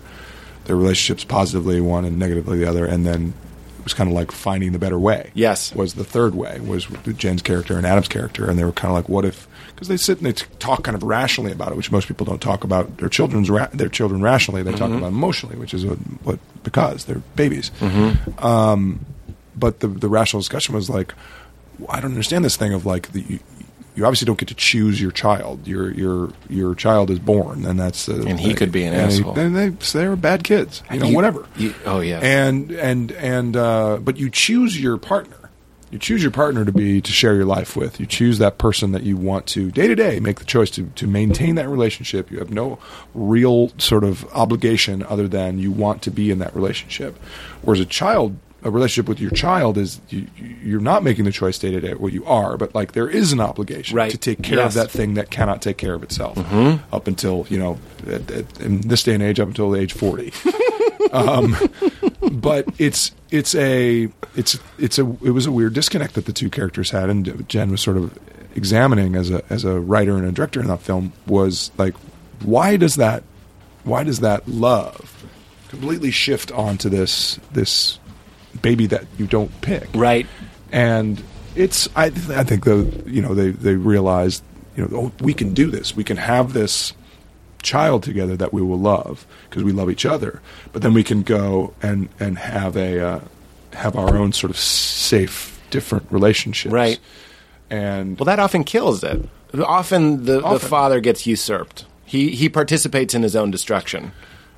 S3: their relationships positively, one and negatively the other, and then. It was kind of like finding the better way.
S4: Yes.
S3: was the third way was Jen's character and Adam's character, and they were kind of like, "What if?" Because they sit and they t- talk kind of rationally about it, which most people don't talk about their children's ra- their children rationally. They talk
S4: Mm-hmm.
S3: about emotionally, which is what, what because they're babies but the the rational discussion was like, well, I don't understand this thing of like the, you, you obviously don't get to choose your child. Your your your child is born, and that's uh,
S4: And he could be an
S3: and he-
S4: asshole.
S3: and they so they were bad kids, you know,
S4: You-
S3: whatever.
S4: you- oh, yeah.
S3: and and and uh, but you choose your partner. You choose your partner to be to share your life with. You choose that person that you want to day to day make the choice to to maintain that relationship. You have no real sort of obligation other than you want to be in that relationship. Whereas a child, a relationship with your child is you, you- you're not making the choice day to day. Well, you are, but like there is an obligation
S4: Right.
S3: to take care
S4: Yes. Mm-hmm.
S3: of that thing that cannot take care of itself. Up until you know, at, at, in this day and age, up until age forty Um, but it's it's a it's it's a it was a weird disconnect that the two characters had, and Jen was sort of examining as a as a writer and a director in that film was like, why does that why does that love completely shift onto this this baby that you don't pick
S4: Right.
S3: and it's I I think the you know they they realized you know oh, we can do this we can have this child together that we will love because we love each other but then we can go and and have a uh, have our own sort of safe different relationships
S4: Right.
S3: and
S4: Well, that often kills it. Often the, the
S3: Often.
S4: father gets usurped. He he participates in his own destruction.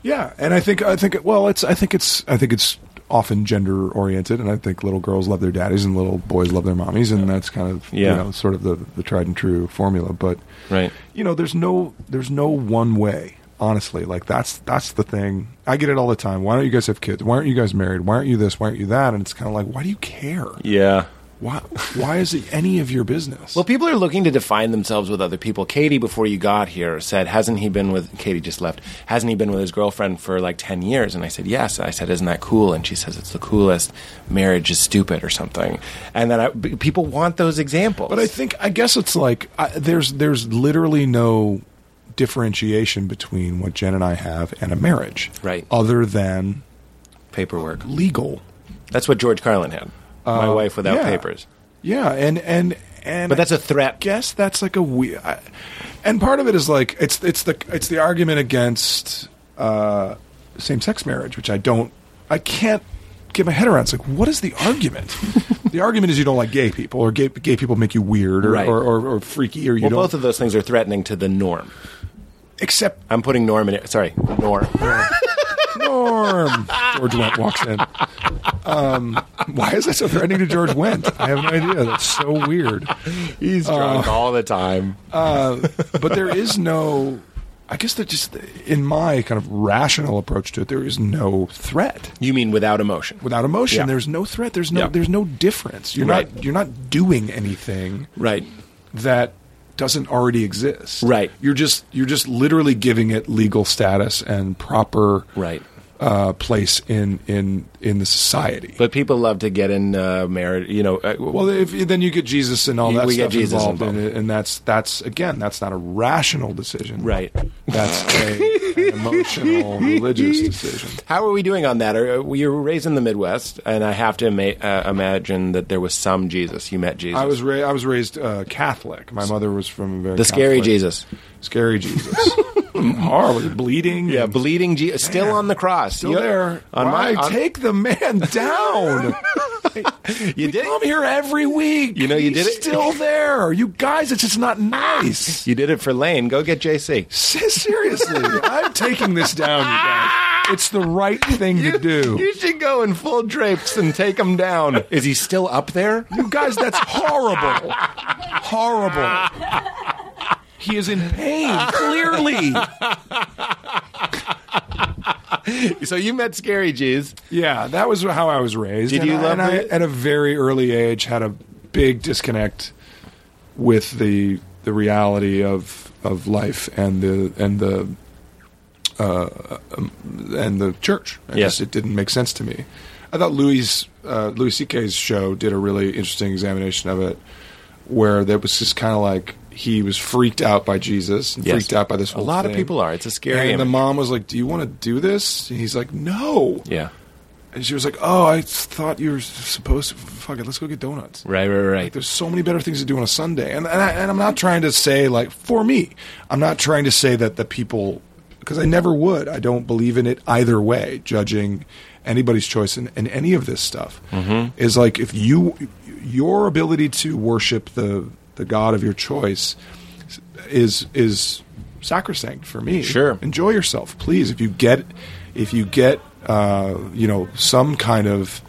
S3: Yeah, and I think I think it- well, it's I think it's I think it's often gender oriented, and I think little girls love their daddies and little boys love their mommies, and that's kind of
S4: Yeah.
S3: you know sort of the, the tried and true formula. But
S4: Right.
S3: you know, there's no there's no one way. Honestly, like that's that's the thing. I get it all the time. Why don't you guys have kids? Why aren't you guys married? Why aren't you this? Why aren't you that? And it's kind of like, why do you care?
S4: Yeah.
S3: Why why is it any of your business?
S4: Well, people are looking to define themselves with other people. Katie, before you got here, said, "Hasn't he been with Katie? Just left. Hasn't he been with his girlfriend for like ten years?" And I said, "Yes." I said, "Isn't that cool?" And she says, "It's the coolest. Marriage is stupid or something." And then I, b- people want those examples.
S3: But I think I guess it's like I, there's there's literally no differentiation between what Jen and I have and a marriage,
S4: Right.
S3: Other than
S4: paperwork.
S3: legal
S4: That's what George Carlin had. My wife without
S3: Uh, yeah.
S4: papers.
S3: Yeah, and and and
S4: But that's a threat.
S3: guess that's like a we. I, and part of it is like it's it's the it's the argument against uh, same sex marriage, which I don't I can't get my head around. It's like what is the argument? the argument is you don't like gay people, or gay gay people make you weird, or
S4: Right.
S3: or, or, or freaky, or you
S4: Well,
S3: don't.
S4: both of those things are threatening to the norm.
S3: except
S4: I'm putting norm in it. Sorry, norm.
S3: Norm. George Wendt walks in. Um, why is that so threatening to George Wendt? I have no idea. That's so weird.
S4: He's drunk all the time.
S3: Uh, but there is no I guess that just in my kind of rational approach to it, there is no threat
S4: You mean without emotion?
S3: without emotion.
S4: Yeah.
S3: There's no threat. There's no
S4: Yeah.
S3: there's no difference. You're
S4: Right.
S3: not you're not doing anything
S4: Right.
S3: that doesn't already exist.
S4: Right.
S3: You're just you're just literally giving it legal status and proper
S4: Right.
S3: uh, place in in in the society.
S4: But people love to get in uh, marriage. You know, uh,
S3: well, if, then you get Jesus and all
S4: You-
S3: that
S4: we get
S3: stuff
S4: Jesus
S3: involved, in
S4: involved.
S3: it, and that's that's again that's not a rational decision,
S4: Right.
S3: That's a, an emotional, religious decision.
S4: How are we doing on that? Are, uh, we were raised in the Midwest, and I have to ima- uh, imagine that there was some Jesus. You met Jesus.
S3: I was ra- I was raised uh, Catholic. My mother was from a very
S4: the scary
S3: Catholic-
S4: Jesus.
S3: scary Jesus, horribly bleeding.
S4: Yeah,
S3: and-
S4: bleeding Jesus, still on the cross.
S3: Mm. Still
S4: You-
S3: there.
S4: On
S3: Why
S4: my, on-
S3: take the man down?
S4: you did.
S3: Come here every week.
S4: You know, you
S3: He's
S4: did it.
S3: Still there. You guys, it's just not nice.
S4: You did it for Lane. Go get JC.
S3: S- Seriously, I'm taking this down, you guys. It's the right thing to do.
S4: You should go in full drapes and take him down. Is he still up there?
S3: You guys, that's horrible. horrible. He is in pain, clearly.
S4: So you met Scary G's.
S3: Yeah, that was how I was raised.
S4: Did
S3: and
S4: you
S3: I,
S4: love
S3: and I,
S4: it?
S3: at a very early age had a big disconnect with the the reality of of life and the and the uh, um, and the church. I
S4: Yeah.
S3: just- it didn't make sense to me. I thought Louis uh, Louis C.K.'s show did a really interesting examination of it, where that was just kind of like he was freaked out by Jesus, and
S4: Yes.
S3: freaked out by this
S4: A
S3: whole.
S4: lot of
S3: thing.
S4: people are. It's a scary
S3: And the
S4: image.
S3: mom was like, "Do you want to do this?" And he's like, "No."
S4: Yeah.
S3: And she was like, "Oh, I thought you were supposed to fuck it. Let's go get donuts.
S4: Right. Right. Right.
S3: There's so many better things to do on a Sunday." And and, I, and I'm not trying to say like for me, I'm not trying to say that the people because I never would. I don't believe in it either way. Judging anybody's choice in, in any of this stuff is like if you your ability to worship the the God of your choice is is sacrosanct for me.
S4: Sure.
S3: enjoy yourself, please. If you get if you get uh, you know some kind of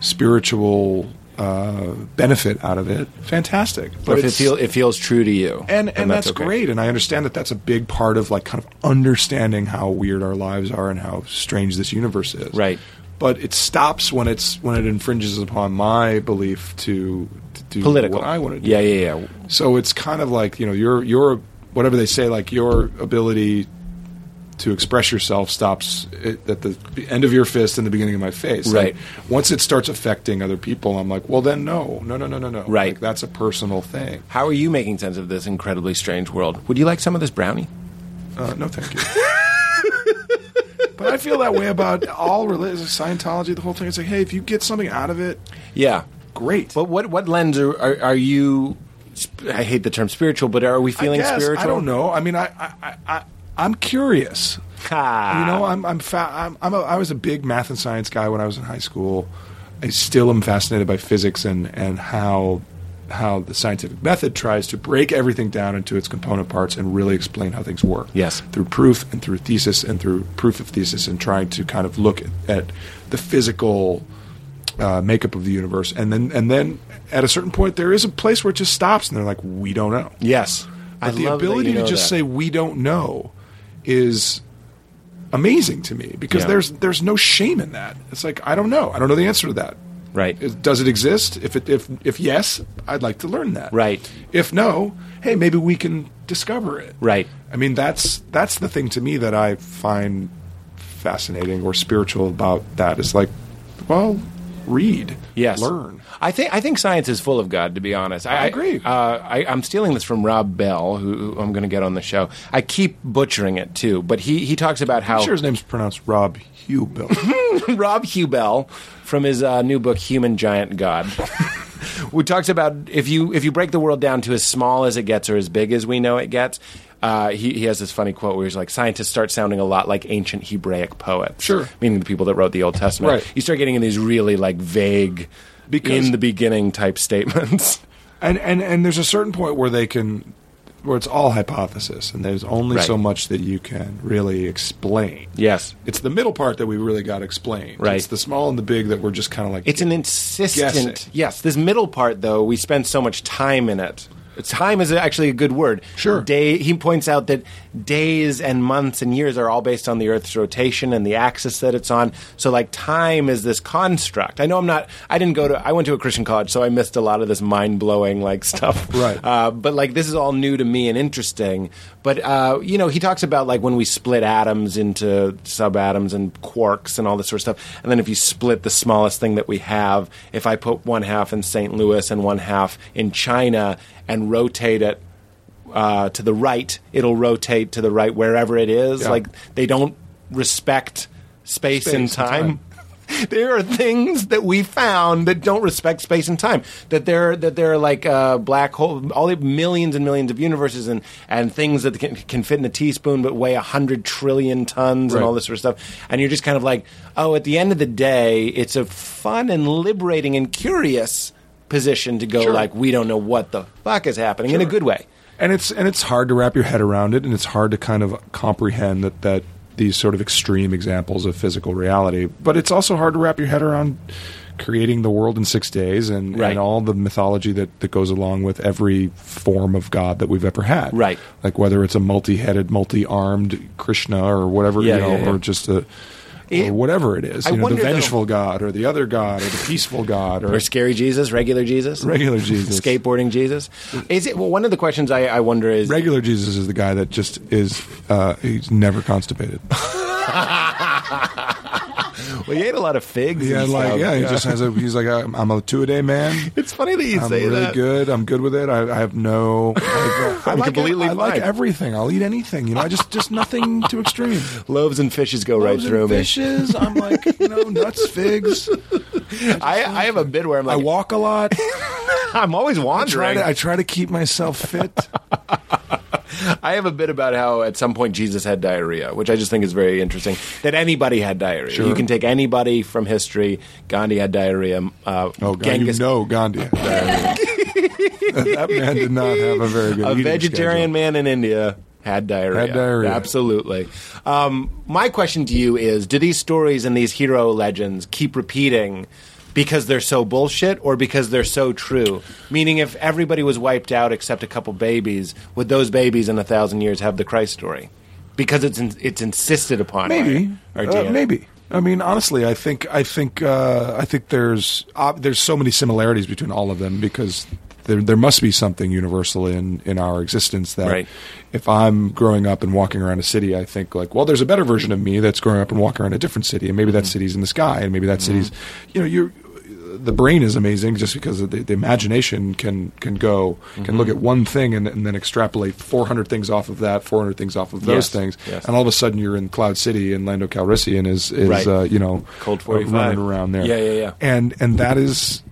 S3: spiritual uh, benefit out of it, fantastic.
S4: Or if it,
S3: it's-
S4: feel, it feels true to you,
S3: and and, that's,
S4: okay.
S3: great, and I understand that that's a big part of like kind of understanding how weird our lives are and how strange this universe is.
S4: Right.
S3: But it stops when it's when it infringes upon my belief to, to do
S4: Political.
S3: what I want to do.
S4: Yeah. Yeah. Yeah.
S3: So it's kind of like you know your your whatever they say like your ability to express yourself stops at at the end of your fist and the beginning of my face. Like,
S4: Right.
S3: once it starts affecting other people, I'm like, well, then no, no, no, no, no, no.
S4: Right.
S3: Like, that's a personal thing.
S4: How are you making sense of this incredibly strange world? Would you like some of this brownie?
S3: Uh, no, thank you. but I feel that way about all religion, Scientology, the whole thing. It's like, hey, if you get something out of it,
S4: Yeah.
S3: great.
S4: But what what lens are are, are you? sp- I hate the term spiritual, but are we feeling
S3: I guess,
S4: spiritual?
S3: I don't know. I mean, I, I, I, I I'm curious.
S4: Ha.
S3: You know, I'm I'm, fa- I'm, I'm a, I was a big math and science guy when I was in high school. I still am fascinated by physics and and how how the scientific method tries to break everything down into its component parts and really explain how things work.
S4: Yes.
S3: through proof and through thesis and through proof of thesis and trying to kind of look at, at the physical uh, makeup of the universe and then and then at a certain point there is a place where it just stops and they're like we don't know.
S4: Yes.
S3: But the ability to just say we don't know is amazing to me because
S4: Yeah.
S3: there's there's no shame in that. It's like I don't know. I don't know the answer to that.
S4: Right.
S3: Is- Does it exist? If it if if yes, I'd like to learn that.
S4: Right.
S3: If no, hey, maybe we can discover it.
S4: Right.
S3: I mean, that's that's the thing to me that I find fascinating or spiritual about that is like, well, read,
S4: Yes.
S3: learn.
S4: I think I think science is full of God. To be honest, I,
S3: agree.
S4: Uh, I, I'm stealing this from Rob Bell, who, who I'm going to get on the show. I keep butchering it too, but he he talks about how
S3: I'm sure his name's pronounced Rob Hubel.
S4: Rob Hubel from his uh, new book Human Giant God. who talks about if you if you break the world down to as small as it gets or as big as we know it gets. Uh, he, he has this funny quote where he's like, scientists start sounding a lot like ancient Hebraic poets.
S3: Sure.
S4: Meaning the people that wrote the Old Testament.
S3: Right.
S4: You start getting in these really like vague,
S3: Because-
S4: in the beginning type statements.
S3: and and and there's a certain point where they can where it's all hypothesis and there's only
S4: Right.
S3: so much that you can really explain
S4: yes.
S3: it's the middle part that we really got explained
S4: Right.
S3: it's the small and the big that we're just kind of like
S4: It's an
S3: Guessing.
S4: insistent. Yes. This middle part, though, we spend so much time in it. Time is actually a good word.
S3: Sure.
S4: Day. He points out that days and months and years are all based on the Earth's rotation and the axis that it's on. So, like, time is this construct. I know I'm not. I didn't go to. I went to a Christian college, so I missed a lot of this mind blowing like stuff.
S3: Right.
S4: Uh, but like, this is all new to me and interesting. But uh, you know, he talks about like when we split atoms into subatoms and quarks and all this sort of stuff. And then if you split the smallest thing that we have, if I put one half in St. Louis and one half in China and rotate it uh, to the right, it'll rotate to the right wherever it is.
S3: Yeah.
S4: Like they don't respect space,
S3: Space
S4: and
S3: and
S4: time.
S3: time.
S4: there are things that we found that don't respect space and time. That there that there are like uh, black hole, all the millions and millions of universes and and things that can, can fit in a teaspoon but weigh a hundred trillion tons and
S3: Right.
S4: all this sort of stuff. And you're just kind of like, oh, at the end of the day, it's a fun and liberating and curious position to go
S3: Sure.
S4: like we don't know what the fuck is happening in a good way.
S3: and it's and it's hard to wrap your head around it, and it's hard to kind of comprehend that that these sort of extreme examples of physical reality. But it's also hard to wrap your head around creating the world in six days and,
S4: Right.
S3: and all the mythology that, that goes along with every form of God that we've ever had.
S4: Right.
S3: Like whether it's a multi headed, multi armed Krishna or whatever,
S4: Yeah,
S3: you know,
S4: yeah, yeah.
S3: or just a
S4: It-
S3: or whatever it is.
S4: I
S3: you know, the
S4: wonder, though-
S3: vengeful God or the other God or the peaceful God or,
S4: Or scary Jesus, regular Jesus,
S3: Regular Jesus.
S4: skateboarding Jesus. Is it well, one of the questions I, I wonder is
S3: regular Jesus is the guy that just is uh, he's never constipated.
S4: well, he ate a lot of figs.
S3: Yeah,
S4: and
S3: like
S4: stuff.
S3: yeah, he just has a. He's like, I'm, I'm a two a day man.
S4: It's funny that you
S3: I'm
S4: say
S3: really
S4: that.
S3: good. I'm good with it. I, I have no. I, I
S4: I'm
S3: like,
S4: completely
S3: I like
S4: fine.
S3: everything. I'll eat anything. You know, I just just nothing too extreme.
S4: Loaves and fishes go right
S3: Loaves and
S4: through me.
S3: fishes. I'm like you know nuts, figs.
S4: I, I have a bit where I'm
S3: I
S4: like,
S3: walk a lot.
S4: I'm always
S3: Try
S4: wandering.
S3: to,
S4: I,
S3: I try to keep myself fit.
S4: have a bit about how at some point Jesus had diarrhea, which I just think is very interesting. That anybody had diarrhea.
S3: Sure.
S4: You can take anybody from history. Gandhi had diarrhea. Uh,
S3: Oh God,
S4: Genghis
S3: you know Gandhi. had diarrhea. that man did not have a very good.
S4: a
S3: eating
S4: vegetarian
S3: schedule.
S4: man in India had diarrhea.
S3: Had diarrhea.
S4: Absolutely. Um, my question to you is: Do these stories and these hero legends keep repeating because they're so bullshit, or because they're so true? Meaning, if everybody was wiped out except a couple babies, would those babies in a thousand years have the Christ story? Because it's in, it's insisted upon.
S3: maybe
S4: Or
S3: Uh, maybe i mean honestly i think i think uh, i think there's uh, there's so many similarities between all of them because there, there must be something universal in, in our existence that
S4: Right.
S3: if I'm growing up and walking around a city, I think like, well, there's a better version of me that's growing up and walking around a different city, and maybe
S4: Mm-hmm.
S3: that city's in the sky, and maybe that city's, you know, you're the brain is amazing just because of the, the imagination can can go can
S4: Mm-hmm.
S3: look at one thing and, and then extrapolate 400 things off of that 400 things off of those
S4: Yes,
S3: things
S4: yes.
S3: and all of a sudden you're in cloud city and lando calrissian is is
S4: Right.
S3: uh, you know
S4: Cold
S3: uh,
S4: 45.
S3: running around there
S4: Yeah, yeah, yeah.
S3: and and that is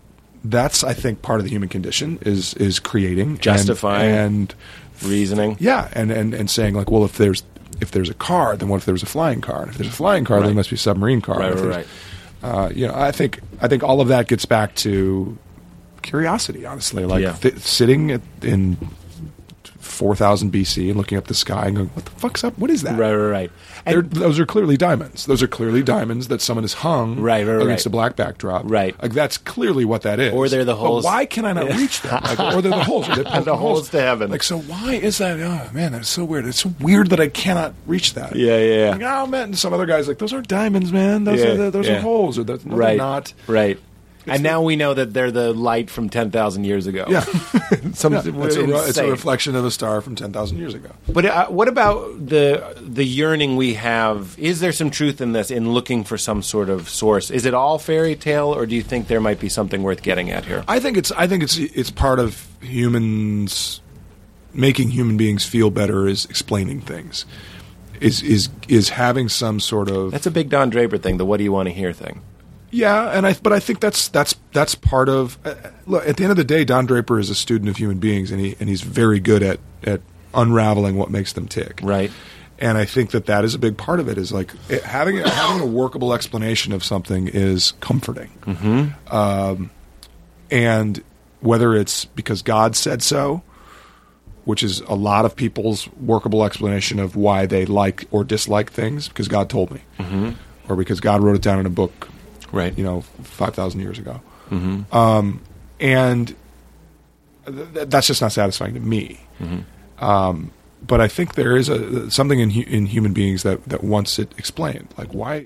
S3: that's i think part of the human condition is is creating and-
S4: Justifying.
S3: and
S4: reasoning.
S3: yeah, and, and, and saying like, well, if there's if there's a car, then what if there was a flying car? And if there's a flying car, then
S4: Right.
S3: there must be a submarine car.
S4: Right,
S3: If
S4: right,
S3: there's- Uh, you know, I think I think all of that gets back to curiosity. Honestly, like
S4: Yeah.
S3: th- sitting at, in 4000 BC and looking up the sky and going, what the fuck's up? What is that?
S4: Right, right, right.
S3: They're- those are clearly diamonds. Those are clearly diamonds that someone has hung
S4: Right, right,
S3: against
S4: right.
S3: a black backdrop.
S4: Right.
S3: like that's clearly what that is.
S4: Or they're the
S3: But
S4: holes-
S3: why can I not reach them? Like, or they're the holes. Or they're
S4: The holes to heaven.
S3: Like so, why is that? Oh man, that's so weird. It's so weird that I cannot reach that.
S4: Yeah, yeah, yeah.
S3: Like, oh man, and some other guys like those aren't diamonds, man. Those
S4: Yeah,
S3: are the, those
S4: yeah.
S3: are holes. Or those, no, they're
S4: right.
S3: not.
S4: Right. and
S3: the-
S4: now we know that they're the light from 10,000 years ago.
S3: Yeah,
S4: Some,
S3: Yeah, it's, a, re- it's a
S4: insane.
S3: reflection of a star from ten thousand years ago.
S4: But uh, what about the the yearning we have? Is there some truth in this in looking for some sort of source? Is it all fairy tale, or do you think there might be something worth getting at here?
S3: I think it's I think it's it's part of humans making human beings feel better is explaining things. Is is is having some sort of
S4: That's a big Don Draper thing. The what do you want to hear thing.
S3: yeah, and I but I think that's that's that's part of uh, look at the end of the day Don Draper is a student of human beings and he and he's very good at at unraveling what makes them tick.
S4: Right.
S3: And I think that that is a big part of it is like it, having having a workable explanation of something is comforting. Um, and whether it's because God said so, which is a lot of people's workable explanation of why they like or dislike things, because God told me, mm-hmm. or because God wrote it down in a book,
S4: Right.
S3: You know, five thousand years ago, um, and th- th- that's just not satisfying to me. Um, but I think there is a something in hu- in human beings that that wants it explained. Like why?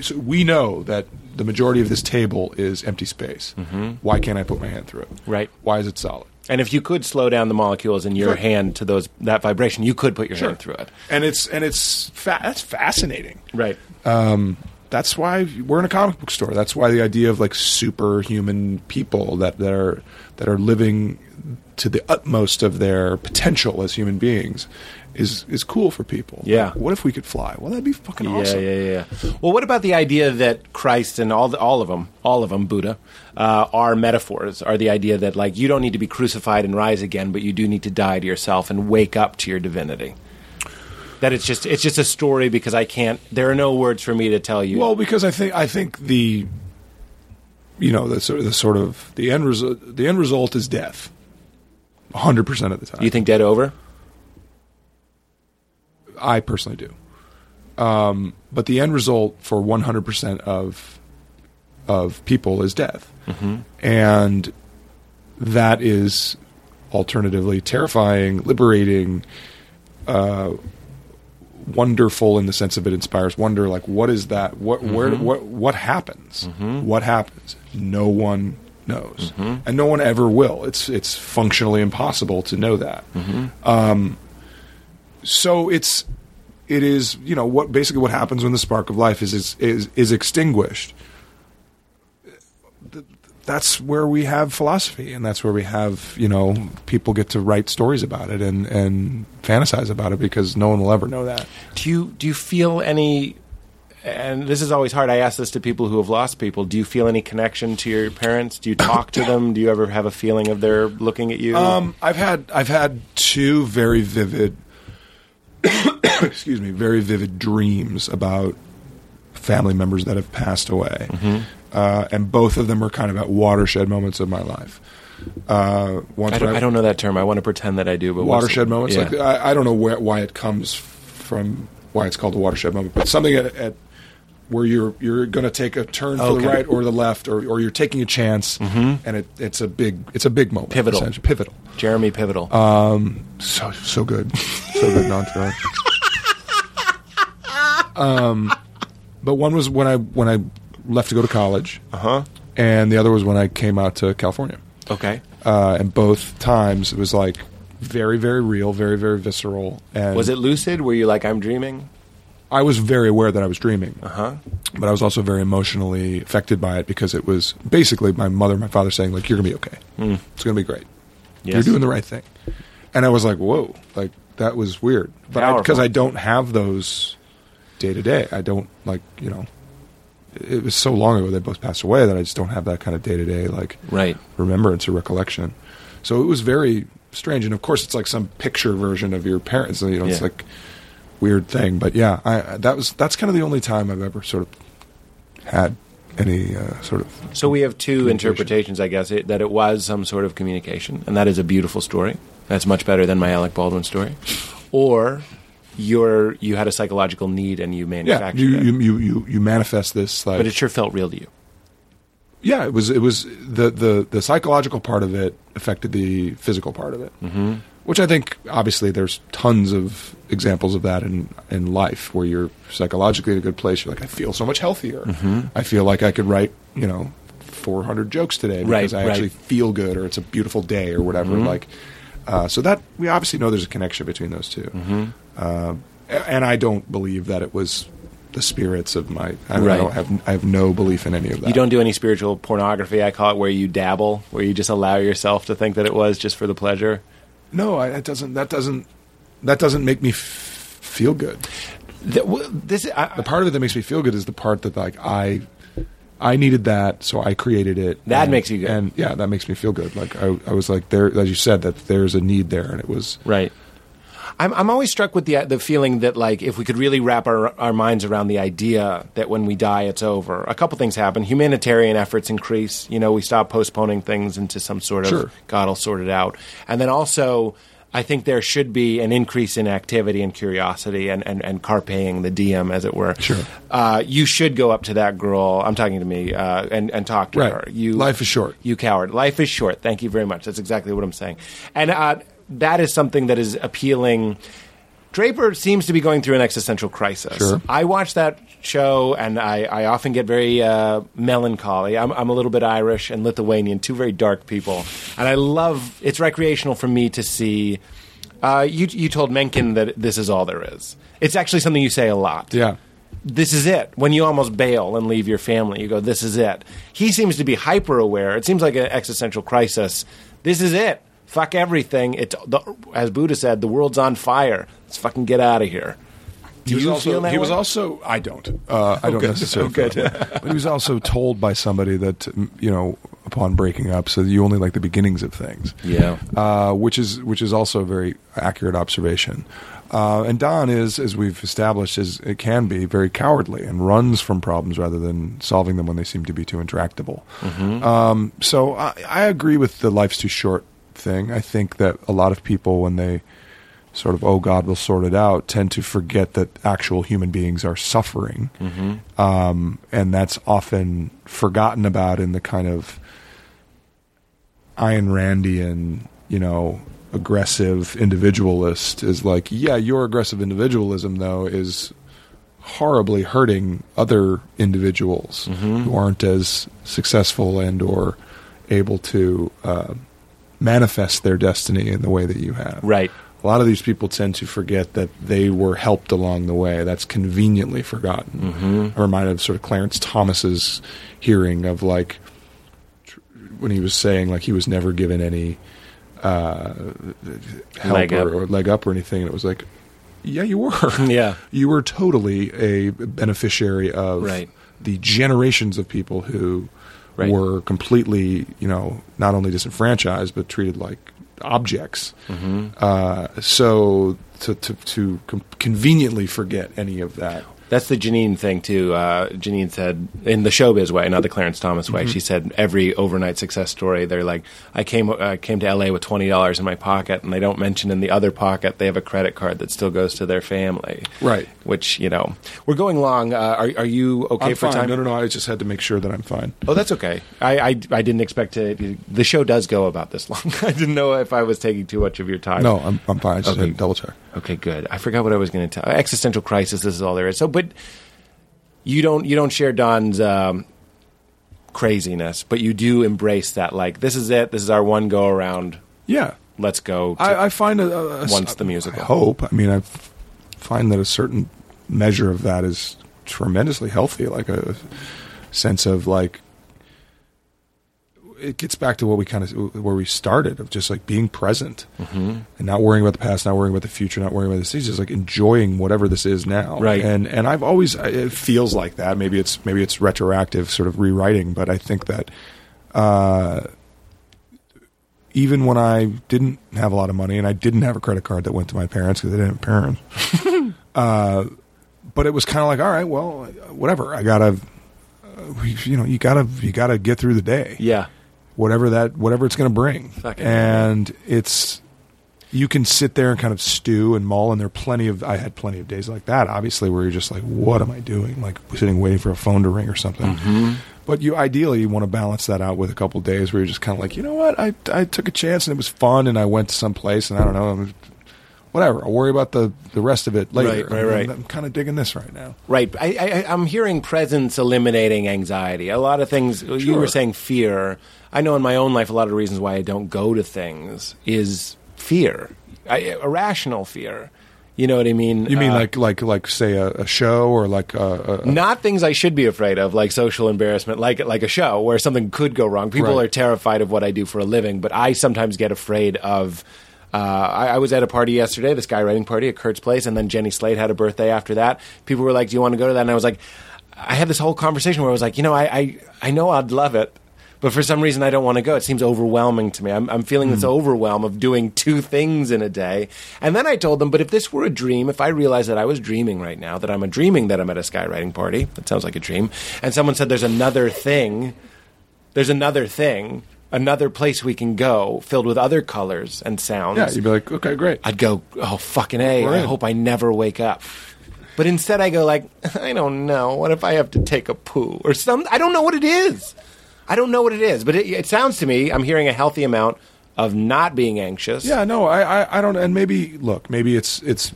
S3: So we know that the majority of this table is empty space. Why can't I put my hand through it?
S4: Right.
S3: Why is it solid?
S4: And if you could slow down the molecules in your
S3: Sure.
S4: hand to those that vibration, you could put your
S3: Sure.
S4: hand through it.
S3: And it's and it's fa- that's fascinating.
S4: Right.
S3: that's why we're in a comic book store. That's why the idea of like superhuman people that, that are that are living to the utmost of their potential as human beings is is cool for people.
S4: Yeah.
S3: Like, what if we could fly? Well, that'd be fucking
S4: Yeah,
S3: awesome.
S4: yeah, yeah, yeah. Well, what about the idea that Christ and all the, all of them, all of them, Buddha, uh, are metaphors? Are the idea that like you don't need to be crucified and rise again, but you do need to die to yourself and wake up to your divinity? That it's just it's just a story because I can't. There are no words for me to tell you.
S3: Well, because I think I think the you know the sort of, the sort of the end result the end result is death. 100% of the time.
S4: you think dead over?
S3: I personally do. Um, but the end result for 100% of of people is death, and that is alternatively terrifying, liberating, uh, wonderful in the sense of it inspires wonder. Like, what is that? What where what what happens? What happens? No one knows, and no one ever will. It's it's functionally impossible to know that so it's it is you know what basically what happens when the spark of life is is is, is extinguished Th- that's where we have philosophy and that's where we have you know people get to write stories about it and and fantasize about it because no one will ever know that
S4: Do you do you feel any? And this is always hard. I ask this to people who have lost people. Do you feel any connection to your parents? Do you talk to them? Do you ever have a feeling of their looking at you?
S3: Um, I've had I've had two very vivid, excuse me, very vivid dreams about family members that have passed away,
S4: Mm-hmm.
S3: uh, and both of them were kind of at watershed moments of my life. Uh, once
S4: I don't,
S3: when
S4: I don't know that term. I want to pretend that I do. But what's-
S3: watershed moments.
S4: Yeah.
S3: Like I, I don't know where, why it comes from, why it's called a watershed moment, but something at, at where you're you're going to take a turn for
S4: Okay. Mm-hmm.
S3: the right or the left, or, or you're taking a chance, and it, it's a big it's a big moment,
S4: Pivotal.
S3: essentially. pivotal
S4: Jeremy Pivotal.
S3: Uh, so so good, so good in Entourage. um, but one was when I when I left to go to college,
S4: huh?
S3: and the other was when I came out to California.
S4: Okay.
S3: Uh, and both times it was like very very real, very very visceral. And
S4: Was it lucid? Were you like I'm dreaming?
S3: I was very aware that I was dreaming,
S4: Huh?
S3: but I was also very emotionally affected by it because it was basically my mother, and my father saying like, "You're gonna be okay.
S4: Mm.
S3: It's gonna be great.
S4: Yes.
S3: You're doing the right thing." And I was like, "Whoa!" Like that was weird, but
S4: Powerful.
S3: because I, don't have those day to day, I don't like you know. It was so long ago they both passed away that I just don't have that kind of day to day like
S4: Right.
S3: remembrance or recollection. So it was very strange, and of course, it's like some picture version of your parents. so, You know, it's
S4: Yeah.
S3: like weird thing. But yeah, I, I- that was that's kind of the only time I've ever sort of had any uh, sort of
S4: So we have two
S3: Communication.
S4: interpretations, I guess, it, that it was some sort of communication, and that is a beautiful story. That's much better than my Alec Baldwin story. Or you're, you had a psychological need and you
S3: yeah.
S4: manufactured
S3: You,
S4: it.
S3: you Uh, you you you manifest this like
S4: but it sure felt real to you.
S3: yeah. It was it was the the the psychological part of it affected the physical part of it. Mm-hmm. Which I think, obviously, there's tons of examples of that in, in life where you're psychologically in a good place. You're like, I feel so much healthier.
S4: Mm-hmm.
S3: I feel like I could write, you know, 400 jokes today
S4: Right,
S3: because I
S4: right. Mm-hmm.
S3: actually feel good or it's a beautiful day or whatever. Like, uh, so that we obviously know there's a connection between those 2
S4: Mm-hmm.
S3: Uh, a- and I don't believe that it was the spirits of my. I, don't- I
S4: Right.
S3: don't have. I have no belief in any of that.
S4: You don't do any spiritual pornography, I call it, where you dabble, where you just allow yourself to think that it was just for the pleasure.
S3: No, I, that doesn't. That doesn't. That doesn't make me f- feel good.
S4: Th- w- this, I,
S3: the part of it that makes me feel good is the part that like I I needed that, so I created it.
S4: That
S3: And-
S4: makes you good.
S3: and yeah, that makes me feel good. Like I, I was like there, as you said, that there's a need there, and it was
S4: Right. I'm, I'm always struck with the the feeling that like if we could really wrap our our minds around the idea that when we die it's over. A couple things happen. Humanitarian efforts increase. You know, we stop postponing things into some sort of
S3: Sure.
S4: God will sort it out, and then also. I think there should be an increase in activity and curiosity and, and, and carpaying the DM, as it were.
S3: Sure.
S4: Uh, you should go up to that girl. I'm talking to me uh, and, and talk to
S3: Right.
S4: her. You,
S3: Life is short.
S4: You coward. Life is short. Thank you very much. That's exactly what I'm saying. And uh, that is something that is appealing. Draper seems to be going through an existential crisis.
S3: Sure.
S4: I watch that show, and I, I often get very uh, melancholy. I'm, I'm a little bit Irish and Lithuanian, two very dark people, and I love. It's recreational for me to see. Uh, you you told Mencken that this is all there is. It's actually something you say a lot
S3: Yeah.
S4: this is it. When you almost bail and leave your family, you go, this is it. He seems to be hyper aware. It seems like an existential crisis. This is it. Fuck everything. It's the, as Buddha said, the world's on fire. Let's fucking get out of here.
S3: He
S4: Do
S3: was
S4: you
S3: also.
S4: feel that
S3: he
S4: way?
S3: was also. I don't. Uh, I don't necessarily. feel that way. But he was also told by somebody that mm, you know, upon breaking up, so you only like the beginnings of things.
S4: Yeah.
S3: Uh, which is which is also a very accurate observation. Uh, and Don is, as we've established, is it can be very cowardly and runs from problems rather than solving them when they seem to be too intractable. Um, so I, I agree with the life's too short thing. I think that a lot of people, when they sort of oh God, we'll sort it out, tend to forget that actual human beings are suffering, um, and that's often forgotten about in the kind of Ayn Randian, you know, aggressive individualist is like, yeah, your aggressive individualism though is horribly hurting other individuals who aren't as successful and or able to uh, manifest their destiny in the way that you have.
S4: Right.
S3: A lot of these people tend to forget that they were helped along the way. That's conveniently forgotten. I'm reminded of sort of Clarence Thomas's hearing of like tr- when he was saying like he was never given any uh, help
S4: Leg up.
S3: or, or leg up or anything, and it was like, yeah, you were,
S4: Yeah.
S3: you were totally a beneficiary of
S4: Right.
S3: the generations of people who
S4: Right.
S3: were completely, you know, not only disenfranchised but treated like objects.
S4: Mm-hmm.
S3: Uh, so to to, to com- conveniently forget any of that.
S4: That's the Janine thing too. Uh, Janine said in the showbiz way, not the Clarence Thomas way.
S3: Mm-hmm.
S4: She said every overnight success story, they're like, I came uh, came to LA with twenty dollars in my pocket, and they don't mention in the other pocket they have a credit card that still goes to their family.
S3: Right.
S4: Which you know, we're going long. Uh, are are you okay
S3: I'm
S4: for
S3: fine.
S4: time?
S3: No, no, no. I just had to make sure that I'm fine.
S4: Oh, that's okay. I, I I didn't expect to. The show does go about this long. I didn't know if I was taking too much of your time.
S3: No, I'm I'm fine. I just
S4: Okay.
S3: had to double check.
S4: Okay, good. I forgot what I was going to tell. uh, Existential crisis. This is all there is. So, but you don't you don't share Don's um, craziness, but you do embrace that. Like this is it. This is our one go around.
S3: Yeah.
S4: Let's go. To,
S3: I, I find a, a, a-
S4: Once the
S3: I
S4: musical.
S3: hope. I mean, I f- find that a certain measure of that is tremendously healthy, like a sense of like. It gets back to what we kind of where we started of just like being present
S4: Mm-hmm.
S3: and not worrying about the past, not worrying about the future, not worrying about the future, just like enjoying whatever this is now.
S4: Right.
S3: And and I've always I- it feels like that. Maybe it's maybe it's retroactive sort of rewriting, but I think that uh, even when I didn't have a lot of money and I didn't have a credit card that went to my parents because I didn't have parents. uh, but it was kind of like, all right, well, whatever. I gotta, uh, we- you know, you gotta, you gotta get through the day,
S4: yeah.
S3: whatever that, whatever it's gonna bring.
S4: Fucking
S3: and it's, you can sit there and kind of stew and mull. And there are plenty of, I had plenty of days like that, obviously, where you're just like, what am I doing? Like sitting waiting for a phone to ring or something.
S4: Mm-hmm.
S3: But you ideally you want to balance that out with a couple days where you're just kind of like, you know what, I I took a chance and it was fun, and I went to some place, and I don't know, I'm- whatever. I'll worry about the the rest of it later.
S4: Right, right, right.
S3: I'm, I'm kind of digging this right now.
S4: Right. I, I, I- I'm hearing presence eliminating anxiety. A lot of things you were
S3: Sure.
S4: saying fear. I know in my own life, a lot of reasons why I don't go to things is fear, I, irrational fear. You know what I mean?
S3: You mean
S4: Uh,
S3: like like like say a, a show or like a, a
S4: not things I should be afraid of, like social embarrassment, like like a show where something could go wrong. People
S3: Right.
S4: are terrified of what I do for a living, but I sometimes get afraid of. Uh, I, I was at a party yesterday, this skywriting party at Kurt's place, and then Jenny Slate had a birthday after that. People were like, "Do you want to go to that?" And I was like, I had this whole conversation where I was like, you know, I I, I know I'd love it. But for some reason, I don't want to go. It seems overwhelming to me. I'm, I'm feeling this overwhelm of doing two things in a day. And then I told them, but if this were a dream, if I realized that I was dreaming right now, that I'm a dreaming that I'm at a skywriting party, that sounds like a dream. And someone said, there's another thing. There's another thing. another place we can go filled with other colors and sounds.
S3: Yeah, you'd be like, okay, great.
S4: I'd go, oh fucking a!
S3: We're
S4: I
S3: in.
S4: hope I never wake up. But instead, I go like, I don't know. What if I have to take a poo or some? I don't know what it is. I don't know what it is. But it, it sounds to me, I'm hearing a healthy amount of not being anxious.
S3: Yeah, no, I, I, I don't. And maybe look, maybe it's it's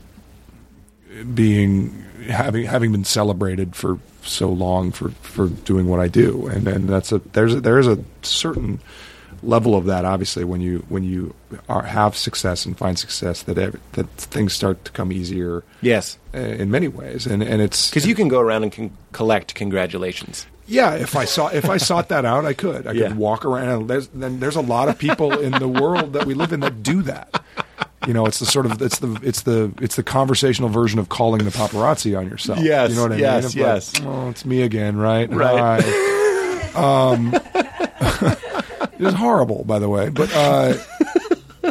S3: being having having been celebrated for so long for for doing what I do, and and that's a there's a, there is a certain level of that obviously when you when you are, have success and find success that ev- that things start to come easier
S4: Yes.
S3: uh, in many ways and and it's
S4: Because you can go around and con- collect congratulations.
S3: yeah, if I saw if I sought that out, I could. I
S4: Yeah.
S3: could walk around. There's then there's a lot of people in the world that we live in that do that. You know, it's the sort of it's the it's the it's the conversational version of calling the paparazzi on yourself.
S4: Yes,
S3: you know what I
S4: yes,
S3: mean? Of
S4: yes.
S3: Like, oh, it's me again, right?
S4: Right.
S3: Hi. um, it was horrible, by the way, but. Uh,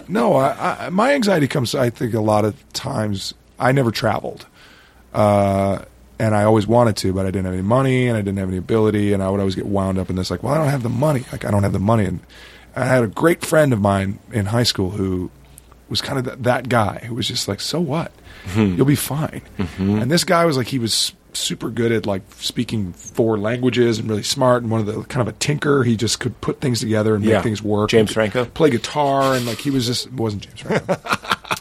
S3: no, I, I, my anxiety comes. I think a lot of times I never traveled, uh, and I always wanted to, but I didn't have any money and I didn't have any ability, and I would always get wound up in this like, well, I don't have the money. Like I don't have the money, and I had a great friend of mine in high school who was kind of th- that guy who was just like, so what? You'll be fine. And this guy was like, he was super good at like speaking four languages and really smart and one of the kind of a tinker. He just could put things together and
S4: Yeah.
S3: make things work.
S4: James Franco?
S3: play guitar and like he was just wasn't James Franco,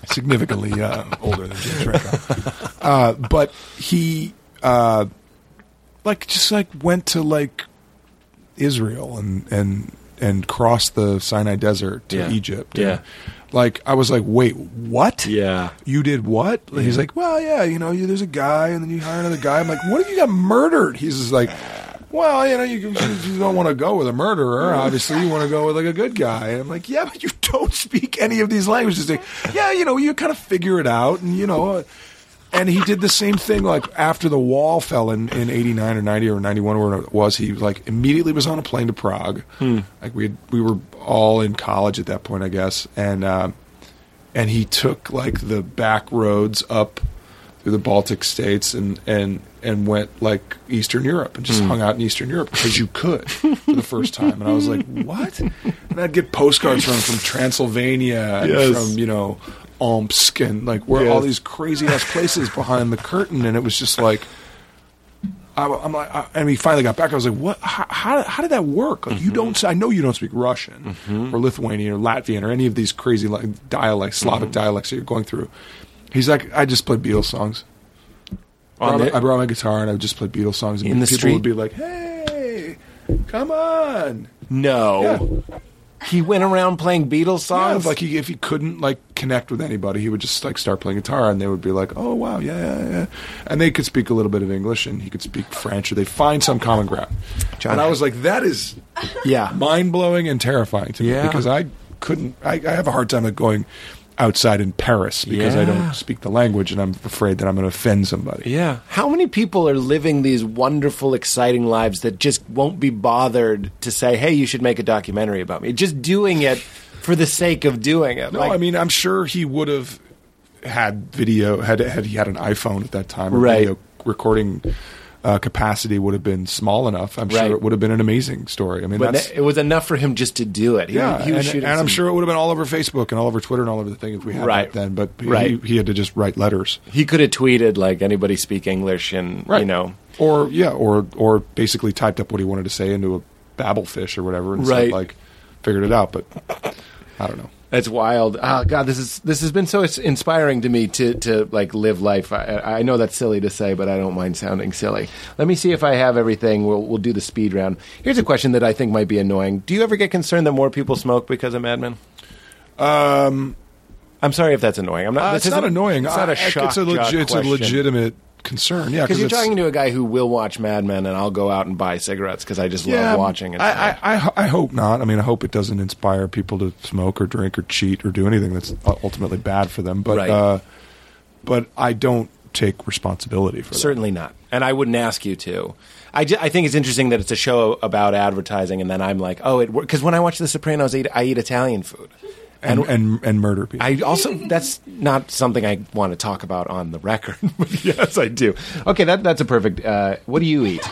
S3: significantly uh, older than James Franco, uh, but he uh, like just like went to like Israel and and and crossed the Sinai Desert to
S4: Yeah.
S3: Egypt.
S4: Yeah.
S3: And, like I was like, wait, what?
S4: Yeah.
S3: you did what? And He's like, well, yeah, you know, you, there's a guy, and then you hire another guy. I'm like, what if you got murdered? He's just like, well, you know, you, you don't want to go with a murderer. Obviously, you want to go with like a good guy. And I'm like, yeah, but you don't speak any of these languages. He's like, yeah, you know, you kind of figure it out, and you know. uh, And he did the same thing like after the wall fell in, in 89 or 90 or 91 or whatever it was. He like immediately was on a plane to Prague. Like we had, we were all in college at that point, I guess. And, uh, and he took like the back roads up through the Baltic states and and and went like Eastern Europe and just
S4: Hmm.
S3: hung out in Eastern Europe because you could for the first time. And I was like, what? And I'd get postcards from from Transylvania and
S4: Yes.
S3: from you know Omsk and like where all
S4: Yes.
S3: these crazy ass places behind the curtain, and it was just like. I, am like, I, and he finally got back. I was like, "What? How, how, how did that work? Like, you
S4: Mm-hmm.
S3: don't. I know you don't speak Russian or Lithuanian or Latvian or any of these crazy like dialects,
S4: Mm-hmm.
S3: Slavic dialects that you're going through." He's like, "I just played Beatles songs.
S4: On
S3: Brought-
S4: the-
S3: I brought my guitar and I would just played Beatles songs, and
S4: In the
S3: people
S4: street?
S3: would be like, "Hey, come on!"
S4: No. He went around playing Beatles
S3: Yeah,
S4: songs.
S3: like he, if he couldn't like connect with anybody, he would just like start playing guitar, and they would be like, "Oh wow, yeah, yeah, yeah," and they could speak a little bit of English, and he could speak French, or they find some common ground.
S4: John-
S3: and I was like, "That is
S4: yeah.
S3: mind blowing and terrifying to me
S4: Yeah.
S3: because I couldn't. I, I have a hard time like going outside in Paris because I
S4: Yeah.
S3: don't speak the language, and I'm afraid that I'm going to offend somebody.
S4: Yeah. How many people are living these wonderful, exciting lives that just won't be bothered to say, hey, you should make a documentary about me? Just doing it for the sake of doing it.
S3: No,
S4: Like-
S3: I mean, I'm sure he would have had video had had he had an iPhone at that time. or
S4: Right.
S3: Video recording uh, capacity would have been small enough. I'm
S4: Right.
S3: sure it would have been an amazing story. I mean,
S4: but
S3: that's.
S4: it was enough for him just to do it. He,
S3: yeah,
S4: he was
S3: and,
S4: shooting
S3: and I'm
S4: some-
S3: sure it would have been all over Facebook and all over Twitter and all over the thing if we had
S4: Right.
S3: that then. But he,
S4: Right.
S3: he had to just write letters.
S4: he could have tweeted, like, anybody speak English and, you know.
S3: or yeah, or or basically typed up what he wanted to say into a babble fish or whatever, and said,
S4: Right.
S3: like figured it out. But I don't know.
S4: That's wild. Oh God, this is this has been so ins- inspiring to me to to like live life. I, I know that's silly to say, but I don't mind sounding silly. Let me see if I have everything. We'll we'll do the speed round. Here's a question that I think might be annoying. Do you ever get concerned that more people smoke because of Mad Men? Um, I'm sorry if that's annoying. I'm not.
S3: Um, Uh,
S4: this
S3: it's not
S4: isn't-
S3: annoying.
S4: It's not
S3: I-
S4: a
S3: I-
S4: shock.
S3: It's a,
S4: jock
S3: legi- it's a
S4: question.
S3: legitimate concern. Yeah,
S4: Because you're
S3: it's-
S4: talking to a guy who will watch Mad Men, and I'll go out and buy cigarettes because I just love watching it. so
S3: I,
S4: much.
S3: I, I, ho- I hope not. I mean, I hope it doesn't inspire people to smoke or drink or cheat or do anything that's u- ultimately bad for them. But
S4: Right.
S3: uh, but I don't take responsibility for that.
S4: Certainly not. And I wouldn't ask you to. I, ju- I think it's interesting that it's a show about advertising, and then I'm like, oh, it because when I watch The Sopranos, I eat, I eat Italian food.
S3: and and and murder people.
S4: I also that's not something I want to talk about on the record. but yes, I do. Okay, that that's a perfect. Uh, what do you eat?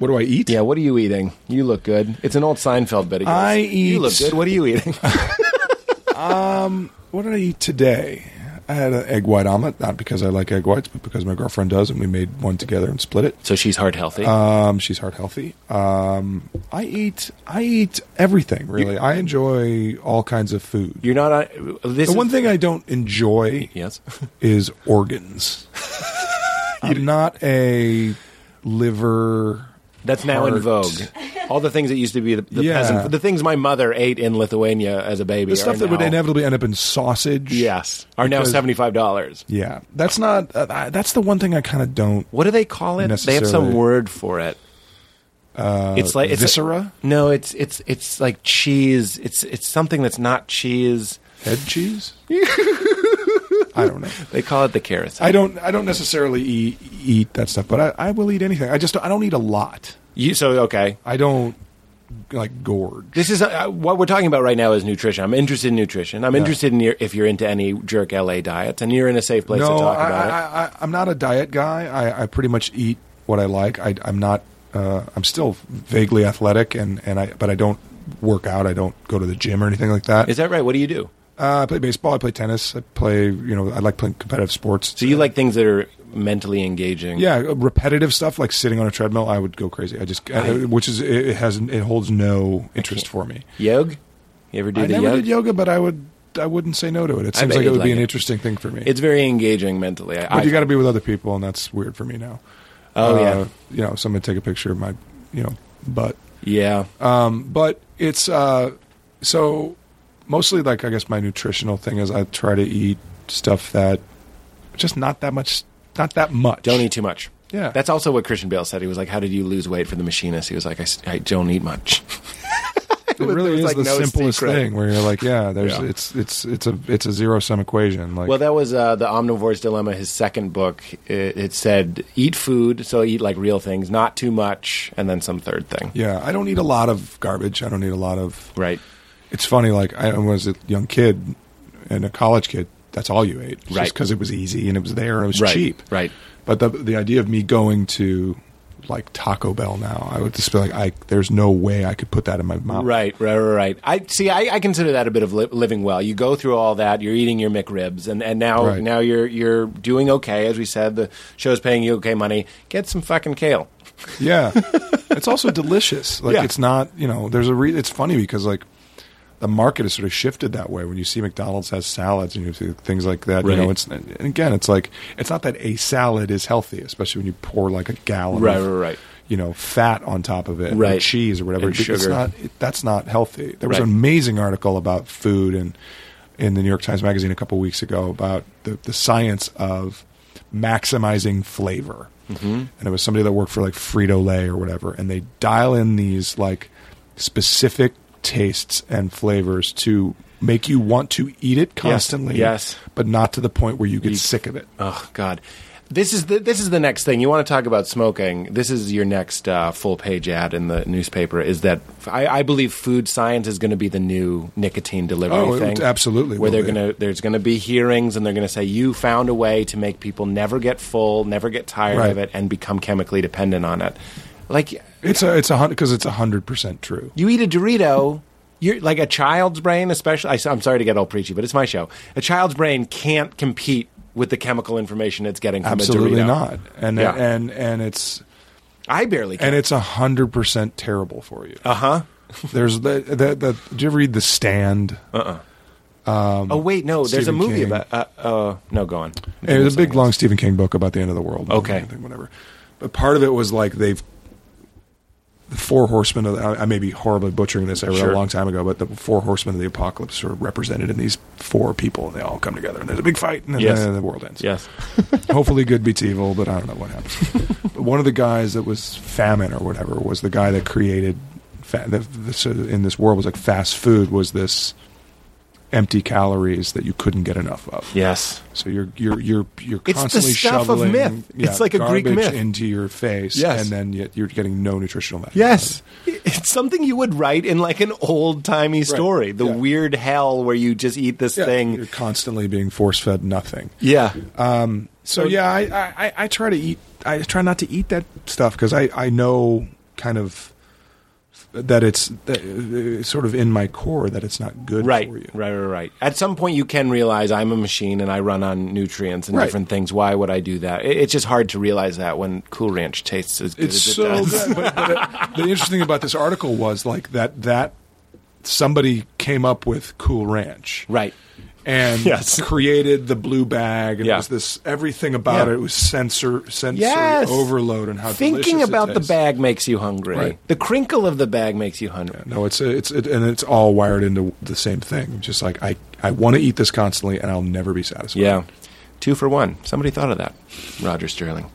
S3: What do I eat?
S4: Yeah, what are you eating? You look good. It's an old Seinfeld bit. Of yours.
S3: I eat-
S4: You look good. What are you eating?
S3: What did I eat today? I had an egg white omelet, not because I like egg whites, but because my girlfriend does, and we made one together and split it.
S4: so she's heart healthy.
S3: Um, she's heart healthy. Um, I eat I eat everything really. I enjoy all kinds of food.
S4: You're not. On, this
S3: the
S4: is-
S3: one thing I don't enjoy
S4: Yes.
S3: is organs. I'm not a liver.
S4: That's now in
S3: Heart.
S4: vogue. All the things that used to be the, the
S3: Yeah.
S4: peasant, the things my mother ate in Lithuania as a baby.
S3: The stuff
S4: are
S3: that would
S4: now-
S3: inevitably end up in sausage.
S4: Yes, are now
S3: Because-
S4: seventy five dollars.
S3: Yeah. That's not. Uh, I- that's the one thing I kind of don't.
S4: What do they call it? They have some
S3: Necessarily.
S4: word for it. Uh, it's like it's like-
S3: viscera?
S4: no, it's it's it's like cheese. It's it's something that's not cheese.
S3: Head cheese. I don't know.
S4: They call it the carrots.
S3: I don't. I don't necessarily eat, eat that stuff, but I, I will eat anything. I just. I don't eat a lot.
S4: You so okay.
S3: I don't like gorge.
S4: This is uh, what we're talking about right now is nutrition. I'm interested in nutrition. I'm interested in your, if you're into any jerk LA diets, and you're in a safe place to
S3: no,
S4: talk
S3: I,
S4: about it.
S3: I, I, I'm not a diet guy. I, I pretty much eat what I like. I, I'm not. Uh, I'm still vaguely athletic, and, and I but I don't work out. I don't go to the gym or anything like that.
S4: Is that right? What do you do?
S3: uh, I play baseball. I play tennis. I play. You know, I like playing competitive sports.
S4: So you like things that are mentally engaging?
S3: Yeah, repetitive stuff like sitting on a treadmill. I would go crazy. I just, uh,
S4: I-
S3: which is it, it has it holds no interest
S4: can't-
S3: for me.
S4: Yog? You ever do
S3: I
S4: the
S3: never
S4: yog?
S3: did yoga, but I would. I wouldn't say no to it. It
S4: I
S3: seems
S4: bet
S3: like
S4: you'd
S3: it would
S4: like
S3: be an
S4: it.
S3: interesting thing for me.
S4: It's very engaging mentally. I,
S3: but
S4: I,
S3: you got to be with other people, and that's weird for me now.
S4: Oh,
S3: Uh,
S4: yeah.
S3: You know, someone take a picture of my, you know, butt.
S4: yeah.
S3: Um, but it's uh, so mostly like I guess my nutritional thing is I try to eat stuff that just not that much, not that much.
S4: Don't eat too much.
S3: Yeah.
S4: That's also what Christian Bale said. He was like, How did you lose weight for the machinist? He was like, I, s- I don't eat much.
S3: It really
S4: was,
S3: is
S4: like,
S3: the
S4: no
S3: simplest
S4: secret.
S3: thing where you're like, yeah, there's
S4: Yeah.
S3: it's it's it's a it's a zero sum equation. Like,
S4: Well, that was uh, the Omnivore's Dilemma, his second book. It, it said, Eat food, so eat like real things, not too much, and then some third thing.
S3: yeah, I don't eat a lot of garbage. I don't eat a lot of
S4: Right.
S3: it's funny. Like I was a young kid and a college kid. That's all you ate,
S4: Right.
S3: Because it was easy and it was there and it was
S4: Right,
S3: cheap,
S4: right.
S3: But the the idea of me going to like Taco Bell now, I would just be like, I there's no way I could put that in my mouth,
S4: Right, right, right, right. I see. I, I consider that a bit of li- living well. You go through all that. You're eating your McRibs, and, and now
S3: Right.
S4: now you're you're doing okay. As we said, the show's paying you okay money. Get some fucking kale.
S3: Yeah, it's also delicious. Like
S4: Yeah.
S3: it's not, you know, there's a re- it's funny because like the market has sort of shifted that way. When you see McDonald's has salads and you see things like that, you
S4: Right.
S3: know, it's and again, it's like it's not that a salad is healthy, especially when you pour like a gallon,
S4: Right,
S3: of,
S4: right, right.
S3: you know, fat on top of it, or
S4: Right.
S3: cheese or whatever.
S4: And
S3: It's
S4: sugar.
S3: not it, that's not healthy. There was
S4: Right.
S3: an amazing article about food and in the New York Times Magazine a couple weeks ago about the, the science of maximizing flavor.
S4: Mm-hmm.
S3: And it was somebody that worked for like Frito Lay or whatever, and they dial in these like specific tastes and flavors to make you want to eat it constantly,
S4: yes.
S3: but not to the point where you get sick of it.
S4: Oh God, this is the this is the next thing you want to talk about smoking. This is your next uh, full page ad in the newspaper. Is that I, I believe food science is going to be the new nicotine delivery
S3: Oh, it
S4: thing.
S3: absolutely
S4: where
S3: will
S4: they're
S3: be.
S4: going to there's going to be hearings and they're going to say you found a way to make people never get full, never get tired
S3: Right.
S4: of it, and become chemically dependent on it. Like
S3: It's a it's a hundred because it's a hundred percent true.
S4: you eat a Dorito, you're like a child's brain, especially. I, am sorry to get all preachy, but it's my show. A child's brain can't compete with the chemical information it's getting from a Dorito.
S3: Absolutely not. And
S4: Yeah.
S3: and and it's
S4: I barely can.
S3: and it's a hundred percent terrible for you.
S4: uh huh.
S3: There's the, the the. Did you ever read The Stand?
S4: Uh, oh wait, no. There's a
S3: Um, Stephen
S4: movie
S3: King.
S4: about. Uh, uh, no, go on.
S3: It was a big, long Stephen King book about the end of the world.
S4: Okay.
S3: I think, whatever. But part of it was like they've the four horsemen. Of the, I, I may be horribly butchering this. I read
S4: Sure.
S3: a long time ago, but the four horsemen of the apocalypse are represented in these four people, and they all come together, and there's a big fight, and then
S4: Yes.
S3: the, the world ends.
S4: Yes.
S3: Hopefully, good beats evil, but I don't know what happens. but one of the guys that was famine or whatever was the guy that created fa- the, the, so in this world was like fast food was this empty calories that you couldn't get enough of.
S4: Yes.
S3: So you're you're you're you're
S4: It's the
S3: constantly
S4: stuff of
S3: shoveling
S4: myth.
S3: yeah,
S4: It's like a Greek
S3: garbage
S4: myth.
S3: into your face,
S4: Yes.
S3: and then yet you're getting no nutritional value.
S4: Yes. It's something you would write in like an old timey story. The
S3: Yeah.
S4: weird hell where you just eat this
S3: Yeah, You're
S4: thing.
S3: constantly being force fed nothing.
S4: Yeah.
S3: Uh, So yeah, I, I, I try to eat. I try not to eat that stuff because I, I know kind of that it's that, uh, it's sort of in my core that it's not good
S4: Right,
S3: for you.
S4: right, right, right. At some point, you can realize I'm a machine and I run on nutrients and
S3: Right.
S4: different things. Why would I do that? It, it's just hard to realize that when Cool Ranch tastes as good
S3: It's
S4: as it
S3: so
S4: does.
S3: good. But, but uh, the interesting thing about this article was like that that somebody came up with Cool Ranch,
S4: Right.
S3: and
S4: Yes.
S3: created the blue bag. And
S4: Yeah.
S3: it was this everything about
S4: Yeah.
S3: it. was sensor sensory
S4: Yes.
S3: overload and how
S4: Thinking
S3: delicious it
S4: about the
S3: tastes.
S4: bag makes you hungry.
S3: Right.
S4: The crinkle of the bag makes you hungry.
S3: No, it's it's it, and it's all wired into the same thing. Just like I I want to eat this constantly and I'll never be satisfied.
S4: Yeah. Two for one. Somebody thought of that. Roger Sterling.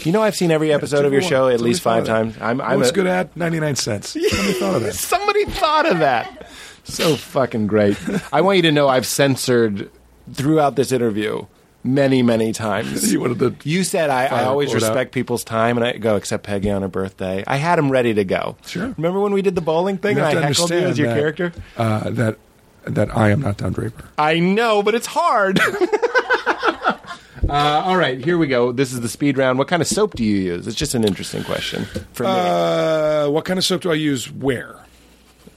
S4: You know, I've seen every episode
S3: Two
S4: of your
S3: for one.
S4: show at
S3: Somebody
S4: least
S3: thought
S4: five
S3: of that.
S4: times. I'm, I'm
S3: What's
S4: a-
S3: good at ninety nine cents. Somebody thought of that.
S4: Somebody thought of that.
S5: So fucking great. I want you to know I've censored
S4: Throughout this interview, many, many times.
S3: You wanted to-
S4: You said I, I
S3: Fire
S4: always
S3: quote
S4: respect
S3: out.
S4: people's time, and I go except Peggy on her birthday. I had him ready to go.
S3: Sure.
S4: Remember when we did the bowling thing?
S3: You
S4: and
S3: have
S4: I
S3: to
S4: heckled you
S3: understand
S4: as your
S3: that,
S4: character.
S3: Uh, that that I am not Don Draper.
S4: I know, but it's hard.
S5: Uh, all right, here we go. This is the speed round. What kind of soap do you use?
S4: it's just an interesting question for me.
S3: Uh, what kind of soap do I use? Where?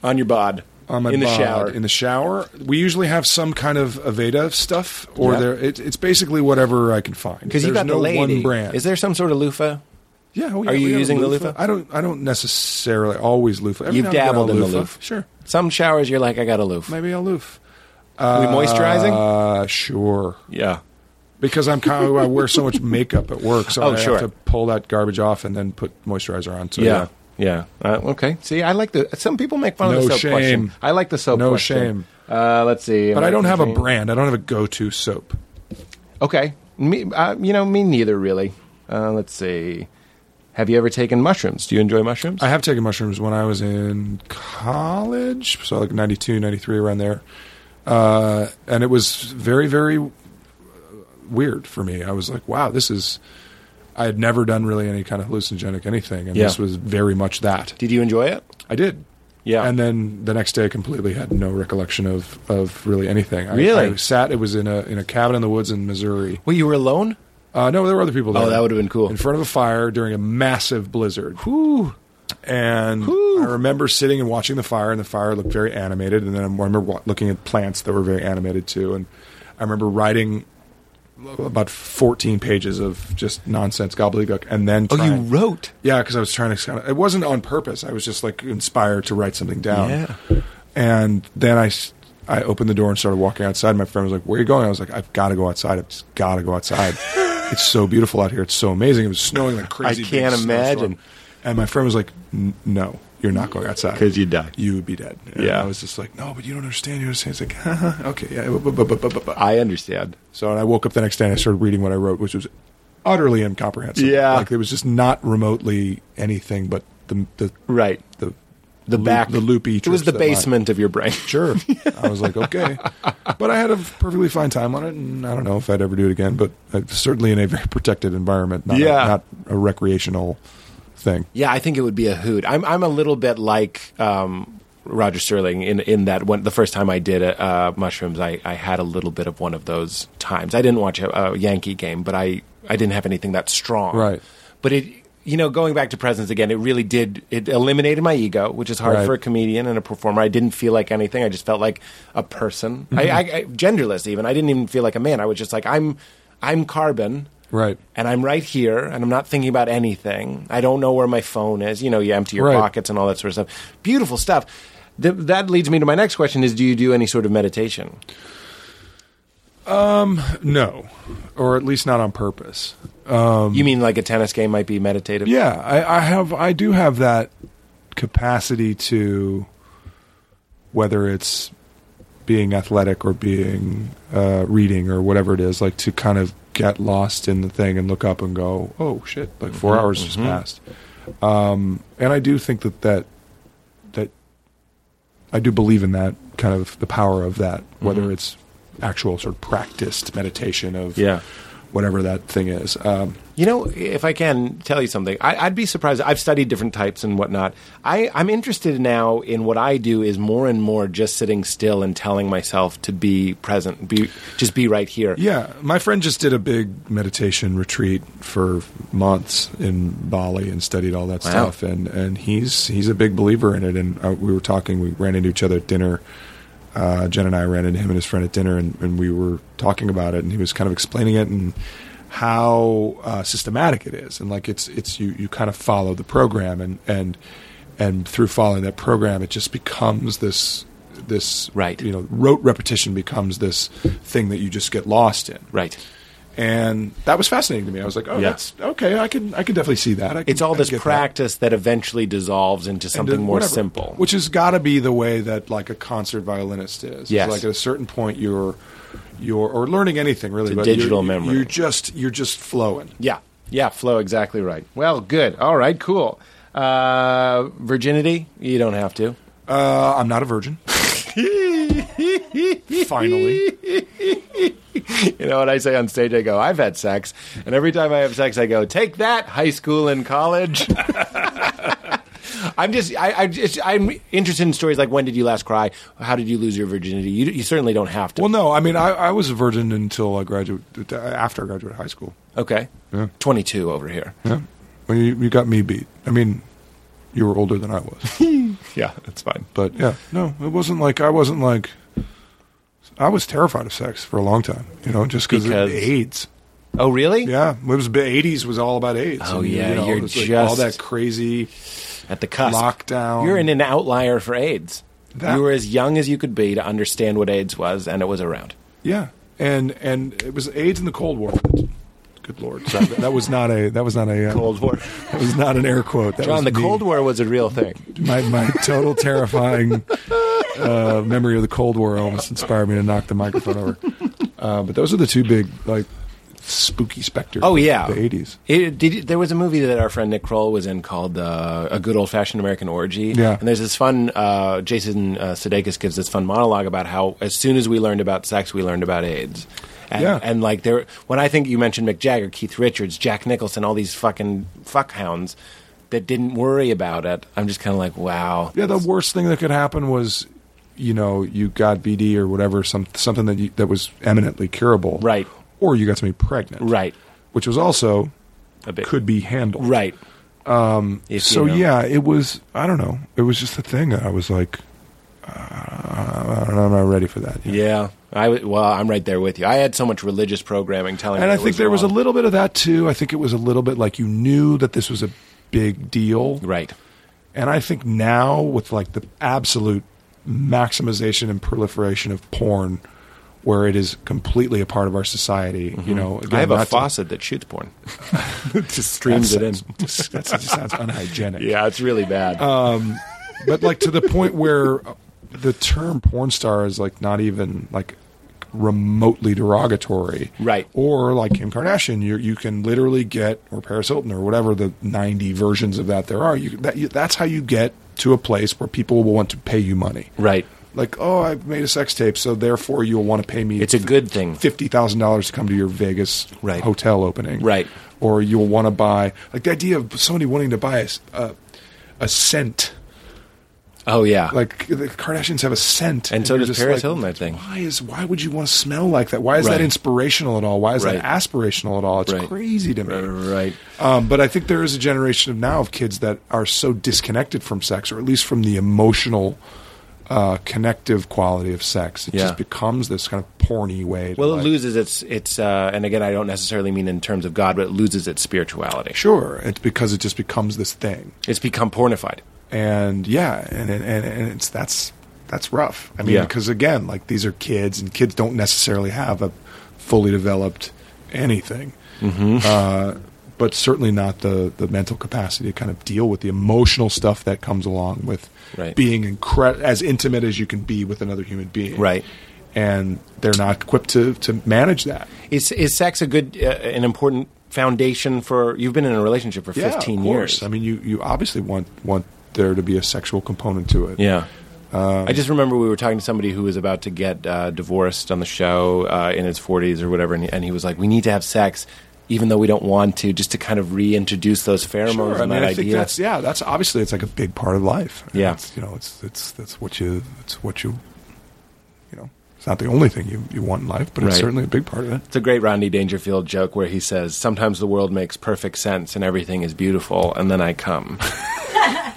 S4: on your bod,
S3: on my
S4: in the
S3: bod,
S4: shower,
S3: In the shower, we usually have some kind of Aveda stuff, or
S4: Yeah.
S3: there. It, it's basically whatever I can find.
S4: because you
S3: There's
S4: got
S3: no
S4: the lady.
S3: one brand.
S4: Is there some sort of loofah?
S3: Yeah. oh, yeah,
S4: Are
S3: we
S4: you
S3: got a
S4: using the loofah?
S3: I don't. I don't necessarily always loofah. Every
S4: You've
S3: now and then
S4: dabbled
S3: I'll
S4: in the
S3: loofah.
S4: loof.
S3: Sure.
S4: Some showers, you're like, I got a loof.
S3: Maybe I'll loof.
S4: we moisturizing?
S3: Uh, sure.
S4: Yeah.
S3: Because I'm kind of, I wear so much makeup at work, so
S4: Oh,
S3: I
S4: sure.
S3: have to pull that garbage off and then put moisturizer on. So
S4: Yeah. Yeah. Uh, okay. See, I like the. Some people make fun of the
S3: No
S4: soap
S3: shame.
S4: question. I like the soap
S3: No
S4: question.
S3: shame.
S4: Uh, let's see.
S3: But I don't have a
S4: brand.
S3: brand. I don't have a go-to soap.
S4: Okay. Me, uh, you know, me neither, really. Uh, let's see. Have you ever taken mushrooms? Do you enjoy mushrooms?
S3: I have taken mushrooms when I was in college, so like 92, 93, around there. Uh, and it was very, very uh, weird for me. I was like, wow, this is. I had never done really any kind of hallucinogenic anything, and
S4: Yeah.
S3: this was very much that.
S4: Did you enjoy it?
S3: I did.
S4: Yeah.
S3: And then the next day, I completely had no recollection of, of really anything. I,
S4: Really?
S3: I sat. It was in a in a cabin in the woods in Missouri.
S4: Well, you were alone?
S3: Uh, no, there were other people
S4: Oh,
S3: there.
S4: that would've been cool.
S3: In front of a fire during a massive blizzard.
S4: Ooh.
S3: And I remember sitting and watching the fire, and the fire looked very animated. And then I remember wa- looking at plants that were very animated too. And I remember writing about 14 pages of just nonsense gobbledygook, and then
S4: Oh, you
S3: trying-
S4: wrote.
S3: yeah, because I was trying to kind of. It wasn't on purpose. I was just like inspired to write something down.
S4: Yeah.
S3: And then I, s- I opened the door and started walking outside. My friend was like, "Where are you going?" I was like, "I've got to go outside. I've just got to go outside. it's so beautiful out here. It's so amazing. It was snowing like crazy. big
S4: can't
S3: snowstorm."
S4: imagine.
S3: And my friend was like, "N- "No, you're not going outside
S4: 'Cause you'd die.
S3: You would be dead." And
S4: Yeah.
S3: I was just like, "No, but you don't understand. You don't understand." It's like, "Haha, "Okay, yeah." bu- bu- bu- bu- bu- bu- bu."
S4: I understand.
S3: So, and I woke up the next day and I started reading what I wrote, which was utterly incomprehensible.
S4: Yeah.
S3: like it was just not remotely anything but the the
S4: Right.
S3: the,
S4: The
S3: loop-
S4: back.
S3: the loopy.
S4: It was
S3: trips
S4: the
S3: that lie.
S4: basement of your brain.
S3: Sure, I was like, okay, but I had a perfectly fine time on it, and I don't know if I'd ever do it again. But uh, certainly in a very protected environment, not,
S4: Yeah.
S3: a, not a recreational thing.
S4: Yeah, I think it would be a hoot. I'm I'm a little bit like um, Roger Sterling in in that when the first time I did uh, mushrooms, I, I had a little bit of one of those times. I didn't watch a, a Yankee game, but I I didn't have anything that strong.
S3: Right.
S4: But it you know going back to presence again, it really did it eliminated my ego, which is hard
S3: Right.
S4: for a comedian and a performer. I didn't feel like anything. I just felt like a person.
S3: Mm-hmm.
S4: I, I, I genderless even. I didn't even feel like a man. I was just like I'm I'm carbon
S3: Right.
S4: and I'm right here, and I'm not thinking about anything. I don't know where my phone is. You know, you empty your
S3: Right.
S4: pockets and all that sort of stuff. Beautiful stuff. Th- that leads me to my next question: Is do you do any sort of meditation?
S3: No, or at least not on purpose. Um,
S4: you mean like a tennis game might be meditative?
S3: Yeah, I, I have. I do have that capacity to, whether it's being athletic or being uh, reading or whatever it is, like to kind of get lost in the thing and look up and go, "Oh shit!" Like 4
S4: Mhm,
S3: hours just passed. Um, and I do think that that that I do believe in that kind of the power of that, whether it's actual sort of practiced meditation of
S4: Yeah.
S3: whatever that thing is. Um,
S4: You know, if I can tell you something, I, I'd be surprised. I've studied different types and whatnot. I, I'm interested now in what I do is more and more just sitting still and telling myself to be present, be just be right here.
S3: yeah, my friend just did a big meditation retreat for months in Bali and studied all that
S4: Wow.
S3: stuff, and and he's he's a big believer in it. And uh, we were talking, we ran into each other at dinner. Uh, Jen and I ran into him and his friend at dinner, and, and we were talking about it, and he was kind of explaining it and how uh, systematic it is, and like it's it's you you kind of follow the program, and and and through following that program, it just becomes this this
S4: Right.
S3: you know rote repetition becomes this thing that you just get lost in
S4: Right.
S3: and that was fascinating to me i was like oh
S4: Yeah.
S3: that's okay i can i can definitely see that I can,
S4: It's all
S3: I
S4: this
S3: can get that.
S4: practice that. eventually dissolves into
S3: And
S4: something
S3: to-
S4: more
S3: whatever.
S4: simple.
S3: which has got to be the way that like a concert violinist is. It's
S4: Yes.
S3: like at a certain point you're you're or learning anything really,
S4: It's a
S3: but you're-
S4: digital memory.
S3: You're just you're just flowing.
S4: yeah, yeah, flow exactly right. Well, good. All right, cool. Uh, virginity, you don't have to.
S3: Uh, I'm not a virgin. Finally,
S4: You know what I say on stage? I go, I've had sex. And every time I have sex, I go, take that, high school and college. I'm just, I, I just, I'm interested in stories like when did you last cry? How did you lose your virginity? You, you certainly don't have to.
S3: well, no, I mean I, I was a virgin until I graduated after I graduated high school.
S4: okay. 22 over here.
S3: Yeah, well, you, you got me beat. I mean, you were older than I was.
S4: Yeah, that's fine.
S3: But yeah, no, it wasn't like I wasn't like I was terrified of sex for a long time. You know, just cause
S4: Because-
S3: of AIDS.
S4: Oh, really?
S3: Yeah, it was the '80s was all about AIDS.
S4: Oh,
S3: And,
S4: yeah, you're
S3: it was, like,
S4: just-
S3: all that crazy.
S4: At the cusp.
S3: Lockdown.
S4: You're in an outlier for AIDS.
S3: That-
S4: you were as young as you could be to understand what AIDS was, and it was around.
S3: Yeah, and and it was AIDS in the Cold War. Good lord, Sorry, that, that was not a that was not a uh,
S4: Cold War.
S3: That was not an air quote. That
S4: John,
S3: was
S4: the
S3: me.
S4: Cold War was a real thing.
S3: My my total terrifying uh, memory of the Cold War almost inspired me to knock the microphone over. Uh, but those are the two big like spooky specters.
S4: Oh yeah,
S3: of the '80s.
S4: It, did you- there was a movie that our friend Nick Kroll was in called uh, "A Good Old Fashioned American Orgy."
S3: Yeah.
S4: and there's this fun. Uh, Jason uh, Sudeikis gives this fun monologue about how as soon as we learned about sex, we learned about AIDS. And,
S3: Yeah.
S4: and like there, when I think you mentioned Mick Jagger, Keith Richards, Jack Nicholson, all these fucking fuckhounds that didn't worry about it. I'm just kind of like, wow.
S3: Yeah, the worst thing that could happen was, you know, you got BD or whatever, some something that you, that was eminently curable,
S4: Right.
S3: Or you got somebody pregnant,
S4: Right.
S3: Which was also
S4: A bit.
S3: could be handled,
S4: Right. Um,
S3: So yeah, it was. I don't know. It was just a thing that I was like, uh, I don't know, I'm not ready for that. yet.
S4: Yeah. I w- well, I'm right there with you. I had so much religious programming telling
S3: And
S4: me
S3: I
S4: it
S3: think there was a
S4: wrong.
S3: little bit of that too. I think it was a little bit like you knew that this was a big deal,
S4: right.
S3: And I think now with like the absolute maximization and proliferation of porn, where it is completely a part of our society, you know, again,
S4: Mm-hmm. I have a
S3: not to-
S4: faucet that shoots porn. just
S3: That
S4: streams it in.
S3: sounds, that sounds unhygienic.
S4: Yeah, it's really bad.
S3: but like to the point where the term porn star is like not even like remotely derogatory,
S4: Right.
S3: Or like Kim Kardashian, you you can literally get or Paris Hilton or whatever the ninety versions of that there are. You, that, you that's how you get to a place where people will want to pay you money,
S4: right.
S3: like, oh, I made a sex tape, so therefore you'll want to pay me.
S4: It's a good thing.
S3: Fifty thousand dollars to come to your Vegas
S4: Right.
S3: hotel opening,
S4: Right.
S3: Or you'll want to buy like the idea of somebody wanting to buy a s- a, a scent.
S4: Oh yeah.
S3: Like the Kardashians have a scent,
S4: And so
S3: you're
S4: does
S3: just
S4: Paris
S3: like,
S4: Hilton, I think.
S3: Why is why would you want to smell like that? Why is
S4: Right.
S3: that inspirational at all? Why is
S4: Right.
S3: that aspirational at all? It's
S4: Right.
S3: crazy to me.
S4: right.
S3: Um, but I think there is a generation of now of kids that are so disconnected from sex, or at least from the emotional, uh, connective quality of sex. It
S4: Yeah.
S3: just becomes this kind of porny way. To
S4: Well,
S3: like-
S4: it loses its its uh, and again, I don't necessarily mean in terms of God, but it loses its spirituality.
S3: Sure, it's because it just becomes this thing,
S4: It's become pornified.
S3: and yeah, and and, and and it's that's that's rough. I mean,
S4: Yeah.
S3: because again, like these are kids, and kids don't necessarily have a fully developed anything.
S4: Mm-hmm.
S3: Uh, but certainly not the, the mental capacity to kind of deal with the emotional stuff that comes along with
S4: Right.
S3: being incre- as intimate as you can be with another human being.
S4: Right.
S3: And they're not equipped to, to manage that.
S4: Is is sex a good uh, an important foundation for? You've been in a relationship for
S3: Yeah, of
S4: fifteen
S3: course.
S4: years.
S3: I mean, you, you obviously want, want there to be a sexual component to it.
S4: yeah.
S3: Um,
S4: I just remember we were talking to somebody who was about to get uh, divorced on the show uh, in his 40s or whatever, and he, and he was like, "We need to have sex, even though we don't want to, just to kind of reintroduce those pheromones
S3: Sure. I
S4: and
S3: mean,
S4: that
S3: I think
S4: idea."
S3: that's yeah. That's obviously it's like a big part of life. And
S4: Yeah.
S3: it's, you know, it's it's that's what you it's what you you know. It's not the only thing you, you want in life, but it's
S4: Right.
S3: certainly a big part of it.
S4: It's a great Rodney Dangerfield joke where he says, "Sometimes the world makes perfect sense and everything is beautiful, and then I come."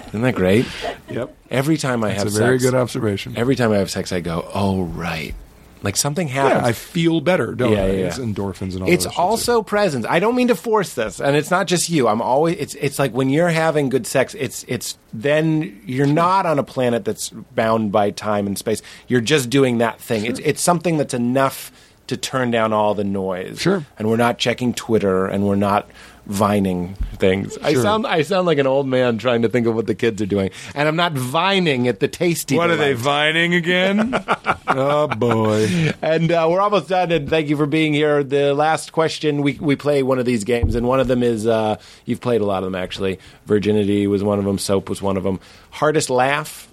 S4: Isn't that great?
S3: Yep,
S4: Every time I
S3: it's
S4: have
S3: a very
S4: sex,
S3: good observation.
S4: every time I have sex, I go, "Oh right," like something
S3: yeah, I
S4: happens.
S3: feel better, don't
S4: Yeah,
S3: I?
S4: yeah, yeah.
S3: It's endorphins and all.
S4: it's
S3: that shit,
S4: also presence. I don't mean to force this, and it's not just you. I'm always. It's it's like when you're having good sex. It's it's then you're not on a planet that's bound by time and space. You're just doing that thing. It's it's something that's enough to turn down all the noise.
S3: Sure.
S4: And we're not checking Twitter, and we're not vining things. I
S3: Sure.
S4: sound I sound like an old man trying to think of what the kids are doing, and I'm not vining at the tasty.
S3: too. What are they
S4: delights.
S3: vining again? oh boy!
S4: And uh, we're almost done. And thank you for being here. The last question we we play one of these games, and one of them is uh, you've played a lot of them actually. Virginity was one of them. Soap was one of them. Hardest laugh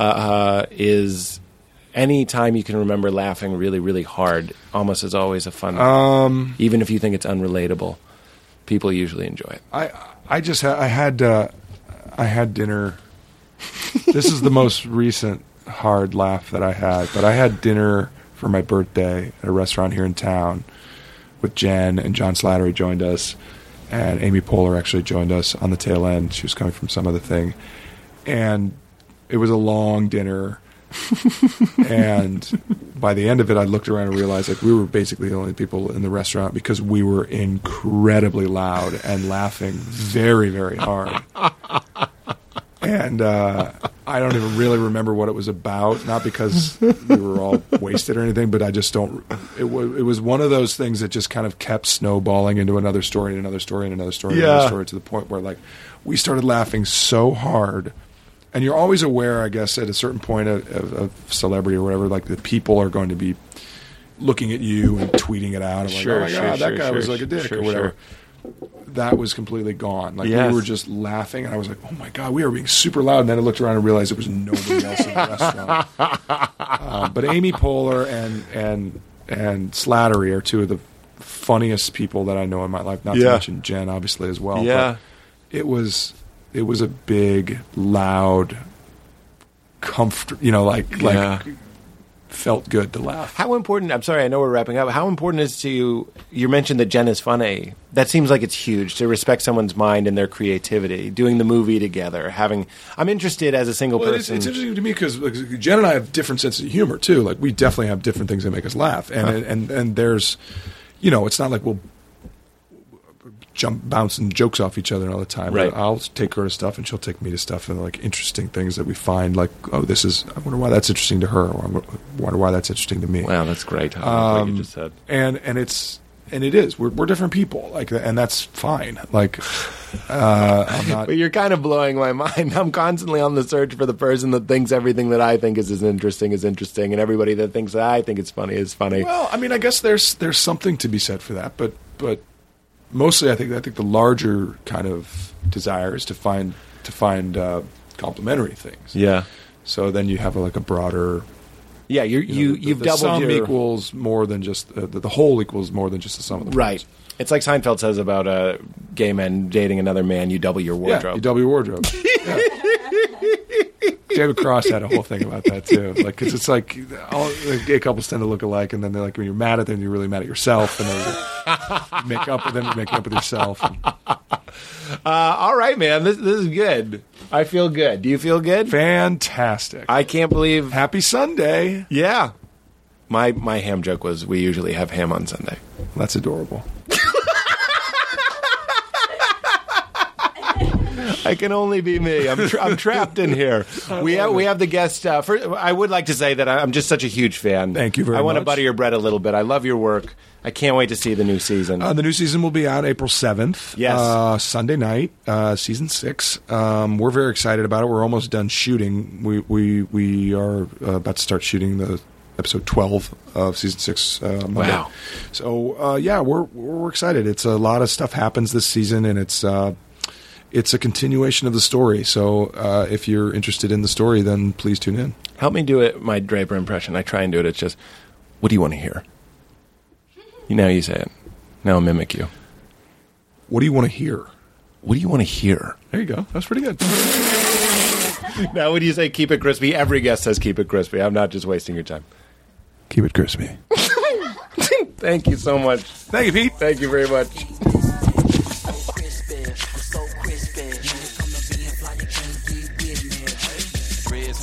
S4: uh, uh, is any time you can remember laughing really really hard. Almost is always a fun, um, even if you think it's unrelatable. People usually enjoy it.
S3: I I just ha- I had uh, I had dinner. this is the most recent hard laugh that I had, but I had dinner for my birthday at a restaurant here in town with Jen and John Slattery joined us, and Amy Poehler actually joined us on the tail end. She was coming from some other thing, and it was a long dinner. and by the end of it, I looked around and realized like we were basically the only people in the restaurant because we were incredibly loud and laughing very, very hard. And uh, I don't even really remember what it was about. Not because we were all wasted or anything, but I just don't. It was it was one of those things that just kind of kept snowballing into another story and another story and another story and
S4: Yeah.
S3: another story to the point where like we started laughing so hard. And you're always aware, I guess, at a certain point of, of, of celebrity or whatever, like the people are going to be looking at you and tweeting it out. And like,
S4: Sure,
S3: oh my
S4: sure,
S3: god, that
S4: sure,
S3: guy
S4: sure,
S3: was like a dick
S4: sure,
S3: or whatever
S4: sure.
S3: that was completely gone. Like
S4: Yes.
S3: we were just laughing, and I was like, "Oh my god, we are being super loud." And then I looked around and realized it was nobody else in the restaurant. Uh, but Amy Poehler and and and Slattery are two of the funniest people that I know in my life. Not to
S4: Yeah.
S3: mention Jen, obviously as well.
S4: Yeah.
S3: But it was it was a big, loud, comfort. You know, like like
S4: Yeah.
S3: felt good to laugh.
S4: How important? I'm sorry, I know we're wrapping up. How important is to you? You mentioned that Jen is funny. That seems like it's huge to respect someone's mind and their creativity. Doing the movie together, having. I'm interested as a single
S3: Well, it's,
S4: person.
S3: it's interesting to me because Jen and I have different senses of humor too. Like we definitely have different things that make us laugh, and and and there's, you know, it's not like we'll jump bouncing jokes off each other all the time.
S4: Right.
S3: I'll take her to stuff, and she'll take me to stuff, and like interesting things that we find. Like, oh, this is. I wonder why that's interesting to her, or I wonder why that's interesting to me
S4: wow, that's great. I love
S3: Um,
S4: what you just said.
S3: and and it's and it is we're, we're different people like and that's fine like uh, i'm not
S4: But you're kind of blowing my mind. I'm constantly on the search for the person that thinks everything that I think is as interesting is interesting, and everybody that thinks that I think it's funny is funny.
S3: well i mean i guess there's there's something to be said for that but but mostly i think i think the larger kind of desire is to find to find uh, complementary things
S4: yeah,
S3: so then you have like a broader
S4: yeah. You're,
S3: you,
S4: you,
S3: know, the-
S4: you've
S3: the
S4: doubled
S3: sum
S4: your
S3: equals more than just uh, the, the whole equals more than just the sum of the
S4: right.
S3: parts.
S4: It's like Seinfeld says about uh, gay men dating another man. You double your wardrobe.
S3: Yeah, you double your wardrobe. Yeah. David Cross had a whole thing about that too. Like, 'cause it's like all the gay couples tend to look alike, and then they're like, when you're mad at them, you're really mad at yourself, and then you make up with them, you make up with yourself.
S4: Uh, all right, man. This, this is good. I feel good. Do you feel good?
S3: Fantastic.
S4: I can't believe.
S3: Happy Sunday.
S4: Yeah. My my ham joke was we usually have ham on Sunday.
S3: That's adorable.
S4: I can only be me. I'm, tra- I'm trapped in here. We have, we have the guest. Uh, first, I would like to say that I- I'm just such a huge fan.
S3: Thank you very
S4: I want to
S3: much.
S4: butter your bread a little bit. I love your work. I can't wait to see the new season.
S3: Uh, the new season will be out April 7th.
S4: Yes.
S3: Uh, Sunday night, uh, season six. Um, we're very excited about it. We're almost done shooting. We, we, we are uh, about to start shooting the episode 12 of season six. Uh, Monday.
S4: Wow.
S3: So, uh, yeah, we're, we're excited. It's a lot of stuff happens this season and it's, uh, it's a continuation of the story. So uh, if you're interested in the story, then please tune in.
S4: Help me do it. My Draper impression. I try and do it. It's just, what do you want to hear? You Now you say it. Now I'll mimic you.
S3: What do you want to hear?
S4: What do you want to hear?
S3: There you go. That's pretty good.
S4: Now, when you say keep it crispy, every guest says keep it crispy. I'm not just wasting your time.
S3: Keep it crispy.
S4: Thank you so much.
S3: Thank you, Pete.
S4: Thank you very much.
S6: crispy. I'm so crispy. When it come to being fly, you can't get with me. Reds